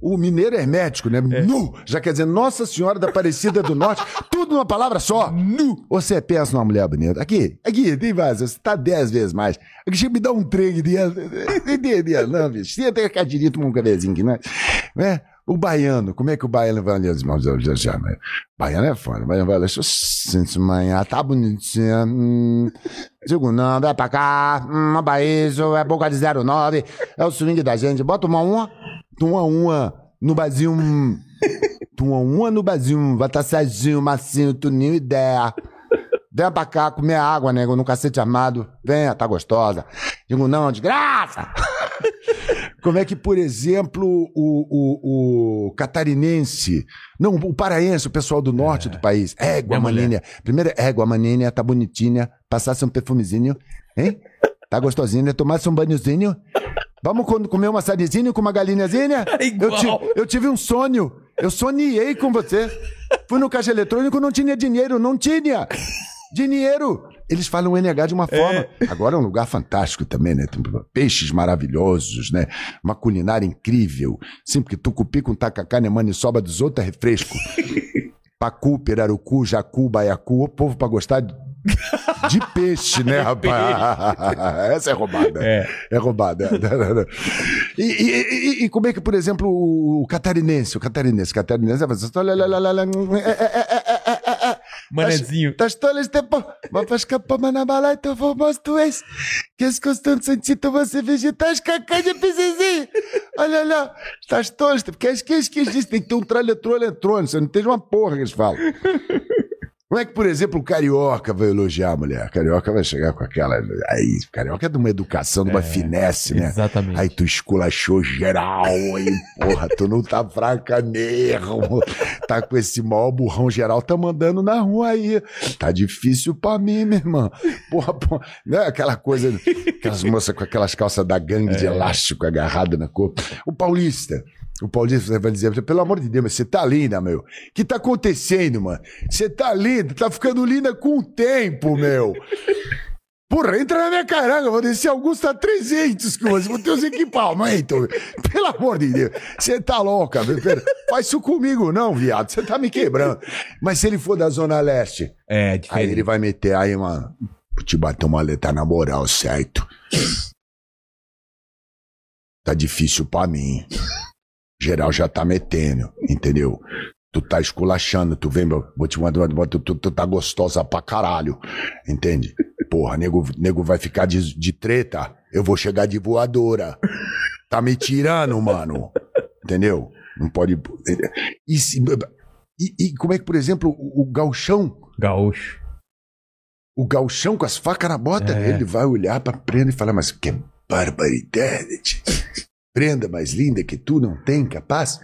S3: O mineiro é hermético, né? Nu! Já quer dizer Nossa Senhora da Aparecida do Norte, tudo numa palavra só. Nu! Você pensa numa mulher bonita. Aqui, aqui, tem mais. Você tá dez vezes mais. Aqui, chega, me dá um trem de. de- de- Não, bicho. Senta aqui a direita, toma um cafezinho aqui, né? né? O baiano, como é que o baiano vai ali? Irmãos, eu já- já- né? Baiano é foda. Baiano vai lá, sente manhã, tá bonitinha. Hum. Digo, não, vai pra cá. Hum, Abaíso, é boca de 09. É o swing da gente. Bota uma uma. Uma uma no Brasil. hum. Uma uma no Brasil. Vai tá Serginho, Massinho, Tuninho, ideia. Venha pra cá comer água, nego, no cacete armado. Venha, tá gostosa. Digo, não, desgraça. Como é que, por exemplo, o, o- o catarinense, não, o paraense, o pessoal do norte do país, égua
S1: É. Minha mulher.
S3: maninha. Primeiro, égua maninha, tá bonitinha, passasse um perfumezinho, hein? Tá gostosinha, tomasse um banhozinho. Vamos co- comer uma sarizinha com uma galinhazinha?
S1: É
S3: eu,
S1: igual.
S3: ti- eu tive um sonho, eu sonhei com você. Fui no caixa eletrônico, não tinha dinheiro, não tinha dinheiro. Eles falam NH de uma forma. Agora é um lugar fantástico também, né? Tem peixes maravilhosos, né? Uma culinária incrível. Sim, porque tucupi com tacacá, nemane, soba, desoto é refresco. Pacu, pirarucu, jacu, baiacu. O povo pra gostar de, de peixe, né, rapaz? Essa é roubada.
S1: É.
S3: É roubada. E, e- e- e como é que, por exemplo, o catarinense, o catarinense, o catarinense, é,
S1: Manezinho.
S3: Tá todo esse tempo, mas faz capa manabala e tu formoso tu és. Que esse constante sentido você vegetais, cacá de pisizinho. Olha lá, estás todo esse tempo. Que que que isso? Tem que ter um tralhetrô eletrônico, você não entende uma porra que eles falam. Como é que, por exemplo, o carioca vai elogiar a mulher? O carioca vai chegar com aquela. Aí, o carioca é de uma educação, de uma finesse, né?
S2: Exatamente.
S3: Aí tu esculachou geral, aí, porra, tu não tá fraca mesmo. Tá com esse maior burrão geral, tá mandando na rua aí. Tá difícil pra mim, minha irmã. Porra, porra. Não é aquela coisa, aquelas moças com aquelas calças da gangue de elástico agarrada na cor. O paulista. O paulista vai dizer, pelo amor de Deus, mas você tá linda, meu. O que tá acontecendo, mano? Você tá linda, tá ficando linda com o tempo, meu. Porra, entra na minha caranga, vou descer Augusto tá 300 com você, vou ter os equipamentos. Pelo amor de Deus, você tá louca, meu, pera, faz isso comigo não, viado, você tá me quebrando. Mas se ele for da Zona Leste,
S1: É,
S3: aí ele
S1: diferente.
S3: vai meter aí, mano, vou te bater uma letra na moral, certo? Tá difícil pra mim. Geral já tá metendo, entendeu? Tu tá esculachando, tu vem, meu, vou te mandar, tu, tu, tu tá gostosa pra caralho, entende? Porra, nego, nego vai ficar de, de treta, eu vou chegar de voadora. Tá me tirando, mano. Entendeu? Não pode. E, se- e- e como é que, por exemplo, o, o galchão
S1: Gaúcho.
S3: o galchão com as facas na bota,
S1: É.
S3: ele vai olhar pra prenda e falar, mas que barbaridade! prenda mais linda que tu não tem, capaz?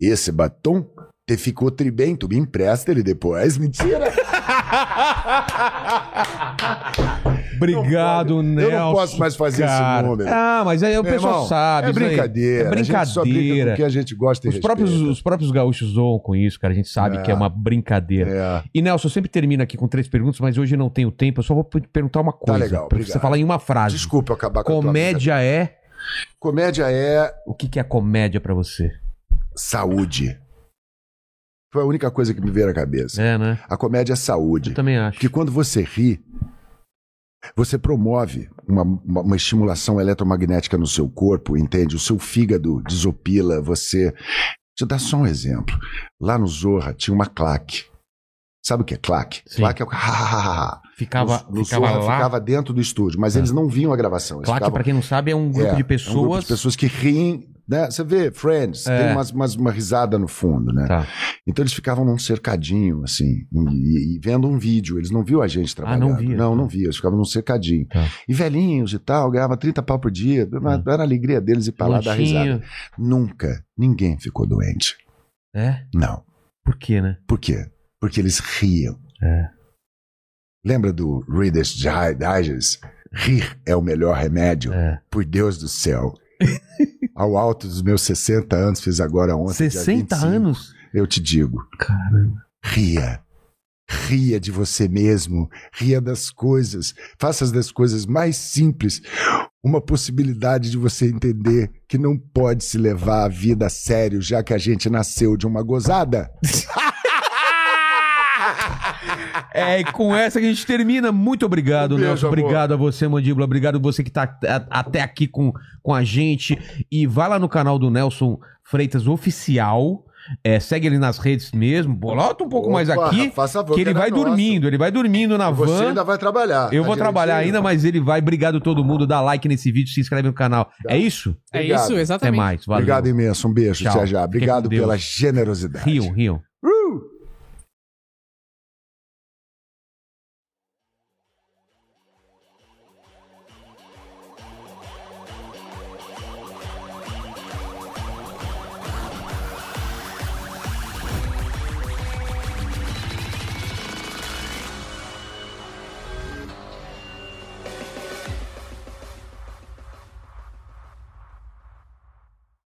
S3: Esse batom te ficou tri bem, tu me empresta ele depois. Mentira!
S1: Então, Obrigado,
S3: Não pode.
S1: Nelson.
S3: Eu não posso mais fazer esse
S1: cara.
S3: número.
S1: Ah, mas aí o
S3: Meu
S1: pessoal
S3: irmão,
S1: sabe.
S3: É
S1: isso aí.
S3: brincadeira.
S1: É
S3: A gente só brinca com o
S1: brincadeira.
S3: que a gente gosta e
S1: Os próprios,
S3: respeita.
S1: os próprios gaúchos zoam com isso, cara. A gente sabe
S3: É.
S1: que é uma brincadeira.
S3: É.
S1: E Nelson, eu sempre termino aqui com três perguntas, mas hoje não tenho tempo. Eu só vou p- perguntar uma coisa.
S3: Tá legal,
S1: pra
S3: obrigado.
S1: você falar em uma frase.
S3: Desculpa eu acabar com a tua vida.
S1: Comédia é.
S3: Comédia é
S1: O que, que é comédia pra você?
S3: saúde. Foi a única coisa que me veio na cabeça.
S1: É, né?
S3: A comédia é saúde.
S1: Eu também acho.
S3: Porque quando você ri, você promove uma, uma- uma estimulação eletromagnética no seu corpo, entende? O seu fígado desopila, você. Deixa eu dar só um exemplo. Lá no Zorra tinha uma claque. Sabe o que é claque?
S1: Sim.
S3: Claque é o.
S1: Ficava,
S3: no, no
S1: ficava
S3: Zorra
S1: lá.
S3: ficava dentro do estúdio, mas
S1: É.
S3: eles não viam a gravação. Eles
S1: Claque,
S3: ficavam-
S1: pra quem não sabe, é um grupo
S3: é,
S1: de
S3: é um grupo
S1: pessoas.
S3: de pessoas que riem. Né? Você vê, Friends,
S1: É.
S3: tem umas- umas- uma risada no fundo, né?
S1: Tá.
S3: Então eles ficavam num cercadinho, assim, e, e- e vendo um vídeo. Eles não viam a gente trabalhando.
S1: Ah, não via.
S3: Não, não via. Eles ficavam num cercadinho.
S1: Tá.
S3: E velhinhos e tal, ganhava 30 pau por dia. mas Era a alegria deles ir pra Tá lá dar risada.
S1: Lanchinho.
S3: Nunca ninguém ficou doente.
S1: É?
S3: Não.
S1: Por quê, né?
S3: Por quê? Porque eles riam.
S1: É.
S3: Lembra do Reader's Di- Digest? Rir é o melhor remédio.
S1: É.
S3: Por Deus do céu. Ao alto dos meus 60 anos, fiz agora ontem. dia
S1: 60
S3: 25,
S1: anos?
S3: Eu te digo.
S1: Caramba.
S3: Ria. Ria de você mesmo, ria das coisas, faça das coisas mais simples uma possibilidade de você entender que não pode se levar a vida a sério, já que a gente nasceu de uma gozada.
S1: É, e com essa que a gente termina. Muito obrigado,
S3: Um beijo,
S1: Nelson.
S3: amor.
S1: Obrigado a você, Mandíbula. Obrigado a você que tá a- até aqui com, com a gente. E vai lá no canal do Nelson Freitas Oficial. É, segue ele nas redes mesmo. Bolota um pouco mais
S3: Opa,
S1: aqui.
S3: faça favor,
S1: Que ele
S3: era
S1: vai
S3: nosso.
S1: dormindo. Ele vai dormindo na
S3: é Você
S1: van.
S3: ainda vai trabalhar.
S1: Eu vou
S3: tá
S1: trabalhar
S3: direitinho?
S1: ainda, mas ele vai. Obrigado todo mundo. Dá like nesse vídeo, se inscreve no canal. É isso?
S2: É
S3: Obrigado.
S2: isso,
S1: Até
S2: exatamente.
S1: mais. Valeu.
S3: Obrigado imenso, um beijo,
S1: Tchau.
S3: Sérgio.
S1: Fique com
S3: Obrigado
S1: Deus.
S3: pela generosidade.
S1: Riam, riam.